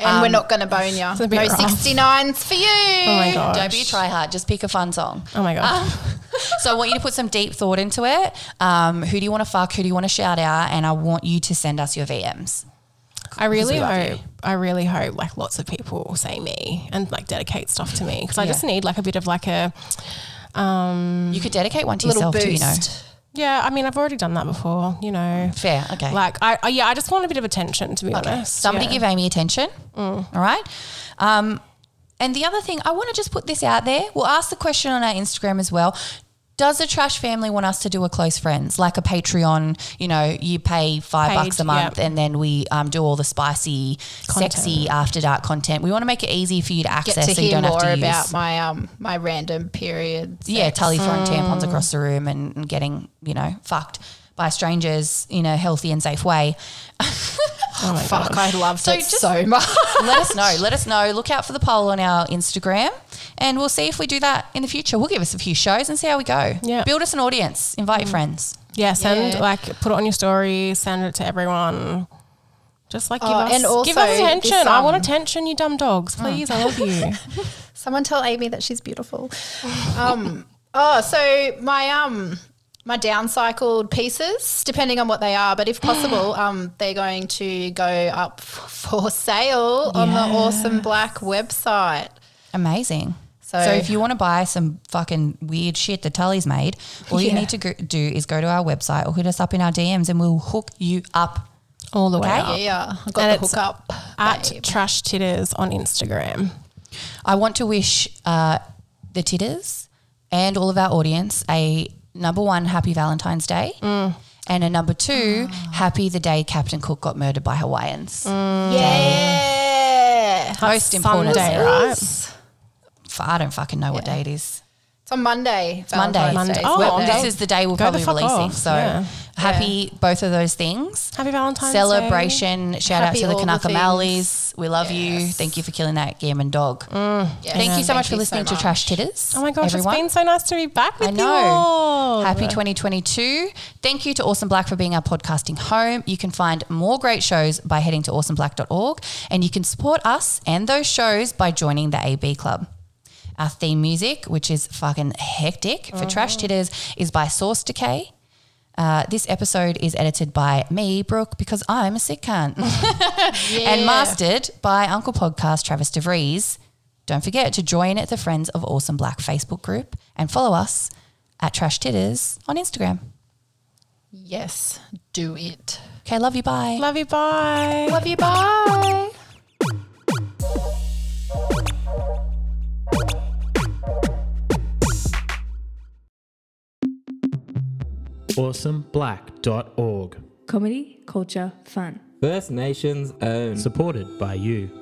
[SPEAKER 3] and we're not going to bone you.
[SPEAKER 2] a bit
[SPEAKER 3] No
[SPEAKER 2] rough.
[SPEAKER 3] sixty nines for you.
[SPEAKER 2] Oh my god.
[SPEAKER 1] Don't be a tryhard. Just pick a fun song.
[SPEAKER 2] Oh my god.
[SPEAKER 3] Ah.
[SPEAKER 1] So I want you to put some deep thought into it. Um, who do you want to fuck? Who do you want to shout out? And I want you to send us your VMs.
[SPEAKER 2] I really hope. I really hope like lots of people say me and like dedicate stuff to me because I just need like a bit of like a. Um,
[SPEAKER 1] You could dedicate one to
[SPEAKER 3] Little
[SPEAKER 1] yourself too, you know.
[SPEAKER 3] boost.
[SPEAKER 2] yeah, I mean, I've already done that before, you know.
[SPEAKER 1] Fair. Okay.
[SPEAKER 2] Like, I, I yeah, I just want a bit of attention to be honest.
[SPEAKER 1] Somebody
[SPEAKER 2] yeah.
[SPEAKER 1] give Amy attention. All right. Um, and the other thing, I want to just put this out there. We'll ask the question on our Instagram as well. Does the trash family want us to do a close friends, like a Patreon? You know, you pay five
[SPEAKER 2] Paid,
[SPEAKER 1] bucks a month
[SPEAKER 2] yep.
[SPEAKER 1] and then we um, do all the spicy, sexy after dark content. We want to make it easy for you to
[SPEAKER 3] Get
[SPEAKER 1] access
[SPEAKER 3] to
[SPEAKER 1] so you
[SPEAKER 3] hear
[SPEAKER 1] don't have
[SPEAKER 3] more
[SPEAKER 1] to use.
[SPEAKER 3] about my um my random periods.
[SPEAKER 1] yeah, Tully throwing tampons across the room and, and getting, you know, fucked by strangers in a healthy and safe way.
[SPEAKER 3] Fuck, I loved
[SPEAKER 1] So
[SPEAKER 3] it
[SPEAKER 1] just-
[SPEAKER 3] so much.
[SPEAKER 1] let us know. Let us know. Look out for the poll on our Instagram, and we'll see if we do that in the future. We'll give us a few shows and see how we go.
[SPEAKER 2] Yeah.
[SPEAKER 1] Build us an audience. Invite your
[SPEAKER 3] Mm.
[SPEAKER 1] friends.
[SPEAKER 2] Yeah, send
[SPEAKER 3] Yeah.
[SPEAKER 2] like put it on your story, send it to everyone. Just like give
[SPEAKER 3] Oh,
[SPEAKER 2] us
[SPEAKER 3] and also
[SPEAKER 2] give us attention.
[SPEAKER 3] this,
[SPEAKER 2] I want
[SPEAKER 3] um, Hmm.
[SPEAKER 2] attention, you dumb dogs. Please, I love you.
[SPEAKER 3] Someone tell Amy that she's beautiful. Um, oh, so my um my downcycled pieces, depending on what they are, but if possible, um, they're going to go up f- for sale on the Awesome Black website.
[SPEAKER 1] Amazing. So,
[SPEAKER 3] So-
[SPEAKER 1] if you want to buy some fucking weird shit that Tully's made, all you
[SPEAKER 3] Yeah.
[SPEAKER 1] need to go, do is go to our website or hit us up in our DMs, and we'll hook you up.
[SPEAKER 2] All the way
[SPEAKER 1] Okay.
[SPEAKER 2] up.
[SPEAKER 3] Yeah, I
[SPEAKER 2] Oh.
[SPEAKER 3] got
[SPEAKER 2] And
[SPEAKER 3] the
[SPEAKER 2] it's
[SPEAKER 3] hookup.
[SPEAKER 2] At
[SPEAKER 3] babe.
[SPEAKER 2] Trash Titters on Instagram.
[SPEAKER 1] I want to wish uh, the titters and all of our audience a number one happy Valentine's Day.
[SPEAKER 3] Mm.
[SPEAKER 1] And a number two,
[SPEAKER 3] Ah.
[SPEAKER 1] happy the day Captain Cook got murdered by Hawaiians.
[SPEAKER 3] yeah.
[SPEAKER 1] Most
[SPEAKER 2] That's
[SPEAKER 1] important
[SPEAKER 2] Sunday,
[SPEAKER 1] day.
[SPEAKER 2] right?
[SPEAKER 1] F- I don't fucking know what day it is.
[SPEAKER 3] It's on Monday.
[SPEAKER 1] Monday.
[SPEAKER 3] Valentine's Day.
[SPEAKER 2] Oh,
[SPEAKER 1] Well,
[SPEAKER 2] Monday.
[SPEAKER 1] this is the day we'll
[SPEAKER 2] Go the
[SPEAKER 1] probably
[SPEAKER 2] fuck
[SPEAKER 1] release
[SPEAKER 2] off.
[SPEAKER 1] it. So
[SPEAKER 2] Yeah.
[SPEAKER 1] happy both of those things.
[SPEAKER 2] Happy Valentine's Day.
[SPEAKER 1] Celebration. Shout
[SPEAKER 3] Happy
[SPEAKER 1] out to the
[SPEAKER 3] all the
[SPEAKER 1] Kanaka
[SPEAKER 3] things.
[SPEAKER 1] Malleys. We love you.
[SPEAKER 3] Yes.
[SPEAKER 1] Thank you for killing that gammon dog.
[SPEAKER 2] Mm.
[SPEAKER 3] Yeah,
[SPEAKER 1] Thank you so much for listening to
[SPEAKER 3] much.
[SPEAKER 1] Trash Titters.
[SPEAKER 2] Oh my gosh,
[SPEAKER 1] everyone.
[SPEAKER 2] it's been so nice to be back with
[SPEAKER 1] I know.
[SPEAKER 2] you all.
[SPEAKER 1] Happy 2022. Thank you to Awesome Black for being our podcasting home. You can find more great shows by heading to awesomeblack.org and you can support us and those shows by joining the AB Club. Our theme music, which is fucking hectic
[SPEAKER 2] Oh,
[SPEAKER 1] for Trash Titters, is by Source Decay. Uh, this episode is edited by me, Brooke, because I'm a sick cunt, and mastered by Uncle Podcast Travis DeVries. Don't forget to join the Friends of Awesome Black Facebook group and follow us at Trash Titters on Instagram.
[SPEAKER 3] Yes, do it.
[SPEAKER 1] Okay, love you. Bye.
[SPEAKER 2] Love you, bye.
[SPEAKER 3] Love you. Bye.
[SPEAKER 4] awesomeblack.org.
[SPEAKER 5] Comedy, culture, fun.
[SPEAKER 6] First Nations own.
[SPEAKER 4] Supported by you.